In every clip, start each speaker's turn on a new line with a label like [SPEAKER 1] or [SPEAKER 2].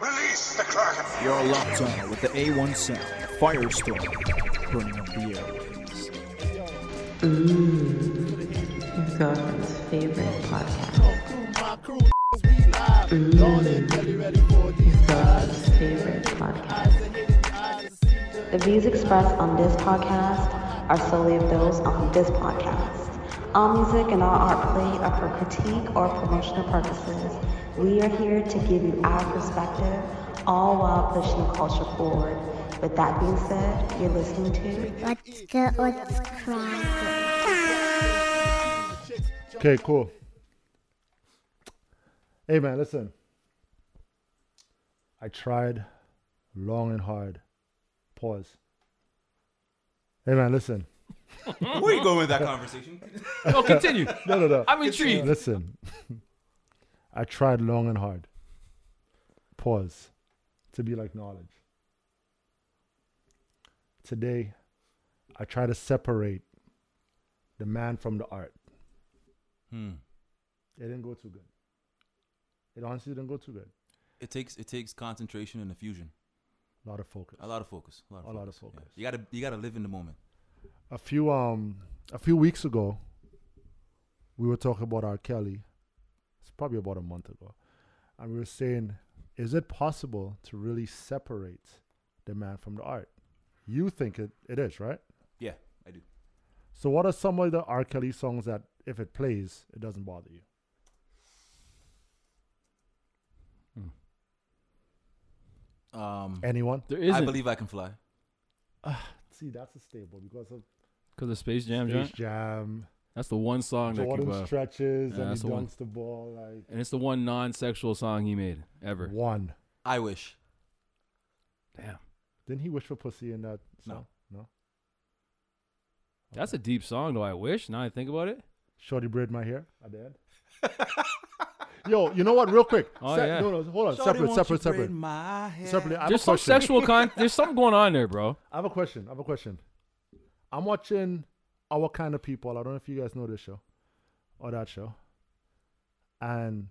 [SPEAKER 1] This is the Kraken.
[SPEAKER 2] You're locked on with the A1 sound, Firestorm, burning up the airwaves.
[SPEAKER 3] Your girlfriend's favorite podcast. Your girlfriend's favorite podcast. The views expressed on this podcast are solely of those on this podcast. All music and all art played are for critique or promotional purposes. We are here to give you our perspective, all while pushing the culture forward. With that being said, you're listening to
[SPEAKER 4] What's good? What's cracking?
[SPEAKER 5] Okay, cool. Hey, man, listen. I tried long and hard. Pause. Hey, man, listen.
[SPEAKER 6] Where are you going with that conversation? Oh,
[SPEAKER 7] No, continue.
[SPEAKER 5] No, no, no.
[SPEAKER 7] I'm intrigued.
[SPEAKER 5] Listen. I tried long and hard. Pause. To be like knowledge. Today, I try to separate the man from the art.
[SPEAKER 6] Hmm.
[SPEAKER 5] It didn't go too good. It honestly didn't go too good.
[SPEAKER 6] It takes it takes concentration and effusion,
[SPEAKER 5] A lot of focus.
[SPEAKER 6] a lot of focus, a lot of
[SPEAKER 5] A
[SPEAKER 6] focus.
[SPEAKER 5] lot of
[SPEAKER 6] Yeah.
[SPEAKER 5] focus.
[SPEAKER 6] You gotta you gotta live in the moment.
[SPEAKER 5] a few um a few weeks ago we were talking about R. Kelly. It's probably about a month ago. And we were saying, is it possible to really separate the man from the art? You think it, it is, right?
[SPEAKER 6] Yeah, I do.
[SPEAKER 5] So what are some of the R. Kelly songs that if it plays, it doesn't bother you?
[SPEAKER 6] Um,
[SPEAKER 5] Anyone?
[SPEAKER 7] There
[SPEAKER 6] I
[SPEAKER 7] isn't because
[SPEAKER 6] believe I can fly.
[SPEAKER 5] See, that's a staple because of
[SPEAKER 7] of Space Jam.
[SPEAKER 5] Space
[SPEAKER 7] John.
[SPEAKER 5] Jam,
[SPEAKER 7] That's the one song that
[SPEAKER 5] Jordan
[SPEAKER 7] could, uh,
[SPEAKER 5] stretches,
[SPEAKER 7] Yeah,
[SPEAKER 5] and
[SPEAKER 7] that's
[SPEAKER 5] he
[SPEAKER 7] the one.
[SPEAKER 5] dunks the ball
[SPEAKER 7] and it's the one non-sexual song he made ever.
[SPEAKER 5] like one.
[SPEAKER 6] I wish.
[SPEAKER 7] Damn,
[SPEAKER 5] Didn't he wish for pussy in that song? No.
[SPEAKER 7] that's a deep song. though. I wish? Now I think about it.
[SPEAKER 5] Shorty braid my hair at the end. Yo, you know what? Real quick.
[SPEAKER 7] Oh,
[SPEAKER 5] Se-
[SPEAKER 7] yeah.
[SPEAKER 5] No, no, hold on.
[SPEAKER 6] Shorty,
[SPEAKER 5] separate,
[SPEAKER 6] won't you
[SPEAKER 5] separate, separate.
[SPEAKER 6] braid my hair?
[SPEAKER 5] Separately, I have
[SPEAKER 7] There's
[SPEAKER 5] a
[SPEAKER 7] some
[SPEAKER 5] question.
[SPEAKER 7] sexual con. There's something going on there, bro.
[SPEAKER 5] I have a question. I have a question. I'm watching Our Kind of People. I don't know if you guys know this show or that show. And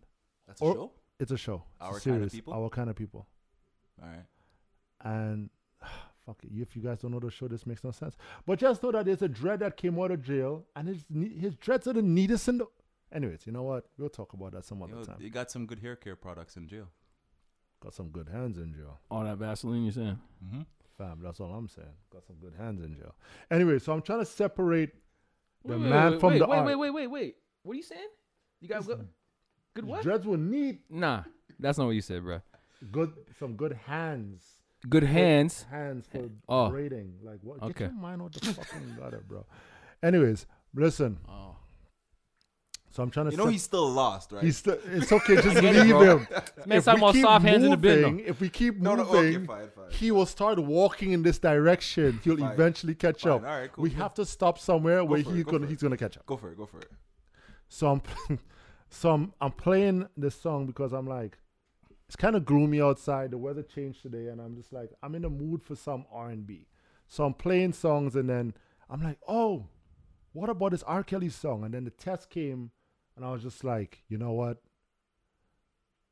[SPEAKER 6] That's a
[SPEAKER 5] or-
[SPEAKER 6] show.
[SPEAKER 5] it's a show. It's a
[SPEAKER 6] Our Kind of
[SPEAKER 5] series.
[SPEAKER 6] People?
[SPEAKER 5] Our Kind of People.
[SPEAKER 6] All right.
[SPEAKER 5] And fuck it. If you guys don't know the show, this makes no sense. But just know that there's a dread that came out of jail, and his ne- his dreads are the neatest in the. Anyways, you know what? We'll talk about that some other
[SPEAKER 6] You, know,
[SPEAKER 5] time.
[SPEAKER 6] you got some good hair care products in jail.
[SPEAKER 5] Got some good hands in jail.
[SPEAKER 7] All that Vaseline you're saying.
[SPEAKER 5] Fam, that's all I'm saying. Got some good hands in jail. Anyway, so I'm trying to separate the
[SPEAKER 7] Wait, wait,
[SPEAKER 5] man
[SPEAKER 7] wait,
[SPEAKER 5] from
[SPEAKER 7] wait,
[SPEAKER 5] the
[SPEAKER 7] wait,
[SPEAKER 5] art.
[SPEAKER 7] wait, wait, wait, wait. What are you saying? You got good, good what?
[SPEAKER 5] Dreads will need
[SPEAKER 7] Nah, that's not what you said, bro.
[SPEAKER 5] good some good hands.
[SPEAKER 7] Good hands.
[SPEAKER 5] Hands for
[SPEAKER 7] Oh.
[SPEAKER 5] braiding. Like what? Get
[SPEAKER 7] Okay.
[SPEAKER 5] your mind out the fucking gutter, bro. Anyways, listen.
[SPEAKER 7] Oh.
[SPEAKER 5] So I'm trying to.
[SPEAKER 6] You know
[SPEAKER 5] sep-
[SPEAKER 6] he's still lost, right?
[SPEAKER 5] he's st- it's okay. Just
[SPEAKER 7] it,
[SPEAKER 5] leave
[SPEAKER 7] bro.
[SPEAKER 5] him.
[SPEAKER 7] man's
[SPEAKER 5] If
[SPEAKER 7] talking
[SPEAKER 5] we
[SPEAKER 7] about
[SPEAKER 5] keep
[SPEAKER 7] soft hands in the bin, though.
[SPEAKER 5] moving, If we keep
[SPEAKER 6] No, no, okay,
[SPEAKER 5] moving,
[SPEAKER 6] fine, fine,
[SPEAKER 5] he will start walking in this direction. He'll
[SPEAKER 6] Fine.
[SPEAKER 5] eventually catch
[SPEAKER 6] Fine,
[SPEAKER 5] up.
[SPEAKER 6] all right, cool,
[SPEAKER 5] we
[SPEAKER 6] cool.
[SPEAKER 5] have to stop somewhere where
[SPEAKER 6] for
[SPEAKER 5] he
[SPEAKER 6] it, go
[SPEAKER 5] gonna,
[SPEAKER 6] for it.
[SPEAKER 5] he's gonna catch up.
[SPEAKER 6] go for it. Go for it.
[SPEAKER 5] So I'm, so I'm, I'm playing this song because I'm like, it's kind of gloomy outside. The weather changed today, and I'm just like, I'm in the mood for some R and B. So I'm playing songs, and then I'm like, oh, what about this R Kelly song? And then the test came, and I was just like, you know what?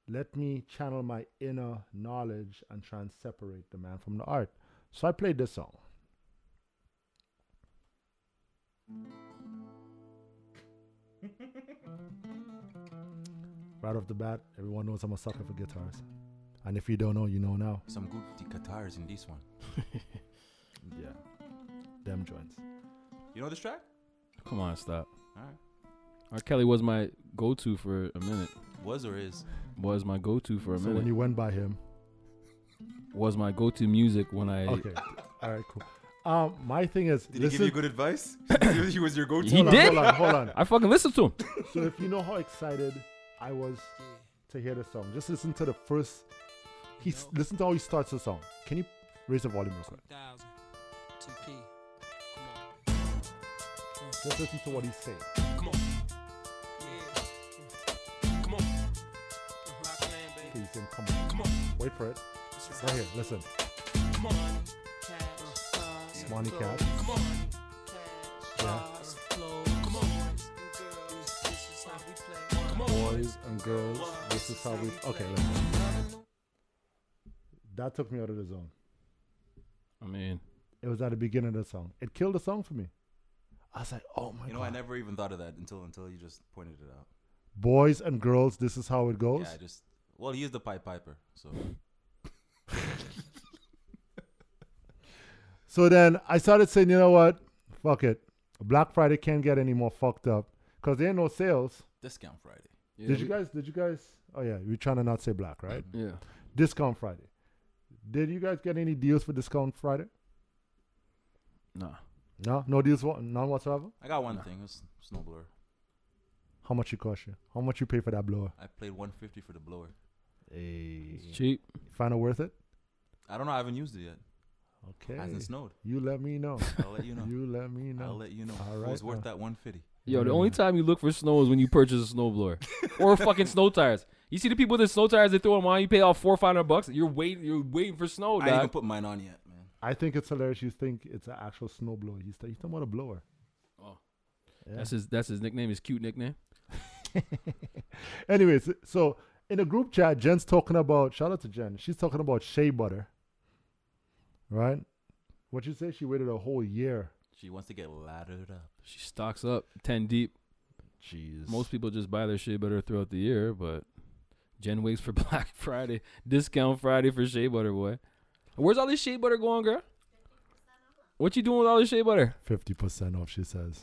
[SPEAKER 5] Let me channel my inner knowledge and try and separate the man from the art. So I played this song. Right off the bat, everyone knows I'm a sucker for guitars. And if you don't know, you know now.
[SPEAKER 6] Some good guitars in this one.
[SPEAKER 5] Yeah. Them joints.
[SPEAKER 6] You know this track?
[SPEAKER 7] Come on, stop.
[SPEAKER 6] All right.
[SPEAKER 7] R. Kelly was my go-to for a minute.
[SPEAKER 6] Was or is?
[SPEAKER 7] Was my go-to for a
[SPEAKER 5] So
[SPEAKER 7] minute.
[SPEAKER 5] when you went by him.
[SPEAKER 7] was my go-to music when I.
[SPEAKER 5] Okay. All right, cool. Um, my thing is.
[SPEAKER 6] Did
[SPEAKER 5] listen,
[SPEAKER 6] he give you good advice? he was your go-to.
[SPEAKER 7] He
[SPEAKER 5] hold
[SPEAKER 7] did?
[SPEAKER 5] On, hold on, hold on.
[SPEAKER 7] I fucking listened to him.
[SPEAKER 5] So if you know how excited I was to hear the song, just listen to the first. He's listen to how he starts the song. Can you raise the volume real quick?
[SPEAKER 8] thousand, two P.
[SPEAKER 5] Just listen to what he's saying.
[SPEAKER 8] Come on, come on, yeah. Come on, rock man,
[SPEAKER 5] Okay,
[SPEAKER 8] baby.
[SPEAKER 5] he's saying, "Come on,
[SPEAKER 8] Come on,
[SPEAKER 5] wait for it."
[SPEAKER 8] It's
[SPEAKER 5] Right here, listen.
[SPEAKER 8] come on, cash,
[SPEAKER 5] Money Cat.
[SPEAKER 8] come on,
[SPEAKER 5] Yeah.
[SPEAKER 8] cash, come on, this is how we play. Come on,
[SPEAKER 5] Boys and girls, this is how we. Okay, listen. That took me out of the zone.
[SPEAKER 1] I mean,
[SPEAKER 5] It was at the beginning of the song. It killed the song for me. I was like, oh my
[SPEAKER 6] You know,
[SPEAKER 5] god.
[SPEAKER 6] I never even thought of that until until you just pointed it out.
[SPEAKER 5] Boys and girls, this is how it goes.
[SPEAKER 6] Yeah, I just well, he is the Pied Piper, so
[SPEAKER 5] So then I started saying, you know what? Fuck it. Black Friday can't get any more fucked up because there ain't no sales.
[SPEAKER 6] discount Friday.
[SPEAKER 1] yeah,
[SPEAKER 5] did
[SPEAKER 1] we-
[SPEAKER 5] you guys? Did you guys? Oh yeah, we're trying to not say black, right?
[SPEAKER 1] Yeah.
[SPEAKER 6] Mm-hmm.
[SPEAKER 5] Discount Friday. Did you guys get any deals for Discount Friday?
[SPEAKER 1] Nah.
[SPEAKER 5] No, no deals, wha- none whatsoever.
[SPEAKER 6] I got one thing. It's snow blower.
[SPEAKER 5] How much it cost you? How much you pay for that blower?
[SPEAKER 6] I played 150 for the blower.
[SPEAKER 1] It's cheap.
[SPEAKER 5] Find it worth it?
[SPEAKER 6] I don't know. I haven't used it yet.
[SPEAKER 5] Okay.
[SPEAKER 6] Hasn't snowed.
[SPEAKER 5] You let me know.
[SPEAKER 6] Oh, I'll let you know.
[SPEAKER 5] you let me know.
[SPEAKER 6] I'll let you know.
[SPEAKER 5] All
[SPEAKER 6] it was
[SPEAKER 5] right,
[SPEAKER 6] worth
[SPEAKER 5] uh,
[SPEAKER 6] that 150.
[SPEAKER 1] Yo, the only time you look for snow is when you purchase a snowblower or fucking snow tires. You see the people with the snow tires, they throw them on. You pay off four, five hundred bucks. You're waiting. You're waiting for snow,
[SPEAKER 6] I ain't even
[SPEAKER 1] dog.
[SPEAKER 6] put mine on yet, man.
[SPEAKER 5] I think it's hilarious. You think it's an actual snow blower. He's, he's talking about a blower.
[SPEAKER 1] Oh, That's his. That's his nickname. His cute nickname.
[SPEAKER 5] Anyways, so in the group chat, Jen's talking about shout out to Jen. She's talking about shea butter. Right? What you say? She waited a whole year.
[SPEAKER 6] She wants to get laddered up.
[SPEAKER 1] She stocks up ten deep.
[SPEAKER 5] Jeez.
[SPEAKER 1] Most people just buy their shea butter throughout the year, but Jen waits for Black Friday discount Friday for shea butter, boy. Where's all this shea butter going, girl? What you doing with all this shea butter?
[SPEAKER 5] fifty percent off. She says.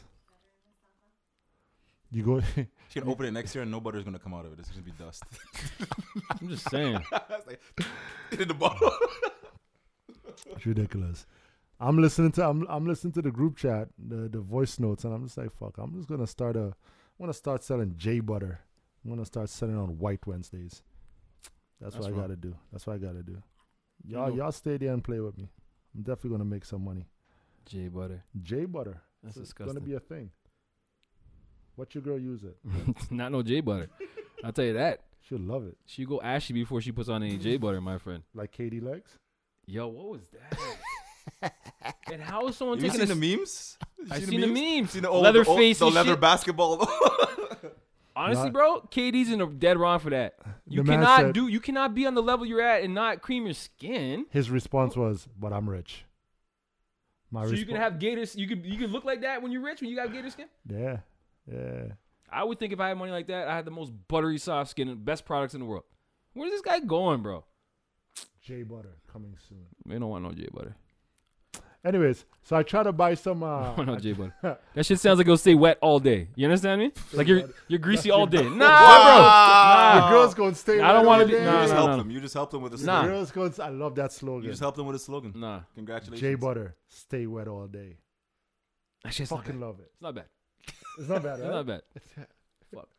[SPEAKER 5] You go.
[SPEAKER 6] She can open it next year and no butter's gonna come out of it. It's gonna be dust.
[SPEAKER 1] I'm just saying.
[SPEAKER 6] It's like, in the bottle.
[SPEAKER 5] it's ridiculous. I'm listening to I'm I'm listening to the group chat, the the voice notes, and I'm just like, fuck. I'm just gonna start a. I'm gonna start selling J butter. I'm gonna start selling on White Wednesdays. That's, what
[SPEAKER 1] That's
[SPEAKER 5] I
[SPEAKER 1] wrong.
[SPEAKER 5] gotta do. That's what I gotta do. Y'all
[SPEAKER 1] know-
[SPEAKER 5] y'all stay there and play with me. I'm definitely gonna make some money.
[SPEAKER 1] Shea butter.
[SPEAKER 5] J butter.
[SPEAKER 1] That's
[SPEAKER 5] It's
[SPEAKER 1] disgusting.
[SPEAKER 5] Gonna be a thing. What your girl use it?
[SPEAKER 1] Not no J butter. I'll tell you that.
[SPEAKER 5] She'll love it.
[SPEAKER 1] She go ashy before she puts on any J butter, my friend.
[SPEAKER 5] Like Katie likes.
[SPEAKER 1] Yo, what was that? and how is someone
[SPEAKER 6] you
[SPEAKER 1] taking
[SPEAKER 6] seen the
[SPEAKER 1] a?
[SPEAKER 6] memes? You
[SPEAKER 1] I seen the memes.
[SPEAKER 6] Seen the old,
[SPEAKER 1] leather
[SPEAKER 6] the old-
[SPEAKER 1] face
[SPEAKER 6] the
[SPEAKER 1] and
[SPEAKER 6] leather
[SPEAKER 1] shit.
[SPEAKER 6] basketball.
[SPEAKER 1] Honestly,
[SPEAKER 5] Yeah.
[SPEAKER 1] bro, KD's in the dead wrong for that. You
[SPEAKER 5] The man
[SPEAKER 1] cannot
[SPEAKER 5] said-
[SPEAKER 1] do. You cannot be on the level you're at and not cream your skin.
[SPEAKER 5] His response was, "But I'm rich." My
[SPEAKER 1] So you can
[SPEAKER 5] respo-
[SPEAKER 1] have gator. You could you could look like that when you're rich when you got gator skin.
[SPEAKER 5] yeah, yeah.
[SPEAKER 1] I would think if I had money like that, I had the most buttery soft skin and best products in the world. Where's this guy going, bro?
[SPEAKER 5] J butter coming soon.
[SPEAKER 1] They don't want no J butter.
[SPEAKER 5] Anyways, so I try to buy some.
[SPEAKER 1] I
[SPEAKER 5] Uh,
[SPEAKER 1] want no J butter. That shit sounds like it'll stay wet all day. You understand me? Like you're you're greasy all day. Nah, bro.
[SPEAKER 5] the
[SPEAKER 1] Nah.
[SPEAKER 5] girls gonna stay.
[SPEAKER 1] I don't
[SPEAKER 5] right
[SPEAKER 1] wanna
[SPEAKER 5] over
[SPEAKER 1] be-
[SPEAKER 5] there.
[SPEAKER 1] nah,
[SPEAKER 6] you just
[SPEAKER 1] nah.
[SPEAKER 6] helped them. You just helped them with a
[SPEAKER 1] Nah.
[SPEAKER 5] The
[SPEAKER 6] slogan.
[SPEAKER 5] girls gonna. s- I love that slogan.
[SPEAKER 6] You just helped them with a slogan.
[SPEAKER 1] Nah.
[SPEAKER 6] Congratulations.
[SPEAKER 5] J butter, stay wet all day.
[SPEAKER 1] That shit's not
[SPEAKER 5] Fucking
[SPEAKER 1] bad.
[SPEAKER 5] love it.
[SPEAKER 1] It's not bad.
[SPEAKER 5] It's not bad.
[SPEAKER 1] It's
[SPEAKER 5] Right?
[SPEAKER 1] not bad.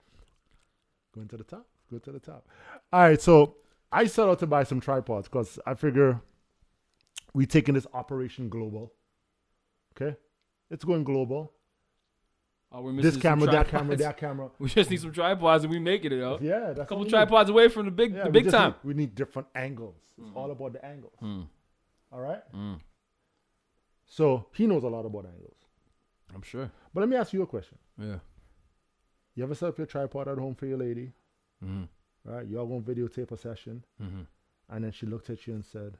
[SPEAKER 5] Going to the top. Go to the top. All right, so I set out to buy some tripods because I figure we taking this operation global. Okay, it's going global.
[SPEAKER 1] Oh, we're missing
[SPEAKER 5] This
[SPEAKER 1] some
[SPEAKER 5] camera, that
[SPEAKER 1] tripods.
[SPEAKER 5] camera, that camera.
[SPEAKER 1] We just need some tripods and we making it out.
[SPEAKER 5] Yeah, that's
[SPEAKER 1] A couple
[SPEAKER 5] what we need.
[SPEAKER 1] tripods away from the big
[SPEAKER 5] Yeah,
[SPEAKER 1] the
[SPEAKER 5] we
[SPEAKER 1] big
[SPEAKER 5] just
[SPEAKER 1] time. Mm.
[SPEAKER 5] need- we need different angles. It's
[SPEAKER 6] Mm.
[SPEAKER 5] all about the angles. All right. So he knows a lot about angles.
[SPEAKER 1] I'm sure.
[SPEAKER 5] But let me ask you a question.
[SPEAKER 1] Yeah.
[SPEAKER 5] You ever set up your tripod at home for your lady?
[SPEAKER 1] Mm-hmm.
[SPEAKER 5] Right. Y'all gonna videotape a session, and then she looked at you and said,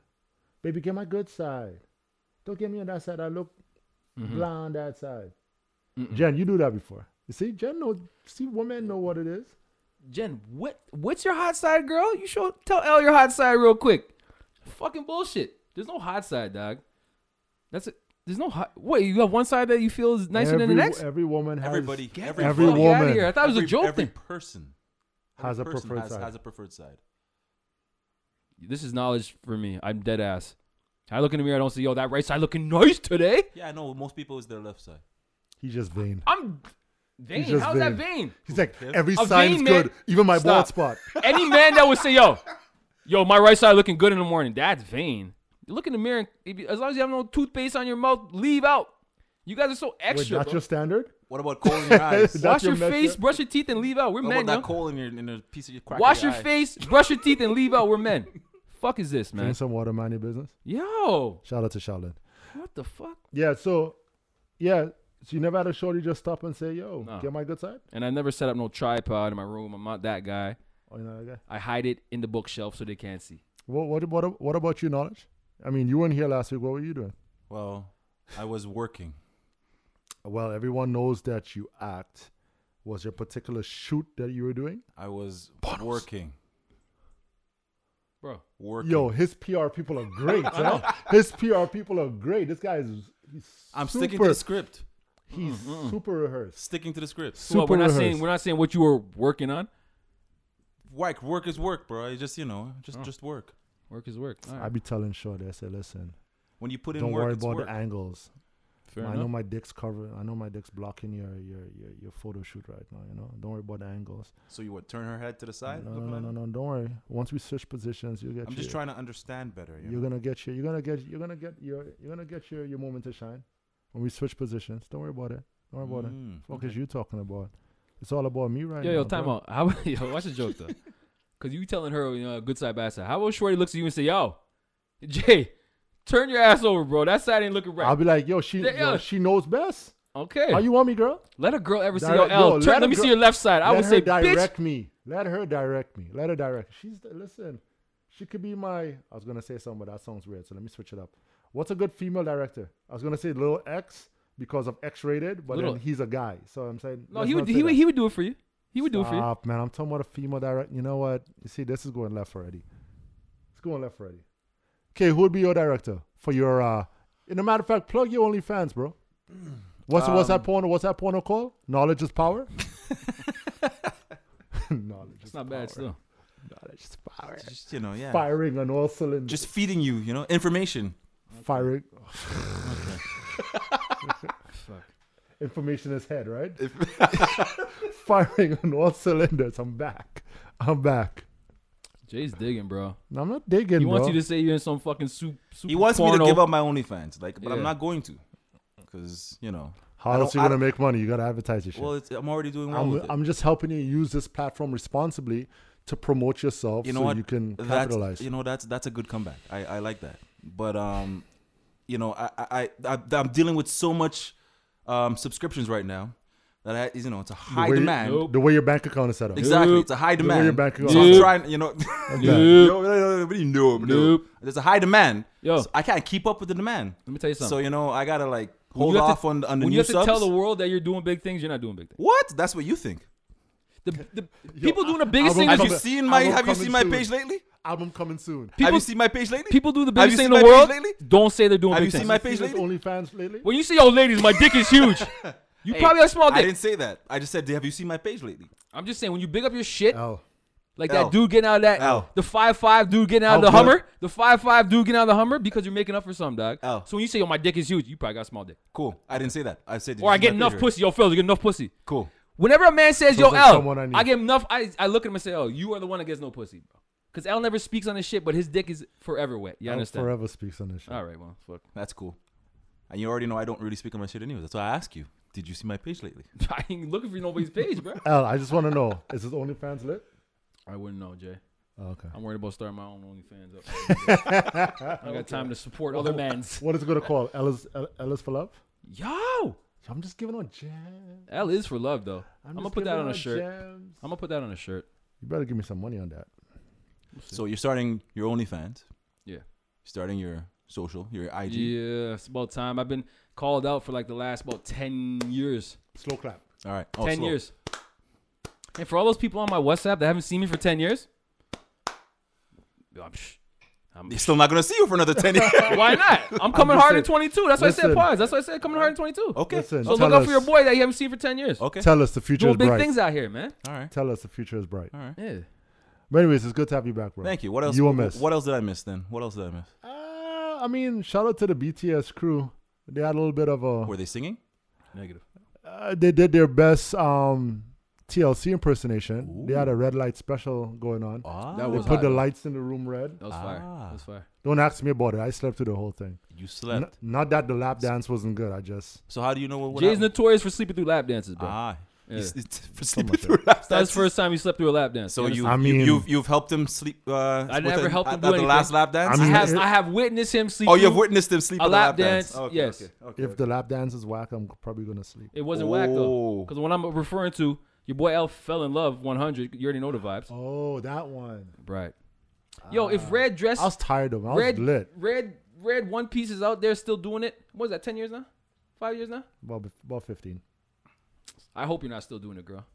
[SPEAKER 5] "Baby, get my good side. Don't get me on that side. I look
[SPEAKER 1] Mm-hmm.
[SPEAKER 5] blonde that side." Jen, you do that before. You see, Jen know. See, women know what it is.
[SPEAKER 1] Jen, what what's your hot side, girl? You show tell L your hot side real quick. Fucking bullshit. There's no hot side, dog. That's it. There's no hot. Wait, you have one side that you feel is nicer
[SPEAKER 5] every,
[SPEAKER 1] than the next.
[SPEAKER 5] Every woman has
[SPEAKER 6] Everybody. Every,
[SPEAKER 5] every
[SPEAKER 1] Fuck
[SPEAKER 6] woman.
[SPEAKER 1] outta
[SPEAKER 5] woman.
[SPEAKER 1] here. I thought it was
[SPEAKER 6] every,
[SPEAKER 1] a joke
[SPEAKER 6] every
[SPEAKER 1] thing.
[SPEAKER 6] person
[SPEAKER 5] has a
[SPEAKER 6] every person
[SPEAKER 5] preferred
[SPEAKER 6] has,
[SPEAKER 5] side.
[SPEAKER 6] has a preferred side.
[SPEAKER 1] This is knowledge for me. I'm dead ass. I look in the mirror. I don't see yo that right side looking nice today.
[SPEAKER 6] Yeah, I know. Most people is their left side.
[SPEAKER 5] He's just vain.
[SPEAKER 1] I'm vain.
[SPEAKER 5] just
[SPEAKER 1] How's that
[SPEAKER 5] vain.
[SPEAKER 1] vain?
[SPEAKER 5] He's like, every
[SPEAKER 1] A
[SPEAKER 5] sign's
[SPEAKER 1] vain man-
[SPEAKER 5] good, even my bald
[SPEAKER 1] Stop.
[SPEAKER 5] spot.
[SPEAKER 1] Any man that would say, "Yo, yo, my right side looking good in the morning," that's vain. You look in the mirror. and if you- As long as you have no toothpaste on your mouth, leave out. You guys are so
[SPEAKER 5] Wait,
[SPEAKER 1] extra.
[SPEAKER 5] that's
[SPEAKER 1] bro.
[SPEAKER 5] your standard?
[SPEAKER 6] What about coal in your eyes?
[SPEAKER 5] That-
[SPEAKER 6] what
[SPEAKER 1] Wash
[SPEAKER 5] that's your
[SPEAKER 1] your, face,
[SPEAKER 5] measure?
[SPEAKER 1] brush your teeth, and leave out. We're
[SPEAKER 6] about
[SPEAKER 1] men,
[SPEAKER 6] that
[SPEAKER 1] yo.
[SPEAKER 6] coal in your in a piece of your crack?
[SPEAKER 1] Wash
[SPEAKER 6] your
[SPEAKER 1] your
[SPEAKER 6] eye?
[SPEAKER 1] face, brush your teeth, and leave out. We're men. Fuck is this, man?
[SPEAKER 5] Drink some water, mind your business.
[SPEAKER 1] Yo,
[SPEAKER 5] Shout out to Shaolin.
[SPEAKER 1] what the fuck?
[SPEAKER 5] Yeah, so, yeah, so you never had a shorty just stop and say, yo,
[SPEAKER 1] No.
[SPEAKER 5] get my good side?
[SPEAKER 1] And I never set up no tripod in my room. I'm not that guy.
[SPEAKER 5] Oh, you know that guy?
[SPEAKER 1] I hide it in the bookshelf so they can't see.
[SPEAKER 5] What what what what about you, knowledge? I mean, you weren't here last week. What were you doing?
[SPEAKER 6] Well, I was working.
[SPEAKER 5] Well, everyone knows that you act. Was there a particular shoot that you were doing?
[SPEAKER 6] I was working.
[SPEAKER 1] Bro.
[SPEAKER 6] Working.
[SPEAKER 5] Yo, his PR people are great. huh? His PR people are great. This guy is. He's
[SPEAKER 6] I'm
[SPEAKER 5] super,
[SPEAKER 6] sticking to the script.
[SPEAKER 5] He's super rehearsed.
[SPEAKER 6] Sticking to the script.
[SPEAKER 5] Super
[SPEAKER 1] Well, we're not
[SPEAKER 5] rehearsed.
[SPEAKER 1] saying we're not saying what you were working on.
[SPEAKER 6] Work, work is work, bro. I just you know, just just work.
[SPEAKER 1] Work is work. All
[SPEAKER 5] I
[SPEAKER 1] right.
[SPEAKER 5] be telling Short, I say, listen,
[SPEAKER 6] When you put in
[SPEAKER 5] don't
[SPEAKER 6] work,
[SPEAKER 5] worry
[SPEAKER 6] it's
[SPEAKER 5] about
[SPEAKER 6] work.
[SPEAKER 5] the angles.
[SPEAKER 1] Fair
[SPEAKER 5] I know
[SPEAKER 1] enough.
[SPEAKER 5] my dick's cover. I know my dick's blocking your your your, your photo shoot right now. You know, don't worry about the angles.
[SPEAKER 6] so you would turn her head to the
[SPEAKER 5] No,
[SPEAKER 6] side.
[SPEAKER 5] no,
[SPEAKER 6] looking
[SPEAKER 5] no,
[SPEAKER 6] like
[SPEAKER 5] no,
[SPEAKER 6] that?
[SPEAKER 5] no, Don't worry. Once we switch positions, you get.
[SPEAKER 6] I'm
[SPEAKER 5] your,
[SPEAKER 6] just trying to understand better. You
[SPEAKER 5] You're
[SPEAKER 6] know?
[SPEAKER 5] gonna get your. You're gonna get. You're gonna get your. You're gonna get your your moment to shine. When we switch positions, don't worry about it. Don't worry about it.
[SPEAKER 6] Mm,
[SPEAKER 5] Fuck is you talking about? It's all about me right
[SPEAKER 1] Yo,
[SPEAKER 5] now.
[SPEAKER 1] yo, time
[SPEAKER 5] bro.
[SPEAKER 1] out. How about, yo, watch the joke though. Cause you telling her, you know, good side, bad side. How about Shorty looks at you and say, "Yo, Jay, turn your ass over, bro. That side ain't looking right."
[SPEAKER 5] I'll be like, yo, she
[SPEAKER 1] Yeah,
[SPEAKER 5] yo,
[SPEAKER 1] yeah.
[SPEAKER 5] she knows best.
[SPEAKER 1] okay.
[SPEAKER 5] How you want me, girl?
[SPEAKER 1] let a girl ever see
[SPEAKER 5] Dire-
[SPEAKER 1] your
[SPEAKER 5] yo,
[SPEAKER 1] L.
[SPEAKER 5] let
[SPEAKER 1] Turn,
[SPEAKER 5] a
[SPEAKER 1] let me
[SPEAKER 5] girl-
[SPEAKER 1] see your left side. I
[SPEAKER 5] Let
[SPEAKER 1] would
[SPEAKER 5] her
[SPEAKER 1] say, bitch.
[SPEAKER 5] direct me. Let her direct me. Let her direct. She's the, listen. She could be my. I was gonna say something, but that sounds weird. So let me switch it up. What's a good female director? I was gonna say Little X because of X-rated, but
[SPEAKER 1] Little-
[SPEAKER 5] then he's a guy, so I'm saying
[SPEAKER 1] No,
[SPEAKER 5] let's
[SPEAKER 1] he
[SPEAKER 5] not
[SPEAKER 1] would,
[SPEAKER 5] say
[SPEAKER 1] he would,
[SPEAKER 5] that.
[SPEAKER 1] he would do it for you. He would do it for you.
[SPEAKER 5] Stop, man. I'm talking about a female director. You know what? You see, this is going left already. It's going left already. Okay, who would be your director for your? uh In a matter of fact, plug your OnlyFans, bro. What's what's
[SPEAKER 6] Um,
[SPEAKER 5] that porno? What's that porno called? Knowledge is power. Knowledge.
[SPEAKER 1] It's not bad still.
[SPEAKER 5] Knowledge is power.
[SPEAKER 6] Just you know, yeah.
[SPEAKER 5] Firing on all cylinders.
[SPEAKER 6] Just feeding you, you know, information.
[SPEAKER 5] firing. Information is head, right? firing on all cylinders. I'm back. I'm back.
[SPEAKER 1] Jay's digging, bro.
[SPEAKER 5] No, I'm not digging.
[SPEAKER 1] He wants
[SPEAKER 5] bro.
[SPEAKER 1] you to say you're in some fucking soup. soup
[SPEAKER 6] He wants me
[SPEAKER 1] porno.
[SPEAKER 6] to give up my OnlyFans, like, but
[SPEAKER 1] Yeah.
[SPEAKER 6] I'm not going to, because you know, I
[SPEAKER 5] How else
[SPEAKER 6] don't-
[SPEAKER 5] you
[SPEAKER 6] I
[SPEAKER 5] gonna make money? You gotta advertise your shit.
[SPEAKER 6] well, it's, I'm already doing well
[SPEAKER 5] I'm,
[SPEAKER 6] with it.
[SPEAKER 5] I'm just helping you use this platform responsibly to promote yourself,
[SPEAKER 6] you know
[SPEAKER 5] so
[SPEAKER 6] what?
[SPEAKER 5] you can
[SPEAKER 6] That's-
[SPEAKER 5] capitalize.
[SPEAKER 6] You know, that's that's a good comeback. I, I like that. But um, you know, I I, I I'm dealing with so much um subscriptions right now that I you know it's a high
[SPEAKER 5] way you-
[SPEAKER 6] demand.
[SPEAKER 5] the way your bank account is set up.
[SPEAKER 6] Exactly,
[SPEAKER 1] Nope.
[SPEAKER 6] it's a high
[SPEAKER 5] way
[SPEAKER 6] demand.
[SPEAKER 5] you're backing
[SPEAKER 6] so I'm
[SPEAKER 1] off.
[SPEAKER 6] trying, you know. No, no, no, no, what do you know? No.
[SPEAKER 1] Nope.
[SPEAKER 6] There's a high demand.
[SPEAKER 1] Yo.
[SPEAKER 6] So I can't keep up with the demand.
[SPEAKER 1] Let me tell you
[SPEAKER 6] So
[SPEAKER 1] something.
[SPEAKER 6] you know, I gotta like
[SPEAKER 1] When
[SPEAKER 6] hold
[SPEAKER 1] you have
[SPEAKER 6] off
[SPEAKER 1] to,
[SPEAKER 6] on on the
[SPEAKER 1] when
[SPEAKER 6] new
[SPEAKER 1] you have
[SPEAKER 6] subs.
[SPEAKER 1] to tell the world that you're doing big things, you're not doing big things.
[SPEAKER 6] what? That's what you think.
[SPEAKER 1] The, the people doing the biggest
[SPEAKER 5] album
[SPEAKER 1] thing. in
[SPEAKER 6] Have
[SPEAKER 1] the
[SPEAKER 6] you
[SPEAKER 5] coming-
[SPEAKER 6] seen my
[SPEAKER 5] album
[SPEAKER 6] Have you
[SPEAKER 5] coming
[SPEAKER 6] seen my
[SPEAKER 5] soon.
[SPEAKER 6] page lately?
[SPEAKER 5] Album coming soon.
[SPEAKER 6] Have
[SPEAKER 1] People-
[SPEAKER 6] you seen my page lately?
[SPEAKER 1] People do the
[SPEAKER 6] Have you
[SPEAKER 1] biggest thing
[SPEAKER 6] seen
[SPEAKER 1] in the
[SPEAKER 6] my page
[SPEAKER 1] world.
[SPEAKER 6] lately?
[SPEAKER 1] Don't say they're doing
[SPEAKER 6] Have
[SPEAKER 1] big
[SPEAKER 6] you seen
[SPEAKER 1] things.
[SPEAKER 6] my
[SPEAKER 5] You
[SPEAKER 6] page
[SPEAKER 5] seen his
[SPEAKER 6] lately?
[SPEAKER 5] OnlyFans lately?
[SPEAKER 1] when you say, "Yo, ladies, my dick is huge," you probably have small
[SPEAKER 6] I
[SPEAKER 1] dick.
[SPEAKER 6] didn't say that. I just said, Have you seen my page lately?
[SPEAKER 1] I'm just saying, when you big up your shit,
[SPEAKER 5] Oh,
[SPEAKER 1] like
[SPEAKER 6] L.
[SPEAKER 1] that dude getting out of that,
[SPEAKER 6] L.
[SPEAKER 1] the five five dude getting out
[SPEAKER 5] How
[SPEAKER 1] of the
[SPEAKER 5] good-
[SPEAKER 1] Hummer, the five five dude getting out of the Hummer, because you're making up for something, dog.
[SPEAKER 6] L.
[SPEAKER 1] So when you say, "Yo, my dick is huge," you probably got small dick.
[SPEAKER 6] Cool. I didn't say that. I said, "Did
[SPEAKER 1] Or
[SPEAKER 6] you
[SPEAKER 1] I
[SPEAKER 6] see
[SPEAKER 1] get
[SPEAKER 6] my
[SPEAKER 1] enough
[SPEAKER 6] page
[SPEAKER 1] pussy. Yo, Phil, you get enough pussy.
[SPEAKER 6] lately?" Cool.
[SPEAKER 1] Whenever a man says, "Yo,
[SPEAKER 5] Sounds like
[SPEAKER 1] L,"
[SPEAKER 5] someone I need.
[SPEAKER 1] I, get enough. I, I look at him and say, "Oh, you are the one that gets no pussy, bro." Because L never speaks on his shit, but his dick is forever wet. You
[SPEAKER 5] Al
[SPEAKER 1] understand?
[SPEAKER 5] forever speaks on this shit.
[SPEAKER 1] All right, well, fuck.
[SPEAKER 6] That's cool. And you already know I don't really speak on my shit anyway. That's why I ask you, Did you see my page lately?
[SPEAKER 1] I ain't looking for nobody's page, bro.
[SPEAKER 5] Al, I just want to know: Is his OnlyFans lit?
[SPEAKER 1] I wouldn't know, Jay.
[SPEAKER 5] Oh, okay.
[SPEAKER 1] I'm worried about starting my own OnlyFans up. I don't got time to
[SPEAKER 5] Oh.
[SPEAKER 1] support other men's.
[SPEAKER 5] What is it gonna call? Ellis, El- Ellis for love?
[SPEAKER 1] Yo,
[SPEAKER 5] I'm just giving out gems.
[SPEAKER 1] L is for love though. I'm, gonna
[SPEAKER 5] just
[SPEAKER 1] put that
[SPEAKER 5] giving
[SPEAKER 1] on a
[SPEAKER 5] out
[SPEAKER 1] shirt.
[SPEAKER 5] gems.
[SPEAKER 1] I'm gonna put that on a shirt.
[SPEAKER 5] You better give me some money on that.
[SPEAKER 6] So you're starting your OnlyFans.
[SPEAKER 1] Yeah.
[SPEAKER 6] Starting your social, your IG.
[SPEAKER 1] Yeah, it's about time. I've been called out for like the last about ten years.
[SPEAKER 5] Slow clap.
[SPEAKER 6] All right.
[SPEAKER 1] Ten
[SPEAKER 6] Oh, slow.
[SPEAKER 1] years. And for all those people on my WhatsApp that haven't seen me for ten years, yo, I'm, sh- I'm
[SPEAKER 6] They're still not gonna see you for another ten years.
[SPEAKER 1] why not? I'm coming
[SPEAKER 5] just
[SPEAKER 1] hard in
[SPEAKER 5] saying-
[SPEAKER 1] 22. That's why I said
[SPEAKER 5] Listen.
[SPEAKER 1] pause. That's why I said coming hard in 22.
[SPEAKER 6] okay.
[SPEAKER 5] Listen,
[SPEAKER 1] So
[SPEAKER 5] tell
[SPEAKER 1] look out
[SPEAKER 5] us-
[SPEAKER 1] for your boy that you haven't seen for ten years.
[SPEAKER 6] Okay.
[SPEAKER 5] Tell us the future
[SPEAKER 1] Doing
[SPEAKER 5] is
[SPEAKER 1] big
[SPEAKER 5] bright.
[SPEAKER 1] things out here, man.
[SPEAKER 6] All right.
[SPEAKER 5] Tell us the future is bright.
[SPEAKER 6] All right.
[SPEAKER 1] Yeah.
[SPEAKER 5] But anyways, it's good to have you back, bro.
[SPEAKER 6] Thank you. What else?
[SPEAKER 5] You will miss.
[SPEAKER 6] What else did I miss then? What else did I miss?
[SPEAKER 5] Uh, I mean, shout out to the BTS crew. They had a little bit of a.
[SPEAKER 6] Were they singing?
[SPEAKER 1] Negative.
[SPEAKER 5] Uh, they did their best um, TLC impersonation. They had a red light special going on.
[SPEAKER 6] Ah.
[SPEAKER 1] Uh-huh. That
[SPEAKER 5] they
[SPEAKER 1] was
[SPEAKER 5] put the
[SPEAKER 1] hot.
[SPEAKER 5] lights in the room red.
[SPEAKER 1] That was fire.
[SPEAKER 6] Ah.
[SPEAKER 1] That was fire.
[SPEAKER 5] Don't ask me about it. I slept through the whole thing.
[SPEAKER 6] You slept.
[SPEAKER 5] N- not that the lap dance wasn't good. I just
[SPEAKER 6] So how do you know what? what
[SPEAKER 1] Jay's
[SPEAKER 6] happened?
[SPEAKER 1] notorious for sleeping through lap dances, bro.
[SPEAKER 6] Ah.
[SPEAKER 1] Yeah.
[SPEAKER 6] You s- it's for sleeping through laps.
[SPEAKER 1] That's the first time you slept through a lap dance.
[SPEAKER 6] So you,
[SPEAKER 5] I
[SPEAKER 6] you,
[SPEAKER 5] mean-
[SPEAKER 6] you've you've helped him sleep. Uh,
[SPEAKER 1] I
[SPEAKER 6] with
[SPEAKER 1] never
[SPEAKER 6] him
[SPEAKER 1] helped
[SPEAKER 6] at,
[SPEAKER 1] him do
[SPEAKER 6] at the
[SPEAKER 1] anything.
[SPEAKER 6] last lap dance.
[SPEAKER 5] I
[SPEAKER 1] I
[SPEAKER 5] mean,
[SPEAKER 1] have
[SPEAKER 5] it-
[SPEAKER 1] I have witnessed him sleep.
[SPEAKER 6] oh, you've
[SPEAKER 1] through-
[SPEAKER 6] witnessed him sleep
[SPEAKER 1] a
[SPEAKER 6] at the
[SPEAKER 1] lap
[SPEAKER 6] lap dance.
[SPEAKER 1] dance,
[SPEAKER 6] Okay,
[SPEAKER 1] yes.
[SPEAKER 6] okay, okay,
[SPEAKER 5] if
[SPEAKER 6] okay.
[SPEAKER 5] the lap dance is whack, I'm probably gonna sleep.
[SPEAKER 1] It wasn't whack though.
[SPEAKER 6] Oh.
[SPEAKER 1] Because when I'm referring to your boy L fell in love 100, you already know the vibes.
[SPEAKER 5] Oh, that one.
[SPEAKER 1] Right. Yo,
[SPEAKER 6] Ah.
[SPEAKER 1] if red dress,
[SPEAKER 5] I was tired of it. I was
[SPEAKER 1] red,
[SPEAKER 5] lit.
[SPEAKER 1] red, red one piece is out there still doing it. What is that? Ten years now? Five years now?
[SPEAKER 5] About, about 15.
[SPEAKER 1] I hope you're not still doing it, girl.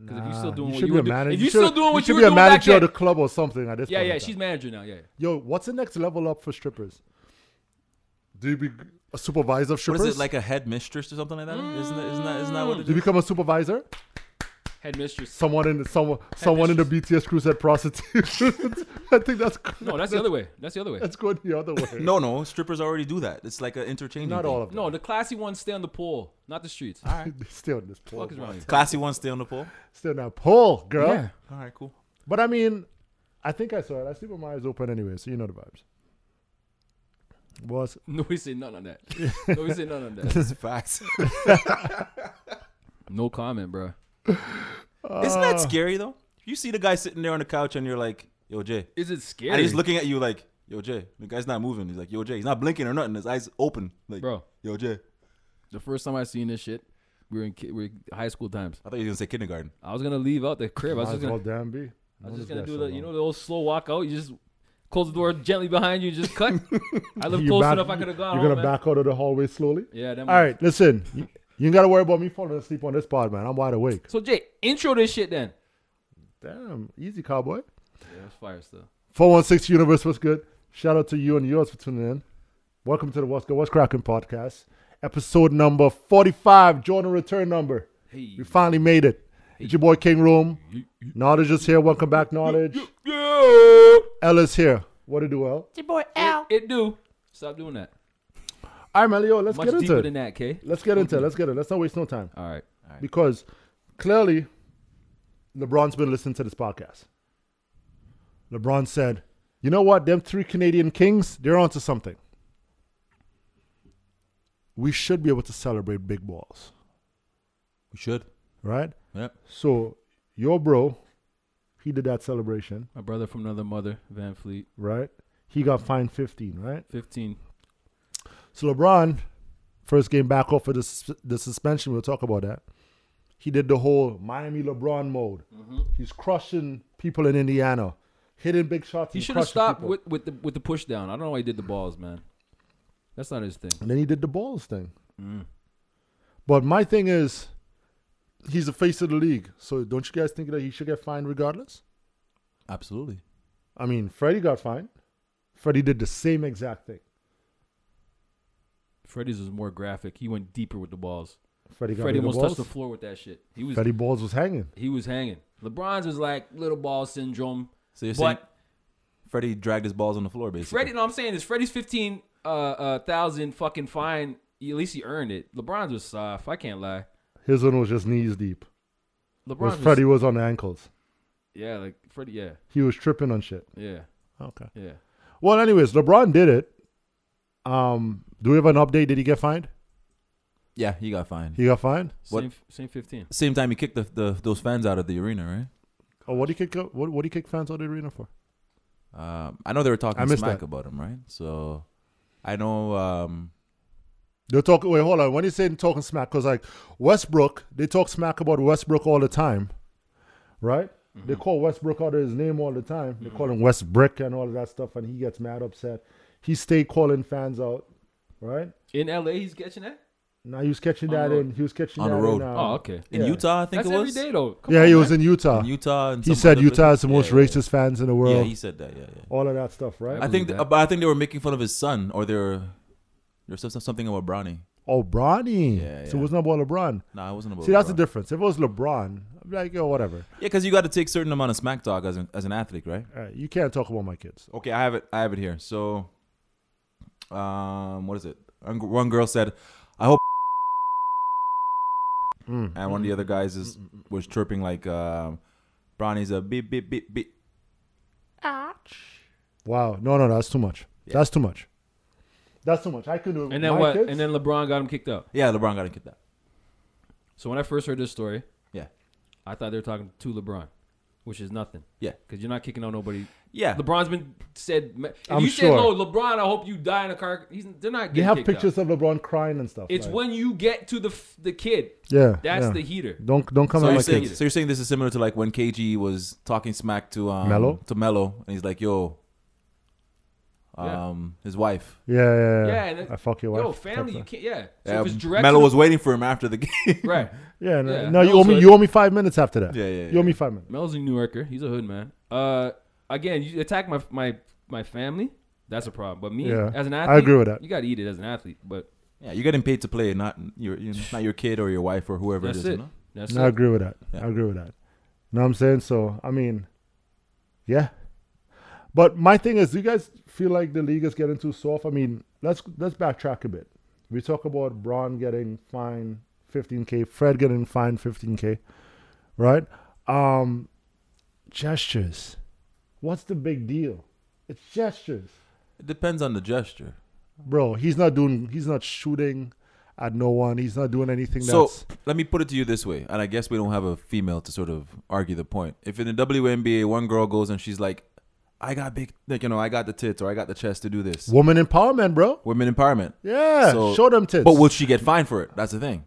[SPEAKER 1] Because if you still
[SPEAKER 5] Nah,
[SPEAKER 1] doing what
[SPEAKER 5] Ah, should
[SPEAKER 1] you
[SPEAKER 5] be
[SPEAKER 1] were
[SPEAKER 5] a
[SPEAKER 1] doing,
[SPEAKER 5] manager.
[SPEAKER 1] if you still
[SPEAKER 5] should-
[SPEAKER 1] doing what
[SPEAKER 5] should
[SPEAKER 1] you were
[SPEAKER 5] be a
[SPEAKER 1] doing back
[SPEAKER 5] manager of the Oh,
[SPEAKER 1] then,
[SPEAKER 5] club or something at this
[SPEAKER 1] yeah,
[SPEAKER 5] point.
[SPEAKER 1] yeah,
[SPEAKER 5] in time.
[SPEAKER 1] she's manager now. Yeah, yeah.
[SPEAKER 5] Yo, what's the next level up for strippers? Do you be a supervisor of
[SPEAKER 6] What
[SPEAKER 5] strippers?
[SPEAKER 6] is it like a head mistress or something like that? Isn't that isn't that isn't that what it
[SPEAKER 5] Do you
[SPEAKER 6] is?
[SPEAKER 5] become a supervisor?
[SPEAKER 1] headmistress.
[SPEAKER 5] Someone in the, someone someone in the BTS crew said prostitute. I think that's
[SPEAKER 1] No, that's the other way. That's the other way.
[SPEAKER 5] that's going the other way.
[SPEAKER 6] No, no, strippers already do that. It's like an interchange.
[SPEAKER 5] Mm. not all of them.
[SPEAKER 1] No, the classy ones stay on the pole, not the streets.
[SPEAKER 5] Ah,
[SPEAKER 1] What
[SPEAKER 5] still in this
[SPEAKER 1] the
[SPEAKER 5] poll.
[SPEAKER 1] fuck is wrong with you?
[SPEAKER 6] Classy ones stay on the pole.
[SPEAKER 5] Still in that poll, girl.
[SPEAKER 1] Yeah.
[SPEAKER 6] All right, cool.
[SPEAKER 5] But I mean, I think I saw it. I see my eyes open anyway, so you know the vibes. Was
[SPEAKER 1] Nobody say none on that. Nobody say none on that.
[SPEAKER 6] It's facts.
[SPEAKER 1] No comment, bro.
[SPEAKER 6] Isn't
[SPEAKER 5] Uh.
[SPEAKER 6] that scary though? You see the guy sitting there on the couch and you're like, "Yo, Jay,"
[SPEAKER 1] Is it scary?
[SPEAKER 6] and he's looking at you like, "Yo, Jay." The guy's not moving. He's like, "Yo, Jay." He's not blinking or nothing. His eyes open. Like,
[SPEAKER 1] Bro.
[SPEAKER 6] Yo, Jay.
[SPEAKER 1] The first time I seen this shit, we were in ki- we were in high school times.
[SPEAKER 6] I thought you were gonna say kindergarten.
[SPEAKER 1] I was gonna leave out the crib. I was
[SPEAKER 5] might
[SPEAKER 1] just
[SPEAKER 5] as well
[SPEAKER 1] gonna,
[SPEAKER 5] damn be.
[SPEAKER 1] I
[SPEAKER 5] Know
[SPEAKER 1] was just
[SPEAKER 5] this
[SPEAKER 1] gonna
[SPEAKER 5] guy
[SPEAKER 1] do
[SPEAKER 5] so
[SPEAKER 1] the,
[SPEAKER 5] long.
[SPEAKER 1] you know, the old slow walk out. You just close the door gently behind you, and just cut. I lived
[SPEAKER 5] You
[SPEAKER 1] close
[SPEAKER 5] back-
[SPEAKER 1] enough. I could have gone.
[SPEAKER 5] You're gonna
[SPEAKER 1] home, man.
[SPEAKER 5] back out of the hallway slowly.
[SPEAKER 1] Yeah. Them
[SPEAKER 5] All right, listen. You, you ain't gotta worry about me falling asleep on this pod, man. I'm wide awake.
[SPEAKER 1] So Jay, intro this shit then.
[SPEAKER 5] Damn, easy cowboy.
[SPEAKER 1] Yeah, it's fire still.
[SPEAKER 5] 416 Universe, what's good? Shout out to you and yours for tuning in. Welcome to the What's Good, What's Cracking podcast, episode number 45, Jordan return number.
[SPEAKER 1] Hey.
[SPEAKER 5] We finally made it. It's your boy King Room. Knowledge is here. Welcome back, Knowledge. Ella's here. What to do, El?
[SPEAKER 1] It, it do. Stop doing that.
[SPEAKER 5] All right, Melio, let's
[SPEAKER 1] Much
[SPEAKER 5] get into
[SPEAKER 1] deeper
[SPEAKER 5] it.
[SPEAKER 1] than that, K.
[SPEAKER 5] Let's get into it. Let's get it. Let's not waste no time.
[SPEAKER 1] All right.
[SPEAKER 5] Because clearly, LeBron's been listening to this podcast. LeBron said, You know what? Them three Canadian Kings, they're onto something. We should be able to celebrate big balls,
[SPEAKER 6] We should.
[SPEAKER 5] right?
[SPEAKER 6] Yep.
[SPEAKER 5] So, your bro, he did that celebration,
[SPEAKER 1] My brother from another mother, Van Fleet,
[SPEAKER 5] right? He got fined 15, right?
[SPEAKER 1] fifteen.
[SPEAKER 5] So LeBron, first game back off of the, sus- the suspension. We'll talk about that. He did the whole Miami LeBron mode.
[SPEAKER 1] Mm-hmm.
[SPEAKER 5] He's crushing people in Indiana, hitting big shots.
[SPEAKER 1] He
[SPEAKER 5] and
[SPEAKER 1] should have
[SPEAKER 5] crushing
[SPEAKER 1] stopped
[SPEAKER 5] people.
[SPEAKER 1] with, with the with the push down. I don't know why he did the balls, man. That's not his thing.
[SPEAKER 5] And then he did the balls thing.
[SPEAKER 1] Mm.
[SPEAKER 5] But my thing is, he's the face of the league. So don't you guys think that he should get fined regardless?
[SPEAKER 6] Absolutely.
[SPEAKER 5] I mean, Freddie got fined. Freddie did the same exact thing.
[SPEAKER 1] Freddie's was more graphic. He went deeper with the balls.
[SPEAKER 5] Freddie got
[SPEAKER 1] Freddie
[SPEAKER 5] rid of
[SPEAKER 1] almost
[SPEAKER 5] the balls.
[SPEAKER 1] touched the floor with that shit. He was
[SPEAKER 5] Freddie balls was hanging.
[SPEAKER 1] he was hanging. LeBron's was like little ball syndrome.
[SPEAKER 6] So you're saying
[SPEAKER 1] but
[SPEAKER 6] Freddie dragged his balls on the floor, basically.
[SPEAKER 1] Freddie, no, I'm saying is Freddie's fifteen uh, uh thousand fucking fine. At least he earned it. LeBron's was soft. I can't lie.
[SPEAKER 5] His one was just knees deep.
[SPEAKER 1] LeBron's
[SPEAKER 5] Was Freddie was on the ankles.
[SPEAKER 1] Yeah, like Freddie. Yeah,
[SPEAKER 5] He was tripping on shit.
[SPEAKER 1] yeah,
[SPEAKER 5] Okay.
[SPEAKER 1] yeah.
[SPEAKER 5] Well, anyways, LeBron did it. Um, do we have an update? Did he get fined?
[SPEAKER 6] Yeah, he got fined.
[SPEAKER 5] He got fined.
[SPEAKER 6] What-
[SPEAKER 1] Same, same fifteen.
[SPEAKER 6] Same time he kicked the, the those fans out of the arena,
[SPEAKER 5] Oh, what do you kick? What what do you kick fans out of the arena for?
[SPEAKER 6] right? Um, I know they were
[SPEAKER 5] I
[SPEAKER 6] talking
[SPEAKER 5] missed
[SPEAKER 6] smack
[SPEAKER 5] that.
[SPEAKER 6] about him, right? So I know. Um,
[SPEAKER 5] They're talking. Wait, hold on. When you saying talking smack, because like Westbrook, they talk smack about Westbrook all the time, right?
[SPEAKER 1] Mm-hmm.
[SPEAKER 5] They call Westbrook out of his name all the time. They call him Westbrook and all of that stuff, and he gets mad, upset. He stayed calling fans out, right?
[SPEAKER 1] In LA, he's catching that.
[SPEAKER 5] Now he was catching
[SPEAKER 1] On
[SPEAKER 5] that
[SPEAKER 1] the road.
[SPEAKER 5] in. He was catching
[SPEAKER 6] On the
[SPEAKER 5] that
[SPEAKER 6] road.
[SPEAKER 5] In, um,
[SPEAKER 1] Oh, okay.
[SPEAKER 6] in
[SPEAKER 5] Yeah.
[SPEAKER 6] Utah, I think
[SPEAKER 1] That's
[SPEAKER 6] it was.
[SPEAKER 1] every day though. Come
[SPEAKER 5] Yeah,
[SPEAKER 1] on,
[SPEAKER 5] he was
[SPEAKER 1] man.
[SPEAKER 5] in Utah.
[SPEAKER 6] In Utah, and
[SPEAKER 5] he
[SPEAKER 6] some
[SPEAKER 5] said
[SPEAKER 6] other place.
[SPEAKER 5] Utah is the most
[SPEAKER 6] yeah,
[SPEAKER 5] racist fans in the
[SPEAKER 6] Yeah,
[SPEAKER 5] world.
[SPEAKER 6] he said that. Yeah, yeah.
[SPEAKER 5] all of that stuff, right?
[SPEAKER 6] I,
[SPEAKER 1] believe
[SPEAKER 6] think, th-
[SPEAKER 1] that.
[SPEAKER 6] but I think they were making fun of his son, or they were there was some- something about Bronny.
[SPEAKER 5] Oh, Bronny.
[SPEAKER 6] Yeah,
[SPEAKER 5] So it
[SPEAKER 6] yeah.
[SPEAKER 5] wasn't about LeBron.
[SPEAKER 6] Nah, it wasn't about.
[SPEAKER 5] See, that's
[SPEAKER 6] Bronny.
[SPEAKER 5] the difference. If it was LeBron, I'd be like, yo, whatever.
[SPEAKER 6] Yeah, because you got to take certain amount of smack talk as an as an athlete, right?
[SPEAKER 5] All right, you can't talk about my kids.
[SPEAKER 6] Okay, I have it. I have it here. So, um, what is it? One g- One girl said, "I hope,"
[SPEAKER 5] Mm.
[SPEAKER 6] and one of the other guys is was chirping like, um, "Bronny's a beep beep beep beep."
[SPEAKER 5] Wow. No, no, that's too much. That's too much. That's too much. I could do it.
[SPEAKER 1] And then
[SPEAKER 5] my
[SPEAKER 1] what?
[SPEAKER 5] Kids,
[SPEAKER 1] And then LeBron got him kicked out.
[SPEAKER 6] Yeah, LeBron got to get that.
[SPEAKER 1] So when I first heard this story,
[SPEAKER 6] Yeah,
[SPEAKER 1] I thought they were talking to LeBron. which is nothing.
[SPEAKER 6] Yeah.
[SPEAKER 1] because you're not kicking out nobody.
[SPEAKER 6] Yeah.
[SPEAKER 1] LeBron's been said. If
[SPEAKER 5] I'm
[SPEAKER 1] you
[SPEAKER 5] sure.
[SPEAKER 1] said no, LeBron, I hope you die in a car. He's, they're not.
[SPEAKER 5] You
[SPEAKER 1] getting
[SPEAKER 5] have
[SPEAKER 1] kicked out.
[SPEAKER 5] pictures of LeBron crying and stuff.
[SPEAKER 1] It's
[SPEAKER 5] like-
[SPEAKER 1] when you get to the f- the kid.
[SPEAKER 5] Yeah,
[SPEAKER 1] That's
[SPEAKER 5] yeah.
[SPEAKER 1] the heater.
[SPEAKER 5] Don't don't come
[SPEAKER 6] So
[SPEAKER 5] out
[SPEAKER 6] you're,
[SPEAKER 5] like
[SPEAKER 6] saying,
[SPEAKER 5] this.
[SPEAKER 6] so you're saying this is similar to like when KG was talking smack to um,
[SPEAKER 5] Melo?
[SPEAKER 6] to Mello, and he's like, "Yo,
[SPEAKER 1] Yeah.
[SPEAKER 6] um, his wife."
[SPEAKER 5] Yeah, yeah, yeah.
[SPEAKER 1] Yeah, and it-
[SPEAKER 5] I fuck your wife.
[SPEAKER 1] Yo, family, you
[SPEAKER 5] Type
[SPEAKER 1] can't. Yeah. So
[SPEAKER 6] Yeah,
[SPEAKER 1] if it's direct,
[SPEAKER 6] Mello
[SPEAKER 1] to-
[SPEAKER 6] Um, was waiting for him after the game.
[SPEAKER 1] right.
[SPEAKER 5] of- Yeah, no,
[SPEAKER 1] yeah.
[SPEAKER 5] no, you
[SPEAKER 1] No,
[SPEAKER 5] owe
[SPEAKER 1] so
[SPEAKER 5] me.
[SPEAKER 1] it-
[SPEAKER 5] You owe me five minutes after that.
[SPEAKER 6] Yeah, yeah,
[SPEAKER 5] You owe
[SPEAKER 6] yeah.
[SPEAKER 5] me five minutes.
[SPEAKER 1] Mel's a New Yorker. He's a hood man. Uh, again, you attack my my my family. That's a problem. But me,
[SPEAKER 5] Yeah,
[SPEAKER 1] as an
[SPEAKER 5] I
[SPEAKER 1] athlete,
[SPEAKER 5] agree with that.
[SPEAKER 1] You got to eat it as an athlete. But
[SPEAKER 6] yeah, you're getting paid to play, not your you know, not your kid or your wife or whoever
[SPEAKER 1] that's
[SPEAKER 6] it is. you
[SPEAKER 1] it.
[SPEAKER 6] know?
[SPEAKER 1] That's
[SPEAKER 5] No, I
[SPEAKER 1] it.
[SPEAKER 5] agree with that.
[SPEAKER 6] Yeah.
[SPEAKER 5] I agree with that. know what I'm saying? So, I mean, yeah. But my thing is, do you guys feel like the league is getting too soft? I mean, let's let's backtrack a bit. We talk about Braun getting fined 15k, Fred getting fined 15k, right? Um gestures. What's the big deal? It's gestures.
[SPEAKER 6] It depends on the gesture.
[SPEAKER 5] Bro, he's not doing he's not shooting at no one. He's not doing anything
[SPEAKER 6] So
[SPEAKER 5] that's
[SPEAKER 6] let me put it to you this way, and I guess we don't have a female to sort of argue the point. If in the WNBA one girl goes and she's like, "I got big, like you know, I got the tits or I got the chest to do this,"
[SPEAKER 5] woman empowerment, bro.
[SPEAKER 6] women empowerment.
[SPEAKER 5] Yeah,
[SPEAKER 6] So-
[SPEAKER 5] show them tits.
[SPEAKER 6] But will she get fined for it? That's the thing.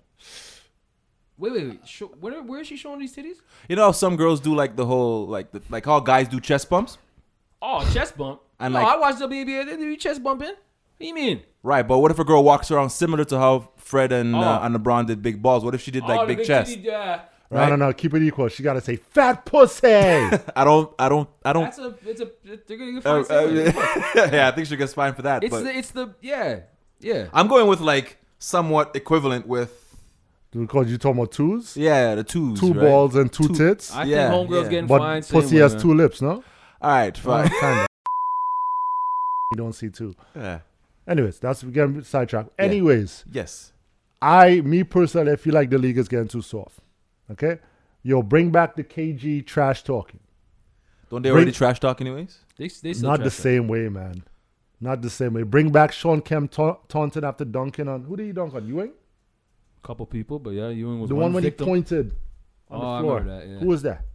[SPEAKER 1] Wait, wait, wait. Show, where, where is she showing these titties?
[SPEAKER 6] You know how some girls do like the whole like the, like how guys do chest bumps,
[SPEAKER 1] Oh, chest bump.
[SPEAKER 6] And
[SPEAKER 1] no,
[SPEAKER 6] like-
[SPEAKER 1] I watched WBA. They do chest bumping. What do you mean?
[SPEAKER 6] right? But what if a girl walks around similar to how Fred and uh,
[SPEAKER 1] Oh.
[SPEAKER 6] and LeBron did big balls? What if she did like
[SPEAKER 1] oh, the
[SPEAKER 6] big, chest?
[SPEAKER 1] titty, yeah.
[SPEAKER 5] No, no, no. Keep it equal. She gotta say fat pussy. yeah,
[SPEAKER 6] I don't, I don't, I don't.
[SPEAKER 1] That's a. It's a. They're gonna get
[SPEAKER 6] uh,
[SPEAKER 1] fined.
[SPEAKER 6] uh,
[SPEAKER 1] anyway.
[SPEAKER 6] yeah, I think she gets fined for that.
[SPEAKER 1] it's
[SPEAKER 6] but
[SPEAKER 1] the. It's the. Yeah. Yeah.
[SPEAKER 6] I'm going with like somewhat equivalent with
[SPEAKER 5] because you talking about twos,
[SPEAKER 6] yeah the twos,
[SPEAKER 5] two
[SPEAKER 6] right?
[SPEAKER 5] balls and two, tits.
[SPEAKER 1] I
[SPEAKER 6] yeah,
[SPEAKER 1] think homegirls
[SPEAKER 6] yeah.
[SPEAKER 1] getting
[SPEAKER 5] but
[SPEAKER 1] fined. same
[SPEAKER 5] pussy
[SPEAKER 1] way,
[SPEAKER 5] has
[SPEAKER 1] man.
[SPEAKER 5] two lips, no?
[SPEAKER 6] All right,
[SPEAKER 5] Well,
[SPEAKER 6] fine.
[SPEAKER 5] kinda. you don't see two.
[SPEAKER 6] Yeah.
[SPEAKER 5] Anyways, that's we getting sidetracked. Anyways,
[SPEAKER 6] Yes.
[SPEAKER 5] I, me personally, I feel like the league is getting too soft. Okay, yo, bring back the KG trash talking.
[SPEAKER 6] Don't they
[SPEAKER 5] Bring-
[SPEAKER 6] already trash talk anyways?
[SPEAKER 1] They, they still
[SPEAKER 5] Not the
[SPEAKER 1] trash her.
[SPEAKER 5] same way, man. Not the same way. Bring back Sean Kemp ta- taunting after dunking on who did he dunk on? Ewing,
[SPEAKER 1] Couple people, but yeah, Ewing was
[SPEAKER 5] the one, when
[SPEAKER 1] victim.
[SPEAKER 5] he pointed on
[SPEAKER 1] Oh, I
[SPEAKER 5] the floor.
[SPEAKER 1] remember that, yeah.
[SPEAKER 5] Who was that?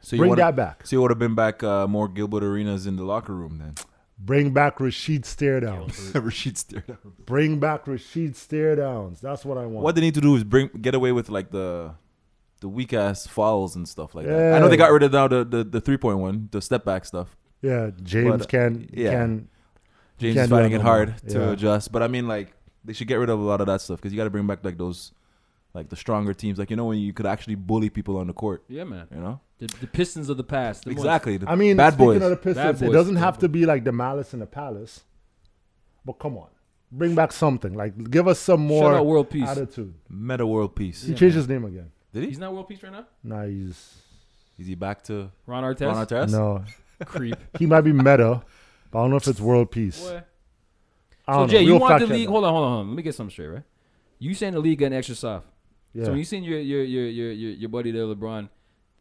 [SPEAKER 6] So
[SPEAKER 5] Bring
[SPEAKER 6] wanna-
[SPEAKER 5] that back.
[SPEAKER 6] So you would have been back uh, more Gilbert Arenas in the locker room then.
[SPEAKER 5] Bring back Rashid stare downs.
[SPEAKER 6] Rashid stared at him.
[SPEAKER 5] Bring back Rashid stare downs. That's what I want.
[SPEAKER 6] What they need to do is bring get away with like the the weak ass fouls and stuff like that. I
[SPEAKER 5] Yeah.
[SPEAKER 6] know they got rid of now the the, the three point one, the step back stuff.
[SPEAKER 5] yeah, James
[SPEAKER 6] But,
[SPEAKER 5] can
[SPEAKER 6] yeah.
[SPEAKER 5] can
[SPEAKER 6] James
[SPEAKER 5] can't do
[SPEAKER 6] is
[SPEAKER 5] that
[SPEAKER 6] finding it
[SPEAKER 5] no
[SPEAKER 6] hard
[SPEAKER 5] more.
[SPEAKER 6] to
[SPEAKER 5] Yeah.
[SPEAKER 6] adjust, but I mean like they should get rid of a lot of that stuff because you got to bring back like those like the stronger teams, like you know when you could actually bully people on the court.
[SPEAKER 1] Yeah, man.
[SPEAKER 6] You know
[SPEAKER 1] The, the Pistons of the past. The ones-
[SPEAKER 6] exactly. The
[SPEAKER 5] I mean
[SPEAKER 6] bad
[SPEAKER 5] speaking
[SPEAKER 6] boys.
[SPEAKER 5] of the Pistons, it
[SPEAKER 1] boys,
[SPEAKER 5] doesn't
[SPEAKER 1] bad
[SPEAKER 5] have to be like the malice in the palace. But come on. Bring back something. Like give us some more
[SPEAKER 1] out world peace.
[SPEAKER 5] attitude.
[SPEAKER 6] Meta world peace.
[SPEAKER 5] He changed his name again.
[SPEAKER 6] Did he?
[SPEAKER 1] He's not world peace right now.
[SPEAKER 5] Nah, he's
[SPEAKER 6] Is he back to
[SPEAKER 1] Ron Artest.
[SPEAKER 6] Ron Artest?
[SPEAKER 5] no.
[SPEAKER 1] Creep.
[SPEAKER 5] He might be meta, but I don't know if it's world peace.
[SPEAKER 1] Boy.
[SPEAKER 5] I
[SPEAKER 1] So
[SPEAKER 5] don't know.
[SPEAKER 1] Jay, you
[SPEAKER 5] We'll
[SPEAKER 1] want
[SPEAKER 5] fact
[SPEAKER 1] the
[SPEAKER 5] check
[SPEAKER 1] league?
[SPEAKER 5] that.
[SPEAKER 1] Hold on, hold on, hold on. Let me get something straight, right? You saying the league got an extra soft?
[SPEAKER 5] Yeah.
[SPEAKER 1] So when you seen your your your your your, your buddy there, LeBron,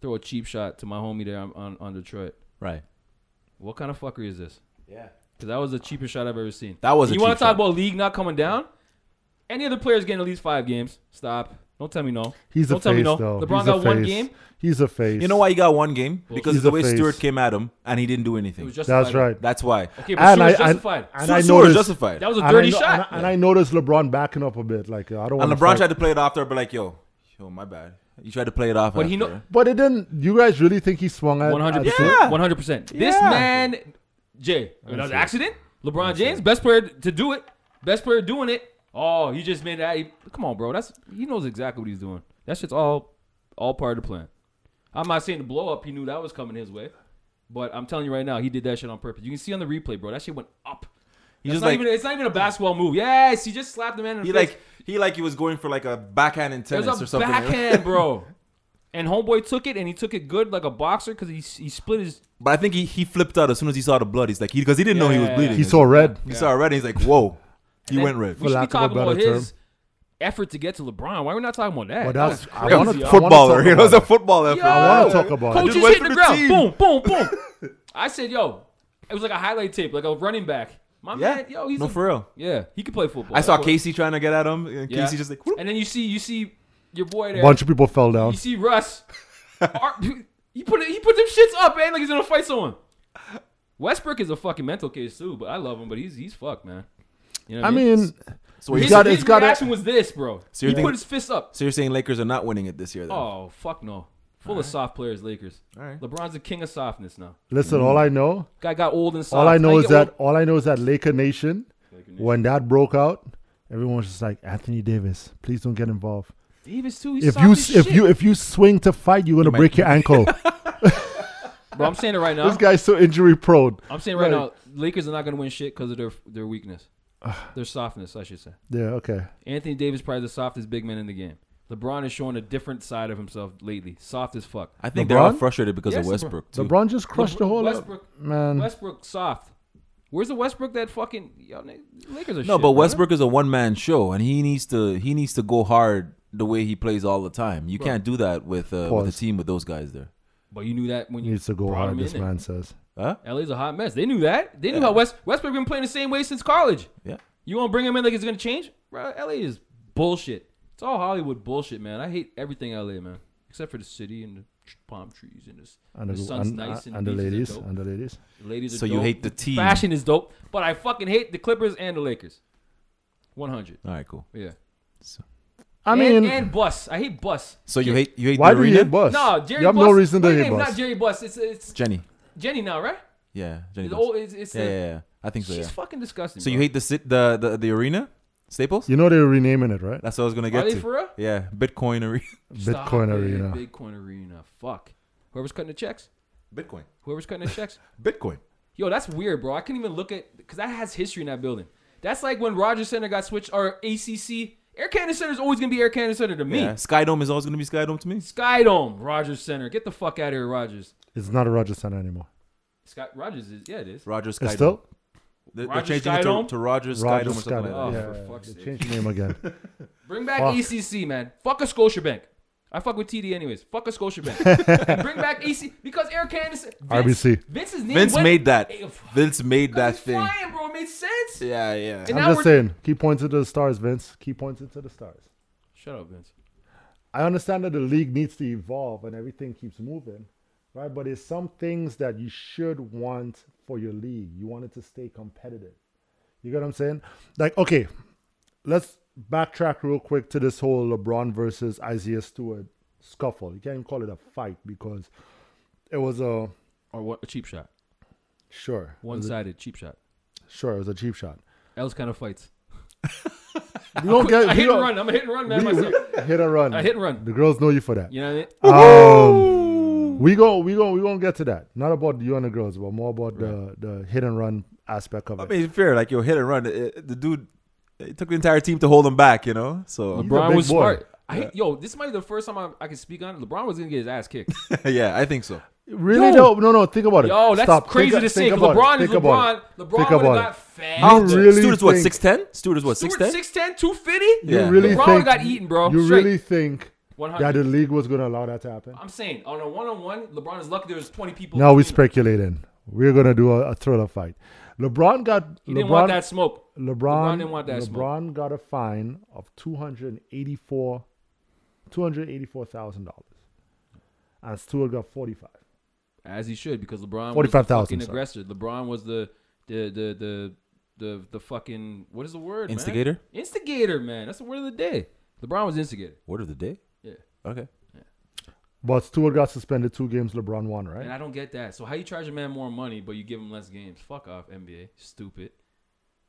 [SPEAKER 1] throw a cheap shot to my homie there on, on, on Detroit.
[SPEAKER 6] Right.
[SPEAKER 1] What kind of fuckery is this?
[SPEAKER 6] Yeah.
[SPEAKER 1] Because that was the cheapest shot I've ever seen.
[SPEAKER 6] That was a
[SPEAKER 1] You wanna
[SPEAKER 6] cheap
[SPEAKER 1] talk
[SPEAKER 6] shot.
[SPEAKER 1] about league not coming down? Any other players getting at least five games? Stop. Don't tell me no.
[SPEAKER 5] He's
[SPEAKER 1] Don't
[SPEAKER 5] a
[SPEAKER 1] tell
[SPEAKER 5] face
[SPEAKER 1] me no.
[SPEAKER 5] though.
[SPEAKER 1] LeBron
[SPEAKER 5] He's
[SPEAKER 1] got
[SPEAKER 5] a face.
[SPEAKER 1] one game.
[SPEAKER 5] He's a face.
[SPEAKER 6] You know why he got one game? Because
[SPEAKER 5] He's
[SPEAKER 6] of the
[SPEAKER 5] a
[SPEAKER 6] way
[SPEAKER 5] face.
[SPEAKER 6] Stewart came at him and he didn't do
[SPEAKER 1] It
[SPEAKER 6] anything.
[SPEAKER 1] was justified.
[SPEAKER 5] That's right.
[SPEAKER 6] That's why.
[SPEAKER 1] Okay, but
[SPEAKER 5] And
[SPEAKER 1] she was
[SPEAKER 5] I- and-
[SPEAKER 1] justified.
[SPEAKER 5] and
[SPEAKER 6] Stewart,
[SPEAKER 5] I
[SPEAKER 6] Stewart is
[SPEAKER 5] noticed-
[SPEAKER 6] justified.
[SPEAKER 1] that was a
[SPEAKER 5] And
[SPEAKER 1] dirty
[SPEAKER 5] I know-
[SPEAKER 1] shot.
[SPEAKER 5] And I, and I noticed LeBron backing up a bit. Like uh, I don't.
[SPEAKER 6] and
[SPEAKER 5] wanna
[SPEAKER 6] LeBron
[SPEAKER 5] fight.
[SPEAKER 6] tried to play it off there, but like, yo, yo, my bad. You tried to play it off.
[SPEAKER 1] But he
[SPEAKER 6] after.
[SPEAKER 1] know-
[SPEAKER 5] But it didn't. You guys really think he swung at?
[SPEAKER 1] One hundred
[SPEAKER 5] at Stewart?
[SPEAKER 1] percent. One hundred percent. This
[SPEAKER 6] Yeah.
[SPEAKER 1] man, Jay, that was an accident. LeBron James, best player to do it, best player doing it. Oh, he just made that. Come on, bro. That's he knows exactly what he's doing. That shit's all, all part of the plan. I'm not saying the blow up. He knew that was coming his way, but I'm telling you right now, he did that shit on purpose. You can see on the replay, bro. That shit went up.
[SPEAKER 6] He
[SPEAKER 1] That's
[SPEAKER 6] just
[SPEAKER 1] not
[SPEAKER 6] like
[SPEAKER 1] even, it's not even a basketball move. Yes, he just slapped the man in the
[SPEAKER 6] he
[SPEAKER 1] face.
[SPEAKER 6] like he like he was going for like a backhand in
[SPEAKER 1] It
[SPEAKER 6] tennis or
[SPEAKER 1] was a
[SPEAKER 6] something.
[SPEAKER 1] backhand, bro. And homeboy took it, and he took it good like a boxer because he he split his
[SPEAKER 6] but I think he, he flipped out as soon as he saw the blood. He's like, because he, didn't know he was
[SPEAKER 1] Yeah.
[SPEAKER 6] bleeding.
[SPEAKER 5] He saw red.
[SPEAKER 6] He saw it red. And he's like, whoa. He
[SPEAKER 1] And
[SPEAKER 6] went
[SPEAKER 1] then
[SPEAKER 6] red.
[SPEAKER 1] We
[SPEAKER 5] For
[SPEAKER 1] should be
[SPEAKER 5] lack of a
[SPEAKER 1] talking about
[SPEAKER 5] better
[SPEAKER 1] his effort to get to LeBron. Why are we not talking about that?
[SPEAKER 5] But
[SPEAKER 1] That
[SPEAKER 5] that's
[SPEAKER 1] was
[SPEAKER 5] I want
[SPEAKER 1] crazy.
[SPEAKER 5] to
[SPEAKER 6] Footballer. He was a football effort.
[SPEAKER 5] I want to talk about
[SPEAKER 1] Coach
[SPEAKER 5] it.
[SPEAKER 1] is
[SPEAKER 6] Just went for
[SPEAKER 1] hitting the
[SPEAKER 6] the
[SPEAKER 1] ground.
[SPEAKER 6] team.
[SPEAKER 1] Boom, boom, boom. I said, yo, it was like a highlight tape, like a running back. My
[SPEAKER 6] Yeah.
[SPEAKER 1] man, yo, he's
[SPEAKER 6] no,
[SPEAKER 1] a-
[SPEAKER 6] for real.
[SPEAKER 1] yeah, he could play football.
[SPEAKER 6] I saw
[SPEAKER 1] That's what-
[SPEAKER 6] Casey trying to get at him. And
[SPEAKER 1] yeah.
[SPEAKER 6] Casey just like, whoop.
[SPEAKER 1] and then you see you see your boy
[SPEAKER 5] A
[SPEAKER 1] there.
[SPEAKER 5] bunch of people fell down.
[SPEAKER 1] you see Russ. Ar- He put it, he put them shits up, man, like he's gonna fight someone. Westbrook is a fucking mental case too, but I love him, but he's he's fucked, man. You know what
[SPEAKER 5] I mean,
[SPEAKER 6] So you're,
[SPEAKER 1] his,
[SPEAKER 5] got-
[SPEAKER 1] his
[SPEAKER 5] it's got a-
[SPEAKER 1] reaction was this, bro.
[SPEAKER 6] So
[SPEAKER 1] he
[SPEAKER 6] you're
[SPEAKER 1] put
[SPEAKER 6] thinking-
[SPEAKER 1] his fist up.
[SPEAKER 6] so you're saying Lakers are not winning it this year? Then?
[SPEAKER 1] Oh fuck no, full of soft players, Lakers.
[SPEAKER 6] All right.
[SPEAKER 1] LeBron's the king of softness now.
[SPEAKER 5] listen. All I know,
[SPEAKER 1] Guy got old and soft.
[SPEAKER 5] all I know
[SPEAKER 1] Now
[SPEAKER 5] is
[SPEAKER 1] you get
[SPEAKER 5] that all I know is that Laker Nation, when that broke out, everyone was just like Anthony Davis. Please don't get involved.
[SPEAKER 1] old. Davis too. He's
[SPEAKER 5] If
[SPEAKER 1] soft
[SPEAKER 5] you
[SPEAKER 1] as
[SPEAKER 5] if
[SPEAKER 1] shit.
[SPEAKER 5] you if you swing to fight, you're gonna
[SPEAKER 6] might-
[SPEAKER 5] break your ankle.
[SPEAKER 1] bro, I'm saying it right now.
[SPEAKER 5] this guy's so injury prone.
[SPEAKER 1] I'm saying right
[SPEAKER 5] Like-
[SPEAKER 1] now, Lakers are not gonna win shit because of their their weakness, their softness, I should say.
[SPEAKER 5] Yeah. Okay.
[SPEAKER 1] Anthony Davis probably the softest big man in the game. LeBron is showing a different side of himself lately. Soft as fuck.
[SPEAKER 6] I think they're all
[SPEAKER 5] LeBron?
[SPEAKER 6] frustrated because
[SPEAKER 1] Yes,
[SPEAKER 6] of
[SPEAKER 1] LeBron.
[SPEAKER 6] Westbrook too.
[SPEAKER 5] LeBron just crushed the whole lot.
[SPEAKER 1] Westbrook,
[SPEAKER 5] man.
[SPEAKER 1] Westbrook soft. Where's the Westbrook that fucking y'all ni- Lakers
[SPEAKER 6] No,
[SPEAKER 1] are shit,
[SPEAKER 6] but
[SPEAKER 1] brother.
[SPEAKER 6] Westbrook is a one man show, and he needs to he needs to go hard the way he plays all the time. You can't do that with uh, with a
[SPEAKER 5] Pause.
[SPEAKER 6] team with those guys there.
[SPEAKER 1] But you knew that when
[SPEAKER 5] He
[SPEAKER 1] you
[SPEAKER 5] needs to go
[SPEAKER 1] brought
[SPEAKER 5] hard.
[SPEAKER 1] him in
[SPEAKER 5] This
[SPEAKER 1] there.
[SPEAKER 5] man says.
[SPEAKER 6] Huh?
[SPEAKER 1] LA's a hot mess. They knew that. They knew how West Westbrook been playing the same way since college.
[SPEAKER 6] Yeah.
[SPEAKER 1] You want to bring him in like it's gonna change, bro? LA is bullshit. It's all Hollywood bullshit, man. I hate everything LA, man, except for the city and the tr- palm trees and this.
[SPEAKER 5] And
[SPEAKER 1] the,
[SPEAKER 5] the,
[SPEAKER 1] sun's
[SPEAKER 5] and, uh,
[SPEAKER 1] nice and,
[SPEAKER 5] and the
[SPEAKER 1] beaches are
[SPEAKER 5] ladies,
[SPEAKER 1] dope.
[SPEAKER 5] and the ladies.
[SPEAKER 1] The ladies are
[SPEAKER 6] So you
[SPEAKER 1] dope.
[SPEAKER 6] hate the team.
[SPEAKER 1] Fashion is dope, but I fucking hate the Clippers and the Lakers. One hundred.
[SPEAKER 6] All right, cool.
[SPEAKER 1] Yeah.
[SPEAKER 5] I
[SPEAKER 1] and,
[SPEAKER 5] mean,
[SPEAKER 1] and bus. I hate bus.
[SPEAKER 6] So you hate you hate
[SPEAKER 5] why
[SPEAKER 6] the
[SPEAKER 5] do you
[SPEAKER 6] arena?
[SPEAKER 5] hate bus?
[SPEAKER 1] No, Jerry.
[SPEAKER 5] you have
[SPEAKER 1] bus.
[SPEAKER 5] no reason to
[SPEAKER 1] Wait,
[SPEAKER 5] hate
[SPEAKER 1] name
[SPEAKER 5] bus.
[SPEAKER 1] Not Jerry Bus. It's it's
[SPEAKER 6] Jenny?
[SPEAKER 1] Jenny now, right?
[SPEAKER 6] Yeah, Jenny.
[SPEAKER 1] It's
[SPEAKER 6] Bus.
[SPEAKER 1] old, it's, it's
[SPEAKER 6] yeah,
[SPEAKER 1] uh,
[SPEAKER 6] yeah, yeah. I think so.
[SPEAKER 1] She's
[SPEAKER 6] Yeah.
[SPEAKER 1] fucking disgusting.
[SPEAKER 6] So you
[SPEAKER 1] bro.
[SPEAKER 6] hate the sit the the, the arena, Staples?
[SPEAKER 5] you know they're renaming it, right?
[SPEAKER 6] That's what I was gonna
[SPEAKER 1] Are
[SPEAKER 6] get
[SPEAKER 1] they
[SPEAKER 6] to.
[SPEAKER 1] for real?
[SPEAKER 6] Yeah, Bitcoin arena.
[SPEAKER 5] Bitcoin
[SPEAKER 1] Stop it,
[SPEAKER 5] Arena.
[SPEAKER 1] Bitcoin Arena. Fuck. Whoever's cutting the checks.
[SPEAKER 6] Bitcoin.
[SPEAKER 1] Whoever's cutting the checks.
[SPEAKER 6] Bitcoin.
[SPEAKER 1] Yo, that's weird, bro. I couldn't even look at because that has history in that building. That's like when Rogers Center got switched or ACC. Air Canada Center is always gonna be Air Canada Center to me.
[SPEAKER 6] Yeah, Skydome is always gonna be Skydome to me.
[SPEAKER 1] Skydome, Rogers Center. Get the fuck out of here, Rogers.
[SPEAKER 5] It's not a Rogers Center anymore.
[SPEAKER 1] Sky Rogers is yeah, it is.
[SPEAKER 6] Rogers Skydome.
[SPEAKER 5] It's still
[SPEAKER 6] They're, they're
[SPEAKER 1] Rogers
[SPEAKER 6] changing it
[SPEAKER 1] Skydome?
[SPEAKER 6] to, to Rogers Skydome or
[SPEAKER 5] Rogers
[SPEAKER 6] something
[SPEAKER 5] Sky.
[SPEAKER 6] like that.
[SPEAKER 1] Oh,
[SPEAKER 5] yeah,
[SPEAKER 1] for
[SPEAKER 5] yeah,
[SPEAKER 1] fuck's
[SPEAKER 5] they
[SPEAKER 1] sake.
[SPEAKER 5] changed the name again.
[SPEAKER 1] Bring back
[SPEAKER 5] Fuck.
[SPEAKER 1] ACC, man. Fuck a Scotiabank. I fuck with TD anyways. Fuck a Scotiabank. And bring back AC because Air Canada. Vince,
[SPEAKER 5] RBC.
[SPEAKER 1] Vince's name
[SPEAKER 6] Vince
[SPEAKER 1] went-
[SPEAKER 6] made that.
[SPEAKER 1] Eh,
[SPEAKER 6] Vince made that
[SPEAKER 1] It's
[SPEAKER 6] thing.
[SPEAKER 1] Flying, bro. It made sense.
[SPEAKER 6] Yeah, yeah.
[SPEAKER 1] And
[SPEAKER 5] I'm
[SPEAKER 1] now
[SPEAKER 5] just
[SPEAKER 1] we're-
[SPEAKER 5] saying. Keep pointing to the stars, Vince. Keep pointing to the stars.
[SPEAKER 1] Shut up, Vince.
[SPEAKER 5] I understand that the league needs to evolve and everything keeps moving, right? But it's some things that you should want for your league. You want it to stay competitive. You get what I'm saying? Like, okay, let's backtrack real quick to this whole LeBron versus Isaiah Stewart scuffle. You can't even call it a fight because it was a
[SPEAKER 1] Or what? A cheap shot.
[SPEAKER 5] sure,
[SPEAKER 1] One sided cheap shot.
[SPEAKER 5] sure, it was a cheap shot.
[SPEAKER 1] Else kind of fights.
[SPEAKER 5] We don't get
[SPEAKER 1] I
[SPEAKER 5] Oh, we
[SPEAKER 1] hit and
[SPEAKER 5] don't-
[SPEAKER 1] run. I'm a hit and run man
[SPEAKER 5] we- we-
[SPEAKER 1] myself.
[SPEAKER 5] hit and run.
[SPEAKER 1] I hit and run.
[SPEAKER 5] The Oh, girls know you for that.
[SPEAKER 1] You know what I mean?
[SPEAKER 5] Um, we go, we go, we won't get to that. Not about you and the girls, but more about the the hit and run aspect of
[SPEAKER 6] I
[SPEAKER 5] it.
[SPEAKER 6] mean, it's fair. Like yo, hit and run. It- it- the dude, it took the entire team to hold him back. You know, so
[SPEAKER 5] He's a big
[SPEAKER 1] LeBron was
[SPEAKER 5] boy.
[SPEAKER 1] smart. I hate, yo, this might be the first time I, I can speak on it. LeBron was gonna get his ass kicked.
[SPEAKER 6] yeah, I think so.
[SPEAKER 5] really,
[SPEAKER 1] Yo.
[SPEAKER 5] though, no, no. Think about it.
[SPEAKER 1] Yo, that's
[SPEAKER 5] Stop.
[SPEAKER 1] crazy
[SPEAKER 5] Think-
[SPEAKER 1] to say.
[SPEAKER 5] think about
[SPEAKER 1] 'cause
[SPEAKER 5] it.
[SPEAKER 1] LeBron is
[SPEAKER 5] Think about
[SPEAKER 1] LeBron.
[SPEAKER 5] it.
[SPEAKER 1] LeBron
[SPEAKER 5] Think
[SPEAKER 1] would have
[SPEAKER 5] about
[SPEAKER 1] got
[SPEAKER 5] it.
[SPEAKER 1] fat.
[SPEAKER 5] How
[SPEAKER 1] Stewart
[SPEAKER 5] really
[SPEAKER 6] Stewart is what
[SPEAKER 5] think-
[SPEAKER 6] six ten? Stewart is what six ten?
[SPEAKER 1] 6'10", 250?
[SPEAKER 5] You
[SPEAKER 6] Yeah.
[SPEAKER 5] really
[SPEAKER 1] LeBron
[SPEAKER 5] think
[SPEAKER 1] got eaten, bro.
[SPEAKER 5] You
[SPEAKER 1] Straight.
[SPEAKER 5] really think
[SPEAKER 1] 100.
[SPEAKER 5] that the league was going to allow that to happen?
[SPEAKER 1] I'm saying on a one-on-one, LeBron is lucky there's 20 people.
[SPEAKER 5] Now we're
[SPEAKER 1] between them.
[SPEAKER 5] speculating. We're going to do a, a thriller fight. LeBron got
[SPEAKER 1] He
[SPEAKER 5] LeBron.
[SPEAKER 1] didn't want that smoke.
[SPEAKER 5] LeBron,
[SPEAKER 1] LeBron didn't want that smoke.
[SPEAKER 5] LeBron got a fine of two hundred eighty-four, two hundred eighty-four thousand dollars, and Stewart got forty-five.
[SPEAKER 1] As he should, because LeBron was the
[SPEAKER 5] 45,000,
[SPEAKER 1] fucking
[SPEAKER 5] sorry.
[SPEAKER 1] aggressor. LeBron was the the the the the the fucking what is the word? man?
[SPEAKER 6] Instigator?
[SPEAKER 1] Instigator, man. That's the word of the day. LeBron was instigator.
[SPEAKER 6] Word of the day.
[SPEAKER 1] Yeah.
[SPEAKER 6] Okay.
[SPEAKER 5] But Stewart got suspended two games. LeBron won, right?
[SPEAKER 1] And I don't get that. So how you charge a man more money but you give him less games? Fuck off, NBA. Stupid.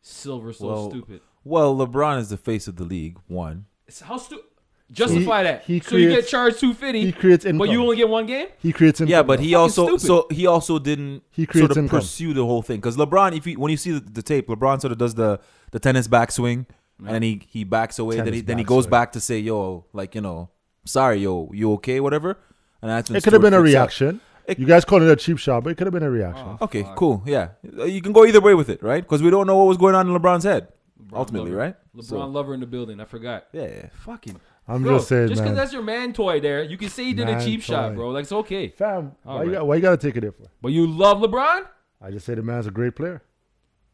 [SPEAKER 1] Silver so
[SPEAKER 6] Well,
[SPEAKER 1] stupid.
[SPEAKER 6] Well, LeBron is the face of the league. One.
[SPEAKER 1] It's how stupid. Justify that.
[SPEAKER 5] he
[SPEAKER 1] so you get
[SPEAKER 5] creates-
[SPEAKER 1] charged 250,
[SPEAKER 5] he creates
[SPEAKER 1] but you
[SPEAKER 5] income.
[SPEAKER 1] only get one game?
[SPEAKER 5] He creates income.
[SPEAKER 6] Yeah, but he
[SPEAKER 1] Fucking
[SPEAKER 6] also
[SPEAKER 1] stupid.
[SPEAKER 6] so he also didn't
[SPEAKER 5] He
[SPEAKER 6] sort
[SPEAKER 5] creates
[SPEAKER 6] of
[SPEAKER 5] income.
[SPEAKER 6] pursue the whole thing because LeBron, if you when you see the, the tape, LeBron sort of does the the tennis backswing and then he he backs away. then
[SPEAKER 5] Tennis
[SPEAKER 6] he then he goes
[SPEAKER 5] backswing.
[SPEAKER 6] back to say, "Yo, like you know, sorry, yo, you okay, whatever." And that's when
[SPEAKER 5] It could have
[SPEAKER 6] Stewart
[SPEAKER 5] been a
[SPEAKER 6] freaks out.
[SPEAKER 5] reaction.
[SPEAKER 6] It- Oh.
[SPEAKER 5] you guys called it a cheap shot, but it could have been a reaction.
[SPEAKER 6] Okay, cool. Yeah, Uh, you can go either way with it, right? Because we don't know what was going on in LeBron's head ultimately,
[SPEAKER 1] Lover.
[SPEAKER 6] right?
[SPEAKER 1] LeBron
[SPEAKER 6] So-
[SPEAKER 1] lover in the building. I forgot.
[SPEAKER 6] yeah, yeah.
[SPEAKER 1] Fucking.
[SPEAKER 5] I'm
[SPEAKER 1] Bro,
[SPEAKER 5] just saying,
[SPEAKER 1] just
[SPEAKER 5] man.
[SPEAKER 1] because that's your man toy there, you can say you did a
[SPEAKER 5] Man
[SPEAKER 1] cheap shot,
[SPEAKER 5] toy.
[SPEAKER 1] bro. Like it's okay.
[SPEAKER 5] Fam, why, you
[SPEAKER 1] Alright.
[SPEAKER 5] got, why you got to take it there for?
[SPEAKER 1] But you love LeBron?
[SPEAKER 5] I just say the man's a great player.
[SPEAKER 6] Hmm.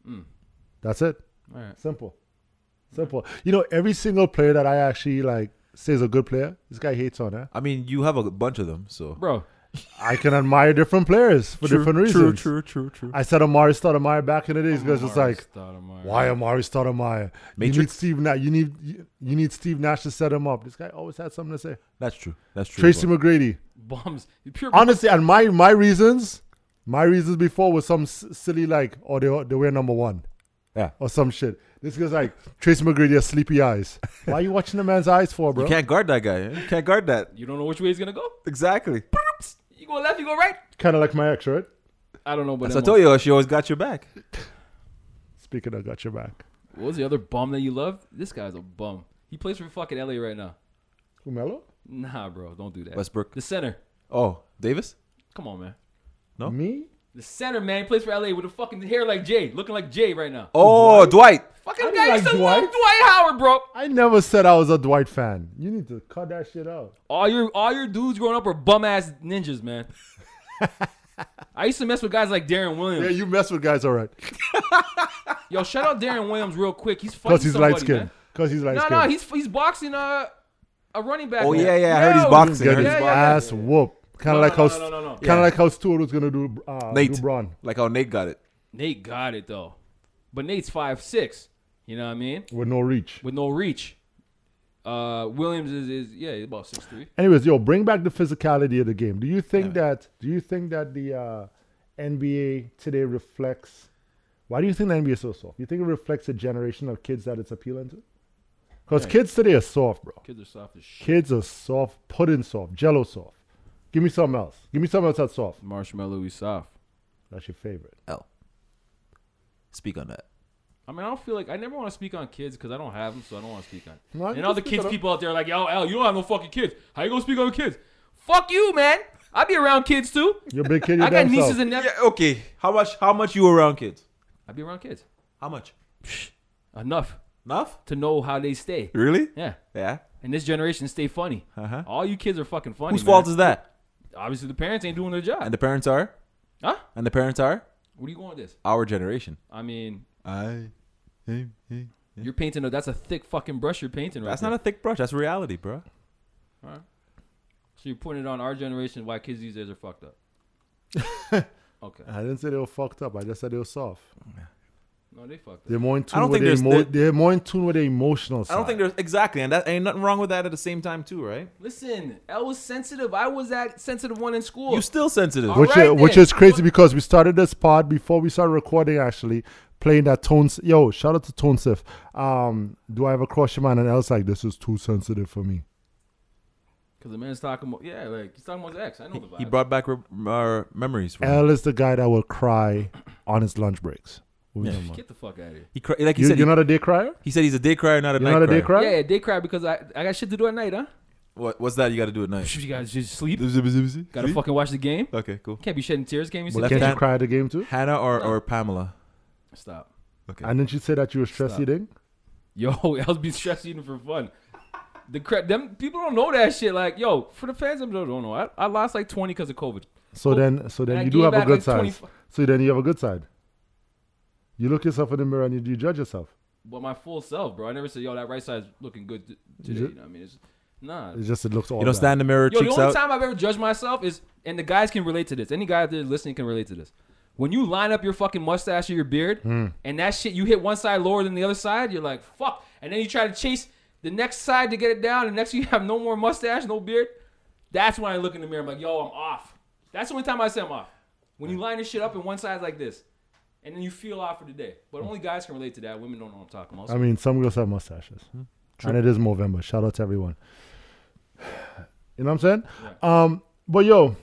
[SPEAKER 5] That's it.
[SPEAKER 1] All right.
[SPEAKER 5] Simple. Simple. You know, every single player that I actually like says a good player, this guy hates on, eh?
[SPEAKER 6] I mean, you have a bunch of them, so
[SPEAKER 1] Bro,
[SPEAKER 5] I can admire different players for different reasons.
[SPEAKER 6] True, true, true, true.
[SPEAKER 5] I said Amari Stoudemire back in the days because it's like,
[SPEAKER 1] Stoudemire.
[SPEAKER 5] why Amari Stoudemire? You need
[SPEAKER 6] Matrix?
[SPEAKER 5] Steve Nash. You need you, you need Steve Nash to set him up. This guy always had something to say.
[SPEAKER 6] That's true. That's true.
[SPEAKER 5] Tracy
[SPEAKER 6] Well,
[SPEAKER 5] McGrady.
[SPEAKER 1] Bums. Pure
[SPEAKER 5] Honestly, and my my reasons, my reasons before was some s- silly like, oh they they were number one.
[SPEAKER 6] Yeah.
[SPEAKER 5] Or some shit. This guy's like Tracy McGrady has sleepy eyes. Why are you watching the man's eyes for, bro?
[SPEAKER 6] You can't guard that guy. eh? You can't guard that.
[SPEAKER 1] You don't know which way he's gonna go.
[SPEAKER 6] Exactly.
[SPEAKER 1] You go left, you go right.
[SPEAKER 5] Kind of like my ex, right?
[SPEAKER 1] I don't know, but
[SPEAKER 6] As
[SPEAKER 1] that
[SPEAKER 6] I told you, she always got your back.
[SPEAKER 5] Speaking of, got your back.
[SPEAKER 1] mo- What was the other bum that you loved? This guy's a bum. He plays for fucking LA right now.
[SPEAKER 5] Umelo?
[SPEAKER 1] Nah, bro, don't do that.
[SPEAKER 6] Westbrook.
[SPEAKER 1] The center.
[SPEAKER 6] Oh, Davis?
[SPEAKER 1] Come on, man.
[SPEAKER 6] No.
[SPEAKER 5] Me?
[SPEAKER 1] The center, man. He plays for LA with a fucking hair like Jay, looking like Jay right now.
[SPEAKER 6] Oh, Dwight.
[SPEAKER 1] fucking
[SPEAKER 5] I
[SPEAKER 1] guy
[SPEAKER 5] like
[SPEAKER 1] used to
[SPEAKER 5] Dwight.
[SPEAKER 1] love Dwight Howard, bro.
[SPEAKER 5] I never said I was a Dwight fan. You need to cut that shit out.
[SPEAKER 1] All your all your dudes growing up are bum ass ninjas, man. I used to mess with guys like Darren Williams.
[SPEAKER 5] Yeah, you mess with guys, all right.
[SPEAKER 1] Yo, shout out Darren Williams real quick. He's fighting
[SPEAKER 5] Because he's
[SPEAKER 1] somebody,
[SPEAKER 5] light skinned.
[SPEAKER 1] man.
[SPEAKER 5] Because he's light
[SPEAKER 1] No,
[SPEAKER 5] skinned.
[SPEAKER 1] no, he's he's boxing a a running back.
[SPEAKER 6] Oh,
[SPEAKER 1] man.
[SPEAKER 6] yeah, yeah, I heard he's
[SPEAKER 1] Yo,
[SPEAKER 6] boxing.
[SPEAKER 5] Get his
[SPEAKER 1] Yeah, yeah, yeah.
[SPEAKER 5] ass whooped. Kind
[SPEAKER 1] No,
[SPEAKER 5] of like
[SPEAKER 1] no,
[SPEAKER 5] how,
[SPEAKER 1] no, no, no, no.
[SPEAKER 5] kind of like how Stewart was gonna do, uh,
[SPEAKER 6] Nate.
[SPEAKER 5] do Braun.
[SPEAKER 6] Like how Nate got it.
[SPEAKER 1] Nate got it though, but Nate's five six. You know what I mean?
[SPEAKER 5] with no reach.
[SPEAKER 1] With no reach. Uh, Williams is, is yeah, he's about six three.
[SPEAKER 5] Anyways, yo, bring back the physicality of the game. Do you think that? Do you think that the uh, NBA today reflects? Why do you think the NBA is so soft? You think it reflects a generation of kids that it's appealing to? Because kids today are soft, bro.
[SPEAKER 1] Kids are soft as shit.
[SPEAKER 5] Kids are soft, pudding soft, jello soft. Give me something else. Give me something else that's soft.
[SPEAKER 1] Marshmallow is soft.
[SPEAKER 5] That's your favorite.
[SPEAKER 6] L. Speak on that.
[SPEAKER 1] I mean, I don't feel like I never want to speak on kids because I don't have them, so I don't want to speak on.
[SPEAKER 5] No, you
[SPEAKER 1] and
[SPEAKER 5] can
[SPEAKER 1] all the
[SPEAKER 5] speak
[SPEAKER 1] kids
[SPEAKER 5] on 'em.
[SPEAKER 1] people out there are like, yo, Al, you don't have no fucking kids. How you gonna speak on kids? Fuck you, man. I be around kids too.
[SPEAKER 5] Your big kid, your
[SPEAKER 1] I got
[SPEAKER 5] damn
[SPEAKER 1] nieces
[SPEAKER 5] self.
[SPEAKER 1] and nephews.
[SPEAKER 6] Yeah, okay. How much how much you around kids?
[SPEAKER 1] I be around kids
[SPEAKER 6] How much?
[SPEAKER 1] enough
[SPEAKER 6] Enough?
[SPEAKER 1] to know how they stay.
[SPEAKER 6] Really?
[SPEAKER 1] Yeah,
[SPEAKER 6] Yeah.
[SPEAKER 1] and this generation stay funny.
[SPEAKER 6] Uh-huh.
[SPEAKER 1] All you kids are fucking funny.
[SPEAKER 6] Whose
[SPEAKER 1] man.
[SPEAKER 6] fault is that?
[SPEAKER 1] Obviously, the parents ain't doing their job.
[SPEAKER 6] And the parents are?
[SPEAKER 1] huh?
[SPEAKER 6] And the parents are?
[SPEAKER 1] What are you going with this?
[SPEAKER 6] Our generation.
[SPEAKER 1] I mean,
[SPEAKER 6] I
[SPEAKER 1] you're painting. A, that's a thick fucking brush you're painting right
[SPEAKER 6] That's not a thick brush. That's reality, bro.
[SPEAKER 1] so you're putting it on our generation why kids these days are fucked up. okay.
[SPEAKER 5] I didn't say they were fucked up. I just said they were soft.
[SPEAKER 1] No, they fucked up.
[SPEAKER 5] They're more in tune
[SPEAKER 6] don't
[SPEAKER 5] with
[SPEAKER 6] think
[SPEAKER 5] their
[SPEAKER 6] there's-
[SPEAKER 5] emo-
[SPEAKER 6] there-
[SPEAKER 5] they're more in tune with the emotional side.
[SPEAKER 6] I don't think there's exactly, and that ain't nothing wrong with that at the same time too, right?
[SPEAKER 1] Listen, L was sensitive. I was that sensitive one in school.
[SPEAKER 6] You still sensitive.
[SPEAKER 1] All
[SPEAKER 5] which
[SPEAKER 1] right
[SPEAKER 5] is, which
[SPEAKER 1] then.
[SPEAKER 5] is crazy because we started this pod before we started recording actually playing that tones yo shout out to tone Sif. um do i ever cross your mind and i was like this is too sensitive for me
[SPEAKER 1] Because the man's talking about, yeah, like, he's talking about his ex. I know the vibe.
[SPEAKER 6] He brought back re- uh, memories. From
[SPEAKER 5] l is the guy that will cry on his lunch breaks What we
[SPEAKER 6] Yeah.
[SPEAKER 5] talking about?
[SPEAKER 1] Get the fuck out of here.
[SPEAKER 6] He cri- like he
[SPEAKER 5] you,
[SPEAKER 6] said.
[SPEAKER 5] you're
[SPEAKER 6] he,
[SPEAKER 5] not a day crier
[SPEAKER 6] he said he's a day crier, not a
[SPEAKER 5] you're
[SPEAKER 6] night
[SPEAKER 5] not a day
[SPEAKER 6] crier.
[SPEAKER 5] crier
[SPEAKER 1] Yeah, yeah, they cry because I, I got shit to do at night, huh?
[SPEAKER 6] What, what's that you got to do at night?
[SPEAKER 1] You guys just sleep. Gotta
[SPEAKER 6] Gotta
[SPEAKER 1] fucking watch the game.
[SPEAKER 6] Okay, cool.
[SPEAKER 1] Can't be shedding tears. Can't be
[SPEAKER 6] Well,
[SPEAKER 1] well,
[SPEAKER 6] left
[SPEAKER 5] can't you
[SPEAKER 6] hand-
[SPEAKER 5] cry at the game too
[SPEAKER 6] Hannah or, or Pamela?
[SPEAKER 1] Stop.
[SPEAKER 6] Okay.
[SPEAKER 5] and didn't you say that you were stress
[SPEAKER 1] Stop.
[SPEAKER 5] eating
[SPEAKER 1] Yo, L's be stress eating for fun. The crap, them people don't know that shit. Like, yo, for the fans that don't know, I, I lost like 20 because of COVID.
[SPEAKER 6] Oh.
[SPEAKER 5] so then so
[SPEAKER 1] And I
[SPEAKER 5] then you do
[SPEAKER 1] gave
[SPEAKER 5] have a
[SPEAKER 1] back,
[SPEAKER 5] good
[SPEAKER 1] like, 20
[SPEAKER 5] side so then you have a good side you look yourself in the mirror and you, you judge yourself
[SPEAKER 1] But my full self, bro. I never said, yo, that right side's looking good t- today. You know what I mean? It's, nah.
[SPEAKER 5] it just it looks all
[SPEAKER 6] you don't
[SPEAKER 5] bad.
[SPEAKER 6] stand in the mirror,
[SPEAKER 1] Yo, the
[SPEAKER 6] cheeks
[SPEAKER 1] only
[SPEAKER 6] out.
[SPEAKER 1] time I've ever judged myself is, and the guys can relate to this. Any guy out there listening can relate to this. When you line up your fucking mustache or your beard,
[SPEAKER 5] Hmm.
[SPEAKER 1] and that shit, you hit one side lower than the other side, you're like, fuck. And then you try to chase the next side to get it down, and next you have no more mustache, no beard. That's when I look in the mirror, I'm like, yo, I'm off. That's the only time I say I'm off. When you
[SPEAKER 5] Hmm.
[SPEAKER 1] line this shit up and one side's like this, and then you feel off for the day. But only guys can relate to that. Women don't know what I'm talking about.
[SPEAKER 5] I mean, some girls have mustaches, and it is November. Shout out to everyone. You know what I'm saying? Um, but yo,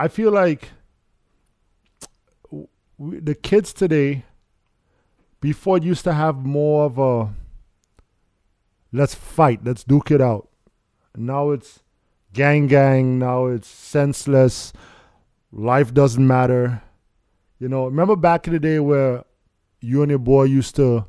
[SPEAKER 5] I feel like w- we, the kids today, before it used to have more of a let's fight, let's duke it out. Now it's gang gang. Now it's senseless. Life doesn't matter. You know, remember back in the day where you and your boy used to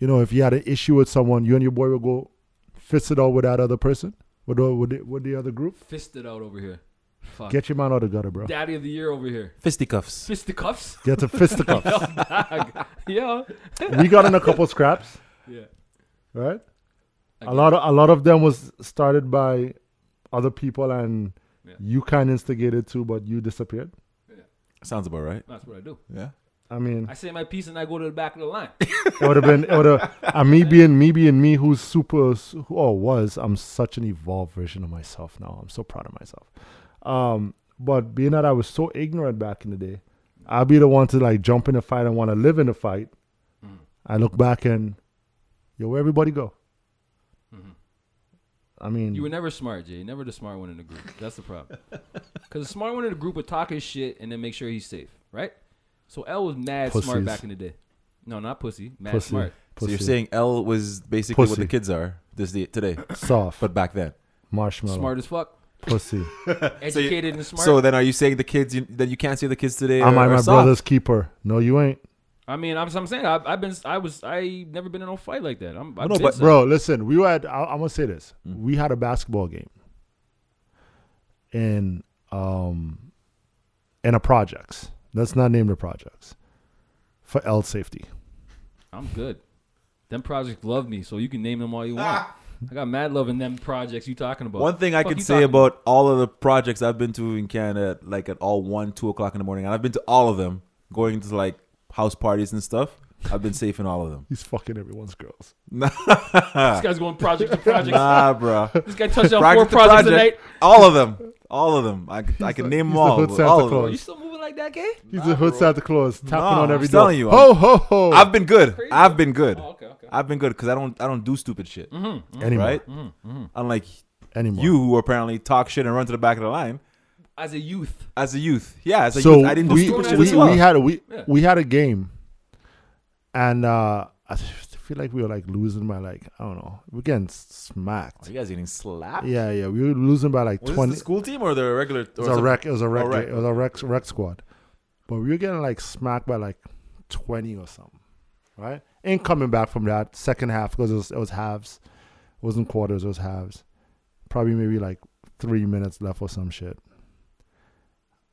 [SPEAKER 5] you know, if you had an issue with someone, you and your boy would go fist it out with that other person, with the, with the, with the other group.
[SPEAKER 1] Fisted out over here. Fuck.
[SPEAKER 5] Get your man out of the gutter, bro.
[SPEAKER 1] Daddy of the year over here.
[SPEAKER 6] Fisticuffs.
[SPEAKER 1] Fist the cuffs.
[SPEAKER 5] Get to fisticuffs.
[SPEAKER 1] Dog. yeah.
[SPEAKER 5] we got in a couple scraps,
[SPEAKER 1] Yeah.
[SPEAKER 5] right? A lot of a lot of them was started by other people, and
[SPEAKER 1] Yeah.
[SPEAKER 5] You kind of instigated too, but you disappeared.
[SPEAKER 6] Sounds about right.
[SPEAKER 1] That's what I do.
[SPEAKER 6] Yeah.
[SPEAKER 5] I mean,
[SPEAKER 1] I say my piece and I go to the back of the line.
[SPEAKER 5] it would have been it would have uh, me being me being me who's super s- who or was i'm such an evolved version of myself now i'm so proud of myself um but being that i was so ignorant back in the day i'd be the one to like jump in a fight and want to live in a fight
[SPEAKER 6] Mm.
[SPEAKER 5] i look back and yo where everybody go
[SPEAKER 6] Mm-hmm.
[SPEAKER 5] i mean
[SPEAKER 1] You were never smart, Jay. Never the smart one in the group. That's the problem. Because the smart one in the group would talk his shit and then make sure he's safe, right? So L was mad smart
[SPEAKER 5] Pussies.
[SPEAKER 1] back in the day. No, not pussy. Mad
[SPEAKER 5] pussy,
[SPEAKER 1] smart.
[SPEAKER 6] So you're
[SPEAKER 5] pussy,
[SPEAKER 6] saying L was basically what
[SPEAKER 5] Pussy.
[SPEAKER 6] the kids are this day, today,
[SPEAKER 5] soft
[SPEAKER 6] but back then.
[SPEAKER 5] marshmallow
[SPEAKER 1] Smart as fuck.
[SPEAKER 5] pussy
[SPEAKER 1] Educated and smart.
[SPEAKER 6] So then, are you saying the kids you, that you can't see the kids today?
[SPEAKER 5] am
[SPEAKER 6] are,
[SPEAKER 5] i
[SPEAKER 6] are
[SPEAKER 5] my
[SPEAKER 6] soft?
[SPEAKER 5] brother's keeper no you ain't
[SPEAKER 1] I mean, I'm, I'm saying I, I've been, I was, I never been in no fight like that. I'm, I've
[SPEAKER 6] no,
[SPEAKER 1] been
[SPEAKER 6] but
[SPEAKER 1] some-
[SPEAKER 5] Bro, listen, we were at, I, I'm going to say this.
[SPEAKER 6] Mm.
[SPEAKER 5] We had a basketball game in, um, in a projects. Let's not name the projects for L safety.
[SPEAKER 1] I'm good. Them projects love me, so you can name them all you want. I got mad love in them projects you talking about.
[SPEAKER 6] Ah. One thing I
[SPEAKER 1] Fuck
[SPEAKER 6] can
[SPEAKER 1] you
[SPEAKER 6] say
[SPEAKER 1] talking
[SPEAKER 6] about all of the projects I've been to in Canada, like at all one, two o'clock in the morning, and I've been to all of them, going to like house parties and stuff. I've been safe in all of them.
[SPEAKER 5] He's fucking everyone's girls.
[SPEAKER 1] This guy's going project to project.
[SPEAKER 6] Nah, bro.
[SPEAKER 1] This guy touched on four
[SPEAKER 6] Project to
[SPEAKER 1] projects a night.
[SPEAKER 6] project, all of them, all of them. I, I can
[SPEAKER 5] the-
[SPEAKER 6] name
[SPEAKER 5] he's
[SPEAKER 6] them
[SPEAKER 5] the
[SPEAKER 6] all.
[SPEAKER 5] hood
[SPEAKER 6] but
[SPEAKER 5] Santa
[SPEAKER 6] all
[SPEAKER 5] Claus.
[SPEAKER 6] of them.
[SPEAKER 1] Oh, You still moving like that, gay?
[SPEAKER 5] He's a hood Santa Claus tapping
[SPEAKER 6] Nah,
[SPEAKER 5] on
[SPEAKER 6] I'm
[SPEAKER 5] every door.
[SPEAKER 6] telling you,
[SPEAKER 5] ho, ho, ho.
[SPEAKER 6] I've been good. I've been good.
[SPEAKER 1] Oh, okay, okay.
[SPEAKER 6] I've been good because I don't I don't do stupid shit,
[SPEAKER 1] Mm-hmm.
[SPEAKER 5] anymore.
[SPEAKER 6] right? Unlike
[SPEAKER 5] Anymore.
[SPEAKER 6] you who apparently talk shit and run to the back of the line
[SPEAKER 1] As a youth,
[SPEAKER 6] as a youth. Yeah, as a
[SPEAKER 5] so
[SPEAKER 6] youth, I didn't do
[SPEAKER 5] we,
[SPEAKER 6] stupid shit
[SPEAKER 5] we,
[SPEAKER 6] as well.
[SPEAKER 5] we had a we,
[SPEAKER 1] Yeah.
[SPEAKER 5] we had a game and uh i feel like we were like losing by like i don't know we're getting smacked
[SPEAKER 6] you guys getting slapped?
[SPEAKER 5] yeah yeah we were losing by like
[SPEAKER 6] Was
[SPEAKER 5] 20
[SPEAKER 6] this the school team or the regular?
[SPEAKER 5] It
[SPEAKER 6] or
[SPEAKER 5] was a
[SPEAKER 6] some-
[SPEAKER 5] rec. It was a rec.
[SPEAKER 6] Oh, rec.
[SPEAKER 5] It was a rec, rec squad. But we were getting like smacked by like twenty or something, right? And coming back from that second half because it was, it was halves, it wasn't quarters. It was halves. Probably maybe like three minutes left or some shit.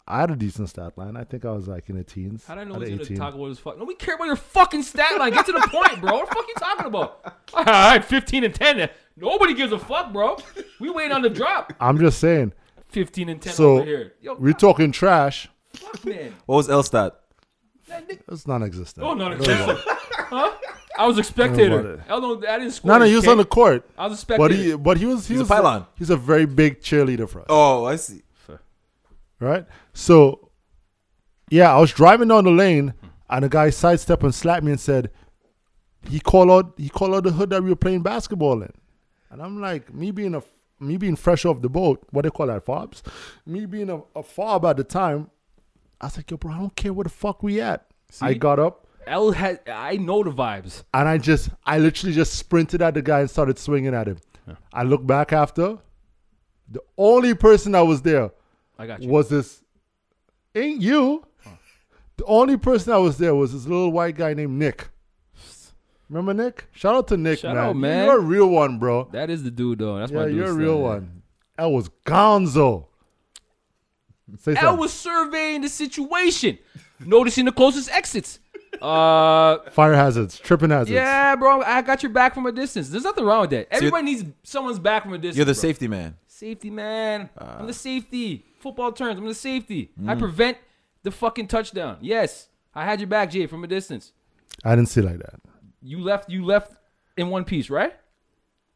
[SPEAKER 5] I had a decent stat line. I think I was like in the teens.
[SPEAKER 1] how did I know
[SPEAKER 5] At
[SPEAKER 1] what you gonna
[SPEAKER 5] 18.
[SPEAKER 1] talk about? His fuck. No, we care about your fucking stat line. Get to the point, bro. What the fuck you talking about? All right, fifteen and ten. Nobody gives a fuck, bro. We waiting on the drop.
[SPEAKER 5] I'm just saying.
[SPEAKER 1] Fifteen and ten
[SPEAKER 5] So
[SPEAKER 1] over here. Yo,
[SPEAKER 5] we're talking trash.
[SPEAKER 1] fuck, man.
[SPEAKER 6] What was Elstat?
[SPEAKER 5] It's non-existent.
[SPEAKER 1] Oh, not a huh? I was a spectator.
[SPEAKER 5] about
[SPEAKER 1] I don't. I didn't score.
[SPEAKER 5] No, no, he was
[SPEAKER 1] okay?
[SPEAKER 5] on the court,
[SPEAKER 1] I was a
[SPEAKER 5] but
[SPEAKER 1] spectator.
[SPEAKER 5] he, but he was, he
[SPEAKER 6] He's a
[SPEAKER 5] was
[SPEAKER 6] pylon.
[SPEAKER 5] He's a very big cheerleader for us.
[SPEAKER 6] Oh, I see.
[SPEAKER 5] right? So, yeah, I was driving down the lane, and a guy sidestepped and slapped me and said, "He called out, he called out the hood that we were playing basketball in," and I'm like, me being a me being fresh off the boat, what they call that fobs, me being a, a fob at the time, I was like, "Yo, bro, I don't care where the fuck we at." I
[SPEAKER 1] See?
[SPEAKER 5] got up
[SPEAKER 1] L had. I know the vibes.
[SPEAKER 5] and I just, I literally just sprinted at the guy and started swinging at him. I look back after. The only person that was there
[SPEAKER 1] I got you.
[SPEAKER 5] was this ain't you the only person that was there was this little white guy named nick remember nick shout out to nick
[SPEAKER 1] Shout
[SPEAKER 5] man.
[SPEAKER 1] out, man.
[SPEAKER 5] you're a real one bro
[SPEAKER 1] That is the dude, though. That's
[SPEAKER 5] yeah
[SPEAKER 1] my dude.
[SPEAKER 5] you're a
[SPEAKER 1] son,
[SPEAKER 5] real
[SPEAKER 1] yeah.
[SPEAKER 5] one that was gonzo Say
[SPEAKER 1] L
[SPEAKER 5] something.
[SPEAKER 1] was surveying the situation, noticing the closest exits. Uh,
[SPEAKER 5] fire hazards tripping hazards
[SPEAKER 1] yeah, bro, I got your back from a distance. There's nothing wrong with that.
[SPEAKER 6] you're-
[SPEAKER 1] Everybody needs someone's back from a distance.
[SPEAKER 6] You're the
[SPEAKER 1] bro.
[SPEAKER 6] safety man.
[SPEAKER 1] safety man.
[SPEAKER 5] Uh.
[SPEAKER 1] I'm the safety. Football terms. I'm the safety. I
[SPEAKER 5] Mm.
[SPEAKER 1] prevent the fucking touchdown. Yes, I had your back, Jay, from a distance.
[SPEAKER 5] i didn't see like that
[SPEAKER 1] You left. You left in one piece, right?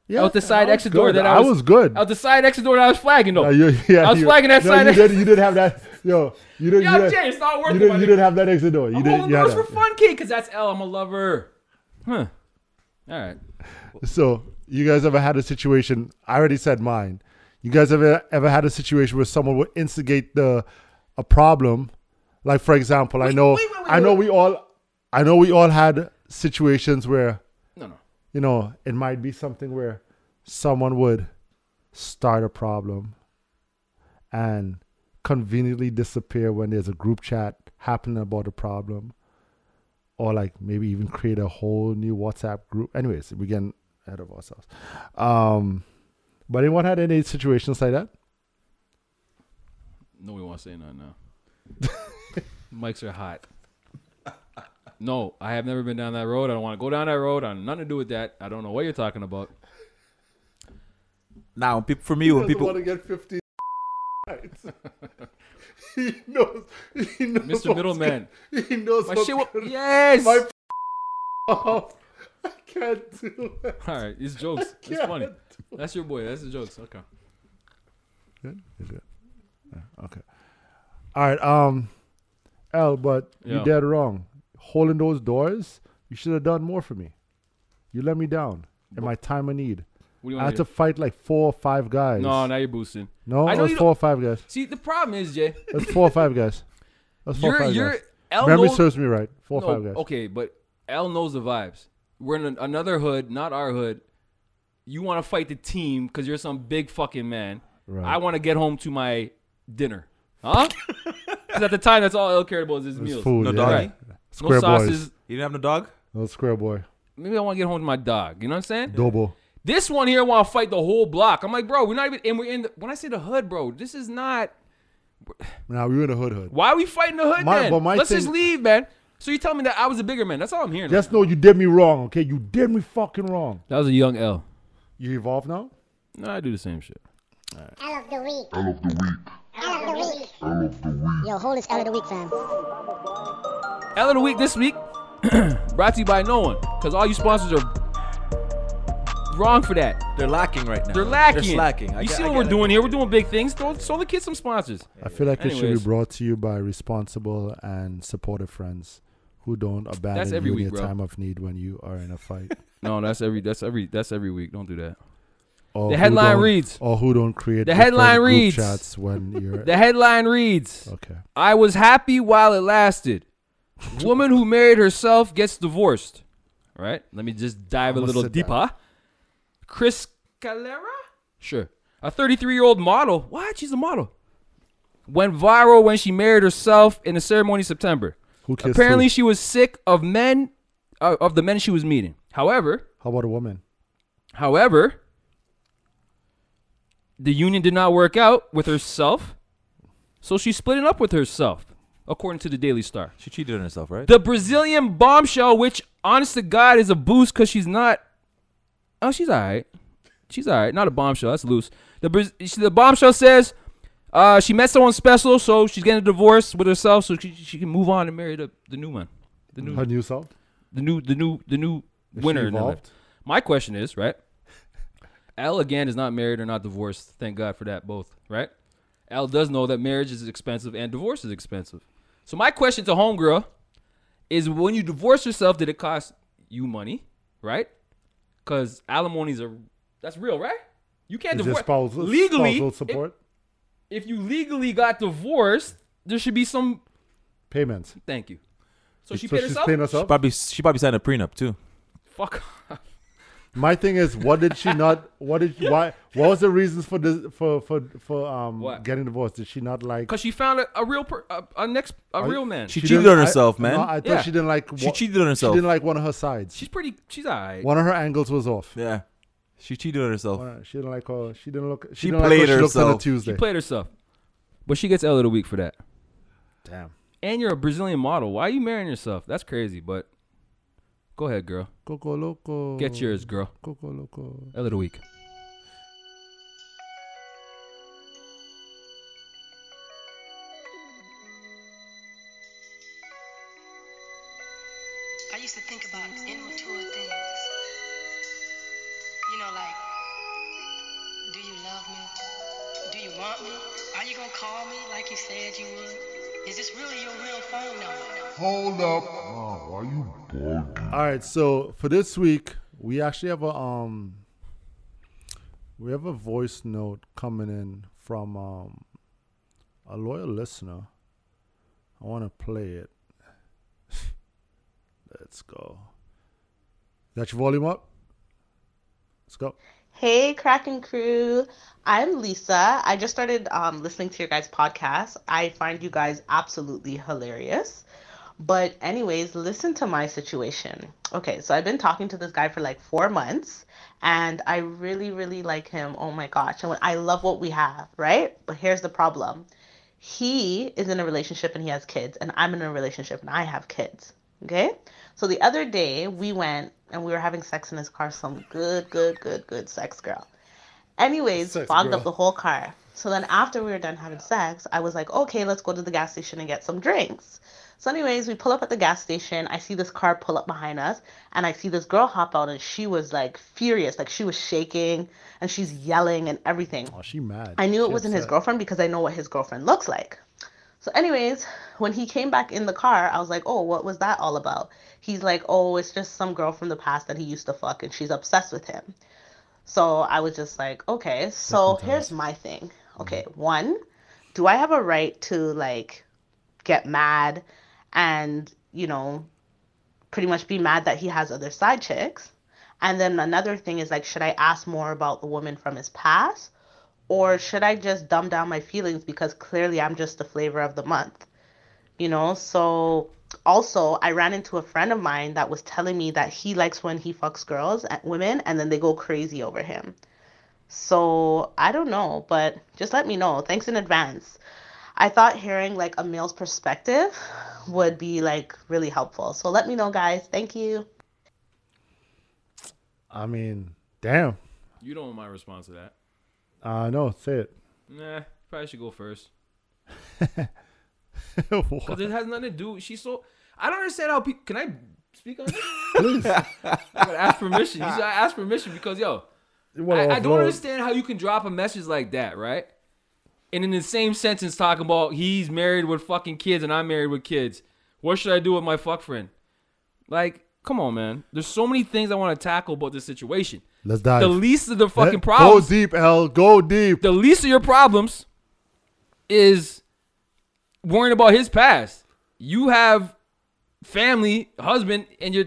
[SPEAKER 5] yeah
[SPEAKER 1] out the side
[SPEAKER 5] I was
[SPEAKER 1] exit door
[SPEAKER 5] good.
[SPEAKER 1] that I was,
[SPEAKER 5] good
[SPEAKER 1] Out the side exit door that I was flagging though.
[SPEAKER 5] Uh, you- yeah,
[SPEAKER 1] I was
[SPEAKER 5] you-
[SPEAKER 1] flagging that
[SPEAKER 5] no,
[SPEAKER 1] side
[SPEAKER 5] you
[SPEAKER 1] exit.
[SPEAKER 5] didn't, you didn't have that yo you didn't
[SPEAKER 1] Yo,
[SPEAKER 5] you didn't-
[SPEAKER 1] Jay, it's not working,
[SPEAKER 5] you
[SPEAKER 1] my
[SPEAKER 5] didn't, you
[SPEAKER 1] nigga.
[SPEAKER 5] didn't have that exit door you
[SPEAKER 1] I'm
[SPEAKER 5] didn't
[SPEAKER 1] holding
[SPEAKER 5] you had
[SPEAKER 1] doors
[SPEAKER 5] that.
[SPEAKER 1] for fun, kid, because that's L. I'm a lover. Huh. All right.
[SPEAKER 5] So you guys ever had a situation? I already said mine. You guys ever ever had a situation where someone would instigate the a problem? Like for example, I know
[SPEAKER 1] wait, wait, wait,
[SPEAKER 5] I know
[SPEAKER 1] wait.
[SPEAKER 5] we all I know we all had situations where
[SPEAKER 1] No, no.
[SPEAKER 5] you know it might be something where someone would start a problem and conveniently disappear when there's a group chat happening about a problem or like maybe even create a whole new WhatsApp group. Anyways, we getting ahead of ourselves. Um, but anyone had any situations like that?
[SPEAKER 1] No, we won't say nothing now. Mics are hot. No, I have never been down that road. I don't want to go down that road. I have nothing to do with that. I don't know what you're talking about.
[SPEAKER 6] Now, when people, for me, when people,
[SPEAKER 5] get 15. He knows. He knows
[SPEAKER 1] Mr.
[SPEAKER 5] what's
[SPEAKER 1] Middleman.
[SPEAKER 5] good. He knows.
[SPEAKER 1] My
[SPEAKER 5] what's
[SPEAKER 1] shit. Will,
[SPEAKER 5] good.
[SPEAKER 1] yes.
[SPEAKER 5] My off. I can't do it.
[SPEAKER 1] All right, it's jokes. It's
[SPEAKER 5] can't
[SPEAKER 1] funny.
[SPEAKER 5] do
[SPEAKER 1] That's your boy. That's the jokes. Okay.
[SPEAKER 5] Good. You're good. Yeah, okay. All right. Um, L, but
[SPEAKER 1] Yeah.
[SPEAKER 5] you're dead wrong. Holding those doors, you should have done more for me. You let me down in my time of need.
[SPEAKER 1] What do you
[SPEAKER 5] I had
[SPEAKER 1] want
[SPEAKER 5] to
[SPEAKER 1] to?
[SPEAKER 5] fight like four or five guys.
[SPEAKER 1] No, now you're boosting.
[SPEAKER 5] no,
[SPEAKER 1] I
[SPEAKER 5] it
[SPEAKER 1] know
[SPEAKER 5] was
[SPEAKER 1] you
[SPEAKER 5] four or five guys.
[SPEAKER 1] See, the problem is Jay.
[SPEAKER 5] It was four or five guys. It was 4 or
[SPEAKER 1] You're
[SPEAKER 5] five
[SPEAKER 1] you're
[SPEAKER 5] guys.
[SPEAKER 1] L
[SPEAKER 5] Memory
[SPEAKER 1] knows,
[SPEAKER 5] serves me right. Four
[SPEAKER 1] no,
[SPEAKER 5] or five guys.
[SPEAKER 1] Okay, but L knows the vibes. We're in an, another hood, not our hood. You want to fight the team because you're some big fucking man.
[SPEAKER 5] Right.
[SPEAKER 1] I want to get home to my dinner. Huh? 'Cause at the time, that's all L cared about is his
[SPEAKER 5] It's
[SPEAKER 1] meals.
[SPEAKER 5] food.
[SPEAKER 6] No
[SPEAKER 5] yeah.
[SPEAKER 6] doggy?
[SPEAKER 1] No
[SPEAKER 5] Square boys.
[SPEAKER 1] sauces.
[SPEAKER 6] You didn't have no dog?
[SPEAKER 5] No square boy.
[SPEAKER 1] Maybe I want to get home to my dog. You know what I'm saying?
[SPEAKER 5] Double.
[SPEAKER 1] This one here want to fight the whole block. I'm like, bro, we're not even. And we're in. The, when I say the hood, bro, this is not.
[SPEAKER 5] Now we were in the hood hood.
[SPEAKER 1] Why are we fighting the hood,
[SPEAKER 5] My-
[SPEAKER 1] man?
[SPEAKER 5] but my
[SPEAKER 1] Let's just
[SPEAKER 5] thing-
[SPEAKER 1] leave, man. So you tell me that I was a bigger man? That's all I'm hearing. right
[SPEAKER 5] Just know you did me wrong, okay? You did me fucking wrong.
[SPEAKER 1] now. that was a young L.
[SPEAKER 5] You evolve now?
[SPEAKER 1] No, I do the same shit.
[SPEAKER 4] L of the week. L of the week. L of the week. Yo, hold this L of the week, fam.
[SPEAKER 1] L of the week this week, brought to you by no one, because all you sponsors are wrong for that.
[SPEAKER 6] They're lacking right now.
[SPEAKER 1] They're lacking.
[SPEAKER 6] They're slacking. I
[SPEAKER 1] you
[SPEAKER 6] get-
[SPEAKER 1] see
[SPEAKER 6] I
[SPEAKER 1] what we're
[SPEAKER 6] get it.
[SPEAKER 1] doing here? We're doing big things. Throw, throw the kids some sponsors.
[SPEAKER 5] I feel like it should
[SPEAKER 1] Anyways.
[SPEAKER 5] be brought to you by responsible and supportive friends who don't abandon
[SPEAKER 1] every
[SPEAKER 5] you
[SPEAKER 1] week,
[SPEAKER 5] in your
[SPEAKER 1] bro.
[SPEAKER 5] time of need when you are in a fight.
[SPEAKER 1] No, that's every. That's every. That's every week. Don't do that.
[SPEAKER 5] Or
[SPEAKER 1] The
[SPEAKER 5] who
[SPEAKER 1] headline
[SPEAKER 5] don't-
[SPEAKER 1] reads-
[SPEAKER 5] Or who don't create
[SPEAKER 1] The
[SPEAKER 5] different
[SPEAKER 1] headline
[SPEAKER 5] group
[SPEAKER 1] reads-
[SPEAKER 5] chats when you're
[SPEAKER 1] The headline reads.
[SPEAKER 5] okay.
[SPEAKER 1] I was happy while it lasted. Woman who married herself gets divorced. All right, let me just dive a
[SPEAKER 5] I'ma
[SPEAKER 1] little
[SPEAKER 5] sit down.
[SPEAKER 1] deeper. Chris Calera? Sure. A 33 year old model. What? She's a model. Went viral when she married herself in a ceremony in September.
[SPEAKER 5] Who kissed
[SPEAKER 1] Apparently,
[SPEAKER 5] who?
[SPEAKER 1] she was sick of men, uh, of the men she was meeting. However,
[SPEAKER 5] How about a woman?
[SPEAKER 1] However, the union did not work out with herself, so she split it up with herself, according to the Daily Star.
[SPEAKER 6] She cheated on herself, right?
[SPEAKER 1] The Brazilian bombshell, which, honest to God, is a boost because she's not. Oh, she's all right. She's all right. Not a bombshell. That's loose. The Braz- she- the bombshell says uh, she met someone special, so she's getting a divorce with herself, so she, she can move on and marry the, the new one, the new
[SPEAKER 5] Her new self?
[SPEAKER 1] the new the new the new
[SPEAKER 5] Is she
[SPEAKER 1] winner in their life.
[SPEAKER 5] involved?
[SPEAKER 1] My question is, right? Al again is not married or not divorced. Thank God for that, both, right? Al does know that marriage is expensive and divorce is expensive. So my question to homegirl is when you divorce yourself, did it cost you money? Right? Because alimonies are that's real, right? You can't
[SPEAKER 5] Is there
[SPEAKER 1] divorce
[SPEAKER 5] spousal,
[SPEAKER 1] legally.
[SPEAKER 5] spousal
[SPEAKER 1] if-
[SPEAKER 5] support?
[SPEAKER 1] If, you legally got divorced, there should be some
[SPEAKER 5] Payments.
[SPEAKER 1] thank you. So she
[SPEAKER 5] so
[SPEAKER 1] paid
[SPEAKER 5] she's
[SPEAKER 1] herself.
[SPEAKER 5] paying herself?
[SPEAKER 6] probably she probably signed a prenup too.
[SPEAKER 1] Fuck. off.
[SPEAKER 5] My thing is, what did she not? What did why? What was the reasons for this for for for um
[SPEAKER 1] What?
[SPEAKER 5] getting divorced? Did she not like?
[SPEAKER 1] Cause she found a, a real per, a, a next a
[SPEAKER 5] Are you-
[SPEAKER 1] real man.
[SPEAKER 6] She,
[SPEAKER 5] she
[SPEAKER 6] cheated
[SPEAKER 5] didn't-
[SPEAKER 6] on
[SPEAKER 5] I-
[SPEAKER 6] herself, man.
[SPEAKER 5] No, I thought
[SPEAKER 1] Yeah.
[SPEAKER 5] she didn't like.
[SPEAKER 6] she
[SPEAKER 5] wha-
[SPEAKER 6] cheated on
[SPEAKER 5] She
[SPEAKER 6] herself.
[SPEAKER 5] didn't like one of her sides.
[SPEAKER 1] she's pretty. She's alright.
[SPEAKER 5] one of her angles was off.
[SPEAKER 6] yeah, she cheated on herself.
[SPEAKER 5] One of- she didn't like her. She didn't look. She,
[SPEAKER 6] She
[SPEAKER 5] didn't
[SPEAKER 6] played
[SPEAKER 5] like how she looked on a
[SPEAKER 6] herself. She
[SPEAKER 5] Tuesday.
[SPEAKER 1] She played herself, but she gets L of the week for that.
[SPEAKER 5] Damn.
[SPEAKER 1] And you're a Brazilian model. Why are you marrying yourself? That's crazy. But go ahead, girl.
[SPEAKER 5] Coco loco.
[SPEAKER 1] Get yours, girl.
[SPEAKER 5] Coco loco.
[SPEAKER 1] L of the week.
[SPEAKER 9] I used to think about immature things. You know, like, do you love me? Do you want me? Are you gonna call me like you said you would? Is this really your real phone number?
[SPEAKER 5] All right. So for this week, we actually have a um. We have a voice note coming in from um, a loyal listener. I want to play it. Let's go. Got your volume up. Let's go.
[SPEAKER 10] Hey, Kraken crew. I'm Lisa. I just started um, listening to your guys' podcast. I find you guys absolutely hilarious. But, anyways, listen to my situation. Okay, so I've been talking to this guy for like four months, and I really, really like him. Oh my gosh. And I love what we have, right? But here's the problem he is in a relationship and he has kids, and I'm in a relationship and I have kids. Okay? So the other day we went and we were having sex in his car, some good, good, good, good sex girl. Anyways,
[SPEAKER 5] Sex
[SPEAKER 10] fogged
[SPEAKER 5] girl.
[SPEAKER 10] up the whole car. So then after we were done having sex, I was like, okay, let's go to the gas station and get some drinks. So, anyways, we pull up at the gas station. I see this car pull up behind us, and I see this girl hop out, and she was like furious. Like she was shaking and she's yelling and everything.
[SPEAKER 5] Oh, she mad.
[SPEAKER 10] I knew it
[SPEAKER 5] She
[SPEAKER 10] wasn't his
[SPEAKER 5] upset.
[SPEAKER 10] girlfriend because I know what his girlfriend looks like. So, anyways, when he came back in the car, I was like, oh, what was that all about? He's like, oh, it's just some girl from the past that he used to fuck, and she's obsessed with him. So I was just like, okay, so here's my thing.
[SPEAKER 1] Mm-hmm.
[SPEAKER 10] Okay, one, do I have a right to like get mad and, you know, pretty much be mad that he has other side chicks? And then another thing is like, should I ask more about the woman from his past? Or should I just dumb down my feelings because clearly I'm just the flavor of the month? You know, so also I ran into a friend of mine that was telling me that he likes when he fucks girls and women and then they go crazy over him. So I don't know, but just let me know. Thanks in advance. I thought hearing like a male's perspective would be like really helpful. So let me know, guys. Thank you.
[SPEAKER 5] I mean, damn.
[SPEAKER 1] You don't want my response to that.
[SPEAKER 5] Uh, no, say it.
[SPEAKER 1] Nah, you probably should go first.
[SPEAKER 5] What?
[SPEAKER 1] Because it has nothing to do. She's so. I don't understand how people. Can I speak on this?
[SPEAKER 5] Please.
[SPEAKER 1] I'm gonna ask permission. You should ask permission because yo,
[SPEAKER 5] You
[SPEAKER 1] I,
[SPEAKER 5] wanna
[SPEAKER 1] I don't
[SPEAKER 5] offload.
[SPEAKER 1] understand how you can drop a message like that, right? And in the same sentence, talking about he's married with fucking kids and I'm married with kids. What should I do with my fuck friend? Like, come on, man. There's so many things I want to tackle about this situation.
[SPEAKER 5] Let's dive.
[SPEAKER 1] The least of the fucking
[SPEAKER 5] Let-
[SPEAKER 1] problems.
[SPEAKER 5] Eh? Go deep, L. Go deep.
[SPEAKER 1] The least of your problems is worrying about his past. You have family, husband, and you're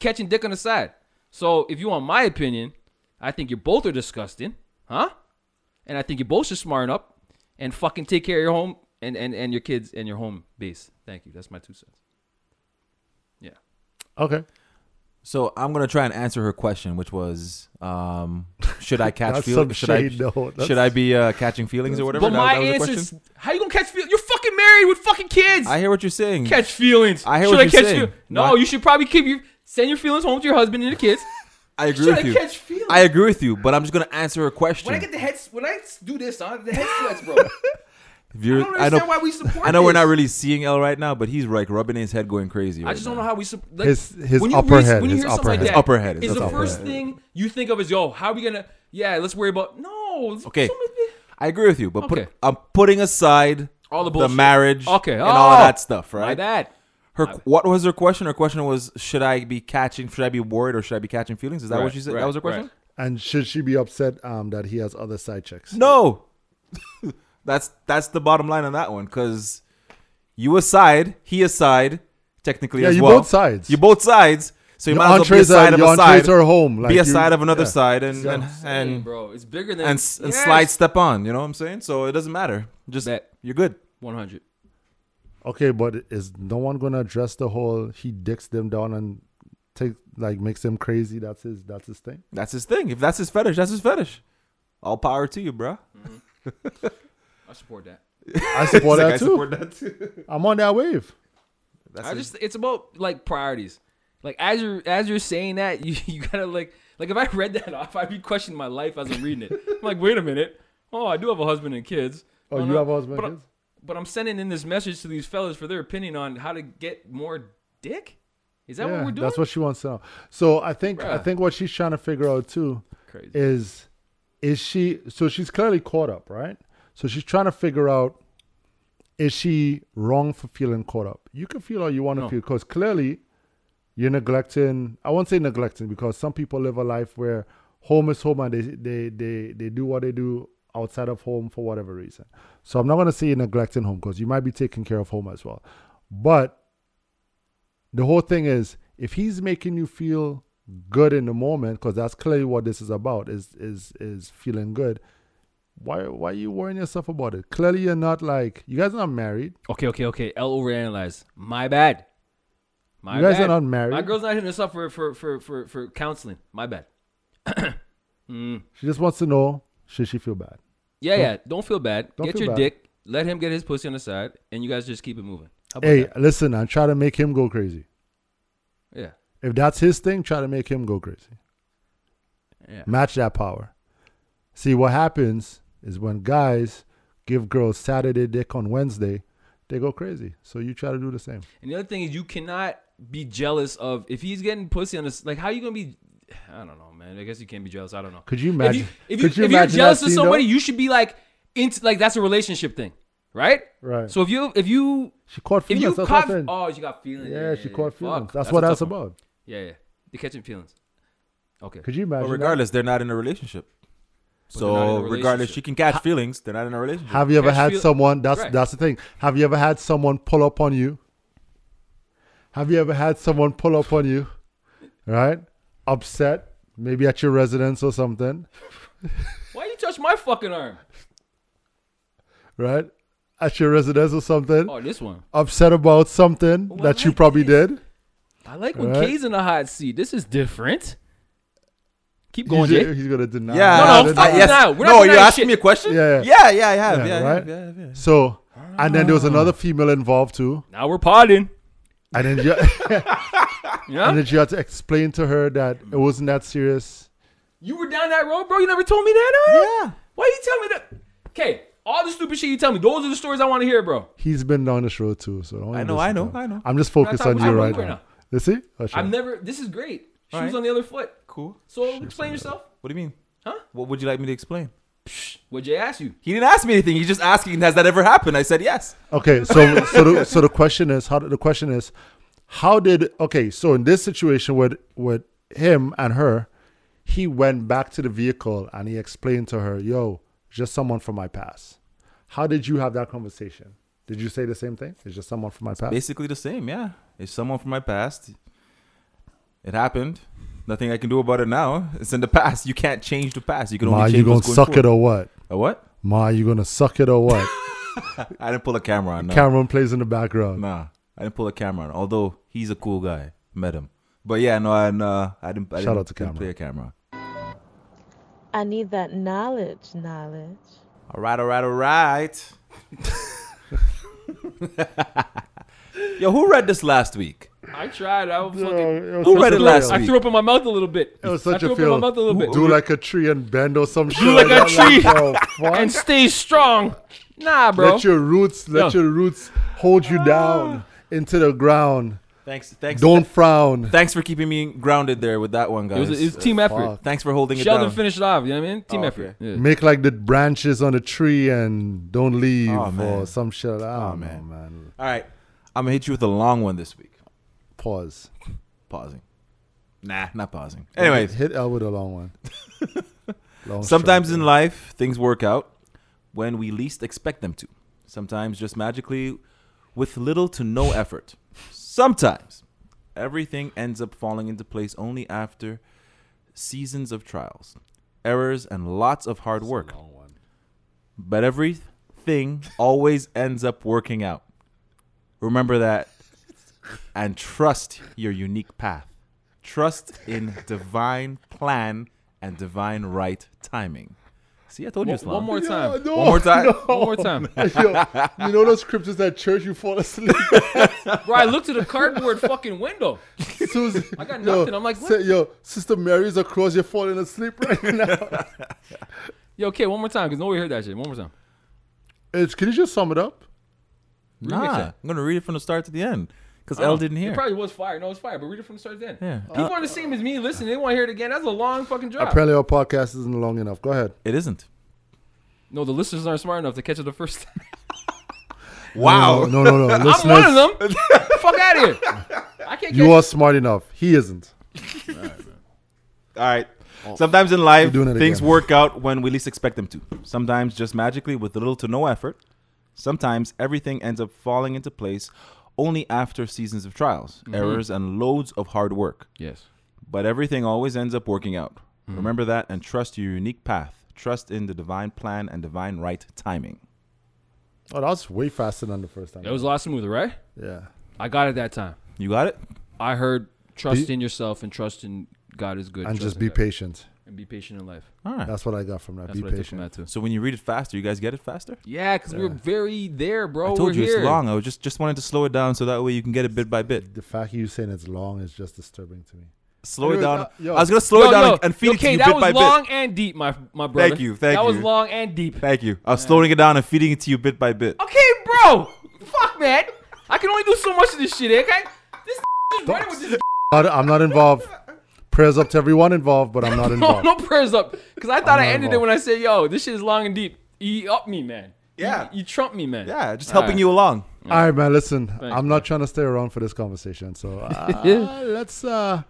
[SPEAKER 1] catching dick on the side. So if you want my opinion, I think you both are disgusting, huh? And I think you both should smarten up and fucking take care of your home and, and, and your kids and your home base. Thank you. That's my two cents.
[SPEAKER 5] Okay.
[SPEAKER 6] So I'm gonna try and answer her question, which was, um, should I catch
[SPEAKER 5] That's
[SPEAKER 6] feelings?
[SPEAKER 5] some
[SPEAKER 6] Should I
[SPEAKER 5] shade, though. That's-
[SPEAKER 6] should I be uh, catching feelings or whatever?
[SPEAKER 1] but my
[SPEAKER 6] the
[SPEAKER 1] answer
[SPEAKER 6] question?
[SPEAKER 1] is how you gonna catch feelings? You're fucking married with fucking kids.
[SPEAKER 6] I hear what you're saying.
[SPEAKER 1] catch feelings.
[SPEAKER 6] I hear
[SPEAKER 1] should
[SPEAKER 6] what
[SPEAKER 1] I
[SPEAKER 6] you're
[SPEAKER 1] catch
[SPEAKER 6] saying.
[SPEAKER 1] feel- No,
[SPEAKER 6] No, I-
[SPEAKER 1] you should probably keep your send your feelings home to your husband and your kids.
[SPEAKER 6] I agree
[SPEAKER 1] Should
[SPEAKER 6] with
[SPEAKER 1] I
[SPEAKER 6] you.
[SPEAKER 1] catch feelings?
[SPEAKER 6] I agree with you, but I'm just gonna answer her question.
[SPEAKER 1] When I get the heads, when I do this, on the head sweats, bro.
[SPEAKER 6] If you're-
[SPEAKER 1] I don't understand why we support
[SPEAKER 6] I know we're
[SPEAKER 1] this.
[SPEAKER 6] not really seeing L right now, but he's like rubbing his head, going crazy.
[SPEAKER 1] I just don't know how we. Sup- like,
[SPEAKER 5] His- his
[SPEAKER 1] when you
[SPEAKER 5] upper
[SPEAKER 1] read-
[SPEAKER 5] head,
[SPEAKER 1] When you
[SPEAKER 5] his
[SPEAKER 1] hear something
[SPEAKER 5] upper
[SPEAKER 1] like
[SPEAKER 5] head.
[SPEAKER 1] that,
[SPEAKER 6] His upper head,
[SPEAKER 1] is
[SPEAKER 6] his
[SPEAKER 1] the
[SPEAKER 6] upper
[SPEAKER 1] first
[SPEAKER 6] head.
[SPEAKER 1] thing you think of is yo. How are we gonna? Yeah, let's worry about. No. it's-
[SPEAKER 6] Okay.
[SPEAKER 1] so many-
[SPEAKER 6] I agree with you, but
[SPEAKER 1] Okay.
[SPEAKER 6] put, I'm putting aside
[SPEAKER 1] All the
[SPEAKER 6] the
[SPEAKER 1] bullshit.
[SPEAKER 6] marriage,
[SPEAKER 1] Okay.
[SPEAKER 6] and all of
[SPEAKER 1] Oh,
[SPEAKER 6] that stuff, right?
[SPEAKER 1] My bad.
[SPEAKER 6] Her what was her question? Her question was, should I be catching? Should I be worried or should I be catching feelings? Is that
[SPEAKER 1] Right,
[SPEAKER 6] what she said?
[SPEAKER 1] right,
[SPEAKER 6] that was her question.
[SPEAKER 1] right.
[SPEAKER 5] And should she be upset um, that he has other side chicks?
[SPEAKER 6] No, that's that's the bottom line on that one. Because you aside, he aside, technically
[SPEAKER 5] Yeah,
[SPEAKER 6] as
[SPEAKER 5] you
[SPEAKER 6] well.
[SPEAKER 5] both sides.
[SPEAKER 6] You both sides. So you
[SPEAKER 5] Your
[SPEAKER 6] might as well be a
[SPEAKER 5] entrees are-
[SPEAKER 6] side of
[SPEAKER 5] your
[SPEAKER 6] a side.
[SPEAKER 5] entrees are home, like
[SPEAKER 6] be a
[SPEAKER 5] you-
[SPEAKER 6] side of another
[SPEAKER 5] yeah.
[SPEAKER 6] side and
[SPEAKER 5] Yeah.
[SPEAKER 6] and,
[SPEAKER 1] Hey,
[SPEAKER 6] and,
[SPEAKER 1] bro, it's bigger than
[SPEAKER 6] and, s- and
[SPEAKER 1] Yes.
[SPEAKER 6] slide step on. You know what I'm saying? So it doesn't matter. Just
[SPEAKER 1] Bet.
[SPEAKER 6] you're good.
[SPEAKER 1] 100.
[SPEAKER 5] Okay, but is no one gonna address the whole he dicks them down and take like makes them crazy? That's his. That's his thing.
[SPEAKER 6] That's his thing. If that's his fetish, that's his fetish. All power to you, bro.
[SPEAKER 1] I support that.
[SPEAKER 5] I support that
[SPEAKER 6] I
[SPEAKER 5] too.
[SPEAKER 6] support that too.
[SPEAKER 5] I'm on that wave.
[SPEAKER 6] That's
[SPEAKER 1] I
[SPEAKER 6] his-
[SPEAKER 1] just it's about like priorities. Like as you're as you're saying that, you, you gotta like like if I read that off, I'd be questioning my life as I'm reading it. I'm like, wait a minute. Oh, I do have a husband and kids.
[SPEAKER 5] Oh,
[SPEAKER 1] No,
[SPEAKER 5] you
[SPEAKER 1] no,
[SPEAKER 5] have a husband
[SPEAKER 1] But,
[SPEAKER 5] and
[SPEAKER 1] I-
[SPEAKER 5] kids?
[SPEAKER 1] but I'm sending in this message to these fellas for their opinion on how to get more dick. Is that what
[SPEAKER 5] Yeah,
[SPEAKER 1] we're doing?
[SPEAKER 5] That's what she wants to know. So I think I
[SPEAKER 1] Bruh.
[SPEAKER 5] think what she's trying to figure out too
[SPEAKER 1] Crazy.
[SPEAKER 5] is is she so she's clearly caught up, right? So she's trying to figure out is she wrong for feeling caught up? You can feel how you want to
[SPEAKER 1] No.
[SPEAKER 5] feel because clearly you're neglecting. I won't say neglecting because some people live a life where home is home and they they they, they do what they do outside of home for whatever reason. So I'm not gonna say you're neglecting home because you might be taking care of home as well, but the whole thing is if he's making you feel good in the moment because that's clearly what this is about is is is feeling good why why are you worrying yourself about it clearly you're not like you guys are not married
[SPEAKER 1] okay, okay, okay. L overanalyze. My bad. My
[SPEAKER 5] You guys are
[SPEAKER 1] bad.
[SPEAKER 5] not married.
[SPEAKER 1] My girl's not hitting us up for for for for, for counseling. My bad.
[SPEAKER 5] she just wants to know should she feel bad
[SPEAKER 1] Yeah, yeah. Don't feel bad.
[SPEAKER 5] Don't
[SPEAKER 1] get
[SPEAKER 5] feel
[SPEAKER 1] your
[SPEAKER 5] bad.
[SPEAKER 1] dick. Let him get his pussy on the side, and you guys just keep it moving. How about
[SPEAKER 5] hey
[SPEAKER 1] that?
[SPEAKER 5] listen and try to make him go crazy
[SPEAKER 1] Yeah.
[SPEAKER 5] if that's his thing try to make him go crazy
[SPEAKER 1] Yeah.
[SPEAKER 5] match that power see what happens is when guys give girls Saturday dick on Wednesday, they go crazy. So you try to do the same.
[SPEAKER 1] And the other thing is, you cannot be jealous of if he's getting pussy on this. Like, how you gonna be? I don't know, man. I guess you can't be jealous. I don't know.
[SPEAKER 5] Could you imagine-
[SPEAKER 1] If you,
[SPEAKER 5] could
[SPEAKER 1] if you,
[SPEAKER 5] you
[SPEAKER 1] if you're
[SPEAKER 5] imagine
[SPEAKER 1] jealous
[SPEAKER 5] that
[SPEAKER 1] of
[SPEAKER 5] scene,
[SPEAKER 1] somebody,
[SPEAKER 5] though?
[SPEAKER 1] you should be like into like that's a relationship thing, right?
[SPEAKER 5] Right.
[SPEAKER 1] So if you if you
[SPEAKER 5] She caught
[SPEAKER 1] if you
[SPEAKER 5] feelings, that's what I'm
[SPEAKER 1] caught
[SPEAKER 5] saying.
[SPEAKER 1] oh she got feelings
[SPEAKER 5] Yeah, she caught
[SPEAKER 1] fuck.
[SPEAKER 5] feelings. That's what
[SPEAKER 1] a
[SPEAKER 5] that's
[SPEAKER 1] tough one.
[SPEAKER 5] about.
[SPEAKER 1] Yeah, yeah. They're catching feelings. Okay.
[SPEAKER 5] Could you
[SPEAKER 6] But
[SPEAKER 5] imagine? that?
[SPEAKER 6] regardless, they're not in a relationship.
[SPEAKER 1] But they're not in a
[SPEAKER 6] So regardless,
[SPEAKER 1] relationship.
[SPEAKER 6] she can catch feelings. They're not in a relationship.
[SPEAKER 5] Have you ever had someone? That's
[SPEAKER 1] Right.
[SPEAKER 5] that's the thing. Have you ever had someone pull up on you? Have you ever had someone pull up on you? Right, upset, maybe at your residence or something.
[SPEAKER 1] Why you touch my fucking arm?
[SPEAKER 5] Right, at your residence or something.
[SPEAKER 1] Oh, this one.
[SPEAKER 5] Upset about something
[SPEAKER 1] Oh, I
[SPEAKER 5] that you
[SPEAKER 1] like
[SPEAKER 5] probably
[SPEAKER 1] this.
[SPEAKER 5] did.
[SPEAKER 1] I like when
[SPEAKER 5] Right.
[SPEAKER 1] K's in the hot seat. This is different. Keep
[SPEAKER 5] He's,
[SPEAKER 1] going,
[SPEAKER 5] ju-
[SPEAKER 1] Jay.
[SPEAKER 5] he's gonna deny.
[SPEAKER 6] Yeah,
[SPEAKER 1] No, no,
[SPEAKER 6] I-
[SPEAKER 1] fuck
[SPEAKER 6] I- yes.
[SPEAKER 1] no, we're not
[SPEAKER 6] no, you
[SPEAKER 1] denying
[SPEAKER 6] asking
[SPEAKER 1] shit.
[SPEAKER 6] me a question?
[SPEAKER 5] Yeah,
[SPEAKER 6] yeah, yeah, I have. Yeah,
[SPEAKER 5] right.
[SPEAKER 6] I have, yeah, I have, yeah.
[SPEAKER 5] So, and then there was another female involved too,
[SPEAKER 1] Now we're potting.
[SPEAKER 5] and then you,
[SPEAKER 1] Yeah?
[SPEAKER 5] and then you had to explain to her that it wasn't that serious.
[SPEAKER 1] You were down that road, bro. You never told me that. huh?
[SPEAKER 6] Yeah.
[SPEAKER 1] Why you tell me that? Okay, all the stupid shit you tell me. Those are the stories I want to hear, bro.
[SPEAKER 5] He's been down this road too, so don't
[SPEAKER 6] I
[SPEAKER 5] even
[SPEAKER 6] know, I
[SPEAKER 5] listen to
[SPEAKER 6] know,
[SPEAKER 5] him.
[SPEAKER 6] I know.
[SPEAKER 5] I'm just focused
[SPEAKER 1] That's
[SPEAKER 5] on
[SPEAKER 1] how
[SPEAKER 5] you
[SPEAKER 1] we
[SPEAKER 5] right
[SPEAKER 1] work
[SPEAKER 5] now.
[SPEAKER 1] now.
[SPEAKER 5] You see? Oh, shit.
[SPEAKER 1] I've never. This is great. Shoes
[SPEAKER 6] Alright.
[SPEAKER 1] on the other foot.
[SPEAKER 6] Cool.
[SPEAKER 1] So explain yourself.
[SPEAKER 6] What do you mean?
[SPEAKER 1] Huh?
[SPEAKER 6] What would you like me to explain?
[SPEAKER 1] What Jay asked you?
[SPEAKER 6] He didn't ask me anything. He's just asking, has that ever happened? I said yes.
[SPEAKER 5] Okay, so so the, so the question is how the question is how did okay so in this situation with with him and her, he went back to the vehicle and he explained to her, "Yo, just someone from my past." How did you have that conversation? Did you say the same thing? It's just someone from my past.
[SPEAKER 6] Uh. Basically the same, yeah. It's someone from my past. It happened. Nothing I can do about it now. It's in the past. You can't change the past. You can only
[SPEAKER 5] Ma,
[SPEAKER 6] change
[SPEAKER 5] you gonna
[SPEAKER 6] what's going
[SPEAKER 5] suck it
[SPEAKER 6] forward.
[SPEAKER 5] or what?
[SPEAKER 6] A what?
[SPEAKER 5] Ma, you gonna suck it or what?
[SPEAKER 6] I didn't pull a camera on. No.
[SPEAKER 5] Cameron plays in the background.
[SPEAKER 6] Nah, I didn't pull a camera on. Although he's a cool guy, met him. But yeah, no, I, uh, I didn't. I
[SPEAKER 5] Shout
[SPEAKER 6] didn't,
[SPEAKER 5] out to
[SPEAKER 6] didn't
[SPEAKER 5] Cameron.
[SPEAKER 6] play a camera.
[SPEAKER 11] I need that knowledge, knowledge.
[SPEAKER 6] All right, all right, all right. Yo, who read this last week?
[SPEAKER 1] I tried. I was fucking.
[SPEAKER 5] it was
[SPEAKER 6] Who
[SPEAKER 5] such
[SPEAKER 6] read
[SPEAKER 5] a
[SPEAKER 6] it last
[SPEAKER 5] fail.
[SPEAKER 1] I
[SPEAKER 6] week?
[SPEAKER 1] threw up in my mouth a little bit.
[SPEAKER 5] It was
[SPEAKER 1] I
[SPEAKER 5] such
[SPEAKER 1] threw
[SPEAKER 5] a
[SPEAKER 1] up in my
[SPEAKER 5] feel.
[SPEAKER 1] mouth a little bit.
[SPEAKER 5] Do like a tree and bend or some shit.
[SPEAKER 1] like a
[SPEAKER 5] that.
[SPEAKER 1] tree.
[SPEAKER 5] Like, yo, fuck.
[SPEAKER 1] and stay strong. Nah, bro.
[SPEAKER 5] Let your roots, let
[SPEAKER 1] No.
[SPEAKER 5] your roots hold you
[SPEAKER 1] Ah.
[SPEAKER 5] down into the ground.
[SPEAKER 6] Thanks, thanks.
[SPEAKER 5] Don't frown.
[SPEAKER 6] Thanks for keeping me grounded there with that one,
[SPEAKER 1] it
[SPEAKER 6] guys. Uh,
[SPEAKER 1] was, it was team effort.
[SPEAKER 5] fuck.
[SPEAKER 6] Thanks for holding it
[SPEAKER 1] Sheldon
[SPEAKER 6] down.
[SPEAKER 1] finished it off. You know what I mean? Team
[SPEAKER 6] Oh,
[SPEAKER 1] effort. Yeah.
[SPEAKER 5] Make like the branches on the tree and don't leave
[SPEAKER 6] Oh, man.
[SPEAKER 5] or some shit. I don't know,
[SPEAKER 6] man.
[SPEAKER 5] man.
[SPEAKER 6] All right, I'm gonna hit you with a long one this week.
[SPEAKER 5] Pause.
[SPEAKER 6] Pausing. Nah, not pausing. Anyways,
[SPEAKER 5] hit L with a long one. Long
[SPEAKER 6] Sometimes
[SPEAKER 5] strike.
[SPEAKER 6] in life, things work out when we least expect them to. Sometimes just magically with little to no effort. Sometimes everything ends up falling into place only after seasons of trials, errors, and lots of hard work. But everything always ends up working out. Remember that and trust your unique path. Trust in divine plan and divine right timing. See, I told you
[SPEAKER 1] One,
[SPEAKER 6] it's
[SPEAKER 1] one
[SPEAKER 6] long.
[SPEAKER 1] more time.
[SPEAKER 5] Yeah, no,
[SPEAKER 6] One more time.
[SPEAKER 1] One more time.
[SPEAKER 5] Yo, you know those scriptures at church you fall asleep.
[SPEAKER 1] Bro, I looked at the cardboard fucking window.
[SPEAKER 5] Susie,
[SPEAKER 1] I got
[SPEAKER 5] yo,
[SPEAKER 1] nothing. I'm like, what?
[SPEAKER 5] say, yo, Sister Mary's across. You're falling asleep right now.
[SPEAKER 1] Yo, okay, one more time, because nobody heard that shit. One more time.
[SPEAKER 5] It's, can you just sum it up?
[SPEAKER 1] Remix
[SPEAKER 6] Nah,
[SPEAKER 1] it.
[SPEAKER 6] I'm gonna read it from the start to the end because
[SPEAKER 1] Oh,
[SPEAKER 6] L didn't hear.
[SPEAKER 1] It probably was fire. No, it's fire, but read it from the start to end.
[SPEAKER 6] Yeah.
[SPEAKER 1] People are the same as me listening. They want to hear it again. That's a long fucking job.
[SPEAKER 5] Apparently, our podcast isn't long enough. Go ahead.
[SPEAKER 6] it isn't.
[SPEAKER 1] no, the listeners aren't smart enough to catch it the first time.
[SPEAKER 5] Wow. No, no, no. no. Listeners,
[SPEAKER 1] I'm one of them. Fuck out of here. I can't
[SPEAKER 5] You
[SPEAKER 1] catch
[SPEAKER 5] are smart enough. He isn't.
[SPEAKER 6] All right.
[SPEAKER 1] Oh.
[SPEAKER 6] Sometimes in life,
[SPEAKER 5] You're doing it
[SPEAKER 6] things
[SPEAKER 5] again.
[SPEAKER 6] work out when we least expect them to. Sometimes just magically with little to no effort. Sometimes everything ends up falling into place only after seasons of trials,
[SPEAKER 1] Mm-hmm.
[SPEAKER 6] errors, and loads of hard work.
[SPEAKER 1] Yes.
[SPEAKER 6] But everything always ends up working out.
[SPEAKER 1] Hmm.
[SPEAKER 6] Remember that and trust your unique path. Trust in the divine plan and divine right timing.
[SPEAKER 5] Oh, that was way faster than the first time.
[SPEAKER 1] It was a lot smoother, right?
[SPEAKER 5] yeah.
[SPEAKER 1] I got it that time.
[SPEAKER 6] You got it?
[SPEAKER 1] I heard trust
[SPEAKER 5] Be-
[SPEAKER 1] in yourself and trust in God is good.
[SPEAKER 5] And
[SPEAKER 1] Trust
[SPEAKER 5] just
[SPEAKER 1] in
[SPEAKER 5] be
[SPEAKER 1] God.
[SPEAKER 5] patient.
[SPEAKER 1] And be patient in life.
[SPEAKER 6] All right.
[SPEAKER 5] That's what I got from that.
[SPEAKER 1] That's
[SPEAKER 5] be
[SPEAKER 1] what I took from
[SPEAKER 5] patient.
[SPEAKER 1] that too.
[SPEAKER 6] So when you read it faster, you guys get it faster?
[SPEAKER 1] Yeah, because we're very there, bro.
[SPEAKER 6] I
[SPEAKER 1] we're
[SPEAKER 6] told you
[SPEAKER 1] here.
[SPEAKER 6] it's long. I was just just wanted to slow it down so that way you can get it bit by bit.
[SPEAKER 5] The fact you saying it's long is just disturbing to me.
[SPEAKER 6] slow it
[SPEAKER 1] Anyways,
[SPEAKER 6] down.
[SPEAKER 1] uh, yo.
[SPEAKER 6] I was gonna slow
[SPEAKER 1] Yo,
[SPEAKER 6] it down
[SPEAKER 1] yo,
[SPEAKER 6] and- and feed
[SPEAKER 1] yo,
[SPEAKER 6] it to
[SPEAKER 1] Kane,
[SPEAKER 6] you
[SPEAKER 1] that
[SPEAKER 6] bit
[SPEAKER 1] was
[SPEAKER 6] by
[SPEAKER 1] long
[SPEAKER 6] bit.
[SPEAKER 1] and deep, my- my brother.
[SPEAKER 6] Thank you, thank
[SPEAKER 1] That
[SPEAKER 6] you.
[SPEAKER 1] was long and deep.
[SPEAKER 6] Thank you. I was slowing it down and feeding it to you bit by bit.
[SPEAKER 1] Okay, bro. Fuck, man. I can only do so much of this shit, eh, okay? This is running with this.
[SPEAKER 5] Not- I'm not involved. Prayers up to everyone involved, but I'm not
[SPEAKER 1] No,
[SPEAKER 5] involved.
[SPEAKER 1] no prayers up. Because I thought
[SPEAKER 5] I'm
[SPEAKER 1] I
[SPEAKER 5] not
[SPEAKER 1] ended it
[SPEAKER 5] involved.
[SPEAKER 1] when I said, yo, this shit is long and deep. You up me, man.
[SPEAKER 6] Yeah.
[SPEAKER 1] You, you trump me, man.
[SPEAKER 6] Yeah, just
[SPEAKER 1] All
[SPEAKER 6] helping
[SPEAKER 1] right.
[SPEAKER 6] you along.
[SPEAKER 5] All right, man. Listen,
[SPEAKER 1] Thanks,
[SPEAKER 5] I'm not trying to stay around for this conversation, so
[SPEAKER 1] Ah,
[SPEAKER 5] uh, let's uh,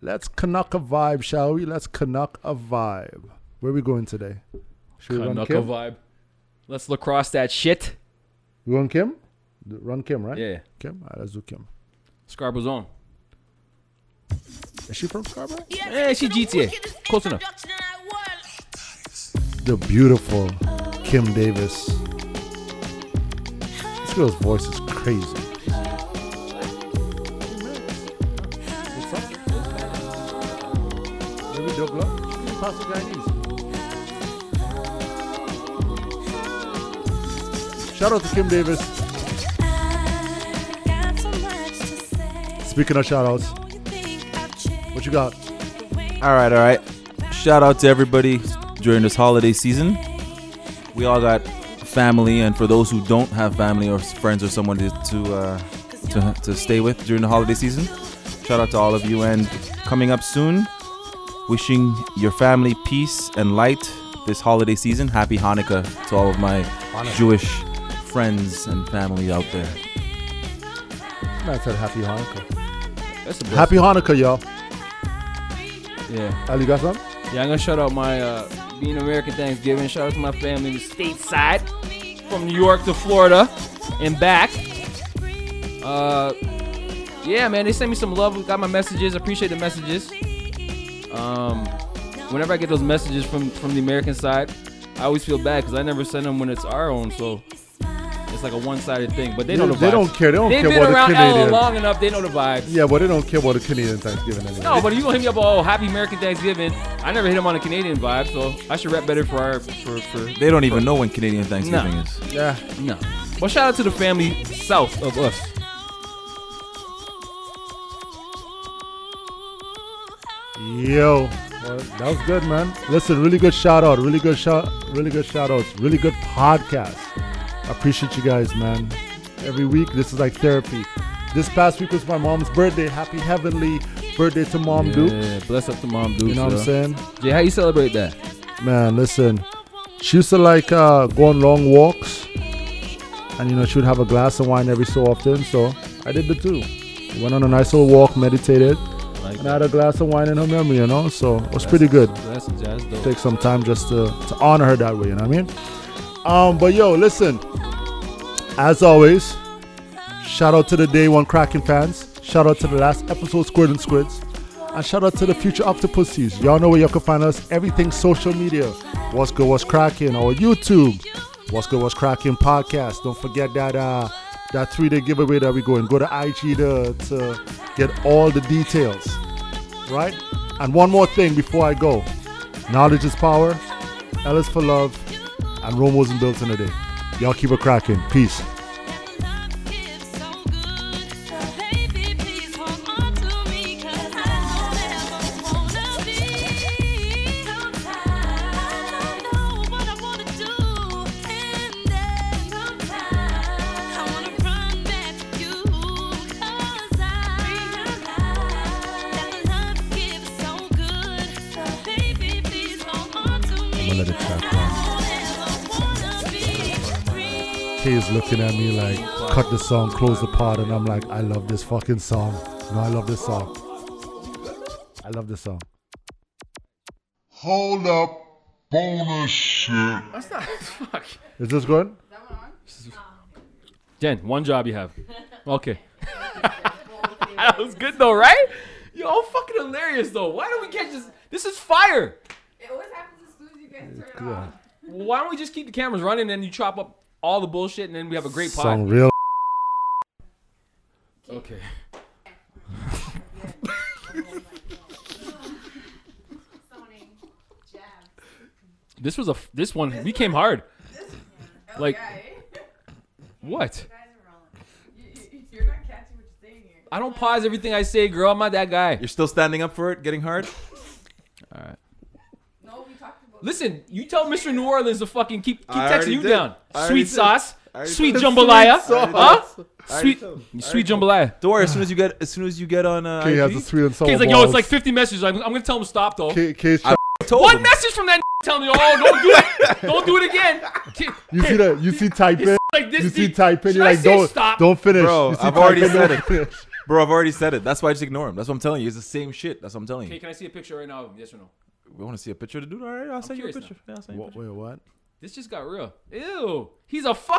[SPEAKER 5] let's canuck a vibe, shall we? Let's canuck a vibe. Where we going today? Should we run
[SPEAKER 1] Knuckle
[SPEAKER 5] Kim?
[SPEAKER 1] vibe. Let's lacrosse that shit.
[SPEAKER 5] We run Kim? D- Run Kim, right?
[SPEAKER 1] Yeah.
[SPEAKER 5] Kim. All right, let's do Kim.
[SPEAKER 1] Scarborough's on.
[SPEAKER 5] Is she from Scarborough?
[SPEAKER 1] Yeah, she GTA. Close enough.
[SPEAKER 5] The beautiful Kim Davis. This girl's voice is crazy. Maybe Doug Love? Possible Shout out to Kim Davis. Speaking of shout outs, what you got?
[SPEAKER 6] All right, all right. Shout out to everybody during this holiday season. We all got family, and for those who don't have family or friends or someone to to, uh, to to stay with during the holiday season, shout out to all of you. And coming up soon, wishing your family peace and light this holiday season. Happy Hanukkah to all of my Jewish friends and family out there.
[SPEAKER 5] Man said happy Hanukkah.
[SPEAKER 1] That's a blessing.
[SPEAKER 5] Happy Hanukkah, y'all.
[SPEAKER 1] Yeah.
[SPEAKER 5] Ali, you got some?
[SPEAKER 1] Yeah, I'm gonna shout out my uh, being American Thanksgiving. Shout out to my family in the stateside, from New York to Florida and back. Uh, yeah, man, they sent me some love. We got my messages. Appreciate the messages. Um, whenever I get those messages from from the American side, I always feel bad because I never send them when it's our own. So. It's like a one-sided thing, but they
[SPEAKER 5] They-
[SPEAKER 1] know the
[SPEAKER 5] they
[SPEAKER 1] vibes.
[SPEAKER 5] don't care. They don't
[SPEAKER 1] They've
[SPEAKER 5] care
[SPEAKER 1] been
[SPEAKER 5] about the
[SPEAKER 1] around LA
[SPEAKER 5] Canadian.
[SPEAKER 1] long enough. They know the vibes.
[SPEAKER 5] Yeah, but they don't care about the Canadian Thanksgiving anyway.
[SPEAKER 1] No, but if you gonna hit me up. Oh, happy American Thanksgiving. I never hit him on a Canadian vibe, so I should rap better for our for for.
[SPEAKER 6] They don't even know when Canadian Thanksgiving
[SPEAKER 1] Nah.
[SPEAKER 6] is.
[SPEAKER 5] Yeah.
[SPEAKER 1] No. Well, shout out to the family south of us.
[SPEAKER 5] Yo, well, that was good, man. Listen, really good shout out, really good shout, really good shout outs, really good podcast. I appreciate you guys, man. Every week, this is like therapy. This past week was my mom's birthday. Happy heavenly birthday to mom, dude.
[SPEAKER 1] Yeah, bless up to mom, dude.
[SPEAKER 5] You know what I'm saying?
[SPEAKER 1] Jay, how you celebrate that?
[SPEAKER 5] Man, listen, she used to like uh, go on long walks, and you know she would have a glass of wine every so often. So I did the two. Went on a nice little walk, meditated,
[SPEAKER 1] Like
[SPEAKER 5] and I had a glass of wine in her memory. You know, so it was pretty good.
[SPEAKER 1] That's that's dope.
[SPEAKER 5] Take some time just to, to honor her that way. You know what I mean? Um, but yo, listen. As always, shout out to the day one cracking fans. Shout out to the last episode Squid and Squids. And shout out to the future octopuses. Y'all know where y'all can find us. Everything social media. What's good, what's cracking? Our YouTube. What's good, what's cracking podcast. Don't forget that uh that three day giveaway that we going. Go to IG to, to get all the details. Right? And one more thing before I go. Knowledge is power. Ellis for love. And Rome wasn't built in a day. Y'all keep it cracking. Peace. I'm gonna let it track down. Kay is looking at me like, cut the song, close the pod, and I'm like, I love this fucking song. No, I love this song. I love this song.
[SPEAKER 12] Hold up, bonus shit.
[SPEAKER 1] That's not fuck.
[SPEAKER 5] Is this good?
[SPEAKER 1] Jen, one job you have. Okay. that was good though, right? Yo, I'm fucking hilarious though. Why don't we catch this? This is fire.
[SPEAKER 5] Yeah.
[SPEAKER 1] Why don't we just keep the cameras running and you chop up all the bullshit and then we have a great pod?
[SPEAKER 5] Song real.
[SPEAKER 1] Okay. this was a f- this one we came hard. Like what?
[SPEAKER 13] You're not catching what you're saying here.
[SPEAKER 1] I don't pause everything I say, girl. I'm not that guy.
[SPEAKER 6] You're still standing up for it, getting hard.
[SPEAKER 1] All right. Listen, you tell Mr. New Orleans to fucking keep keep
[SPEAKER 6] I
[SPEAKER 1] texting
[SPEAKER 6] already
[SPEAKER 1] you
[SPEAKER 6] did.
[SPEAKER 1] down.
[SPEAKER 6] I already
[SPEAKER 1] Sweet
[SPEAKER 6] did.
[SPEAKER 1] sauce,
[SPEAKER 6] I already
[SPEAKER 1] sweet
[SPEAKER 6] did.
[SPEAKER 1] jambalaya,
[SPEAKER 6] Sweet sauce.
[SPEAKER 1] huh?
[SPEAKER 6] I already
[SPEAKER 1] Sweet,
[SPEAKER 6] told him. I
[SPEAKER 1] sweet
[SPEAKER 6] already
[SPEAKER 1] jambalaya.
[SPEAKER 6] Don't worry. As soon as you get, as soon as you get on, uh,
[SPEAKER 5] Kay has
[SPEAKER 6] IG,
[SPEAKER 5] a sweet and sour
[SPEAKER 1] He's like, yo, it's
[SPEAKER 5] balls.
[SPEAKER 1] like 50 messages. I'm, I'm gonna tell him to stop though.
[SPEAKER 5] Kay- Kay's
[SPEAKER 1] I
[SPEAKER 6] told
[SPEAKER 1] One
[SPEAKER 5] Oh.
[SPEAKER 6] him.
[SPEAKER 1] message from that telling me, oh, don't do it, don't do it again. Kid-
[SPEAKER 5] You see that? You see typing.
[SPEAKER 1] like this
[SPEAKER 5] you see
[SPEAKER 1] deep.
[SPEAKER 5] typing.
[SPEAKER 1] Should
[SPEAKER 5] You're
[SPEAKER 1] I
[SPEAKER 5] like,
[SPEAKER 1] say
[SPEAKER 5] don't,
[SPEAKER 1] stop?
[SPEAKER 5] don't finish.
[SPEAKER 6] Bro,
[SPEAKER 5] you see
[SPEAKER 6] I've already
[SPEAKER 5] type in,
[SPEAKER 6] said
[SPEAKER 5] don't
[SPEAKER 6] it.
[SPEAKER 5] finish.
[SPEAKER 6] Bro, I've already said it. That's why I just ignore him. That's what I'm telling you. It's the same shit. That's what I'm telling
[SPEAKER 1] Okay,
[SPEAKER 6] you.
[SPEAKER 1] can I see a picture right now? of him? Yes or no?
[SPEAKER 6] We want to see a picture of the dude. All right, I'll send you a
[SPEAKER 1] curious
[SPEAKER 6] picture. Yeah, I'll send you a
[SPEAKER 5] What, wait, what?
[SPEAKER 1] This just got real. Ew, he's a fuck.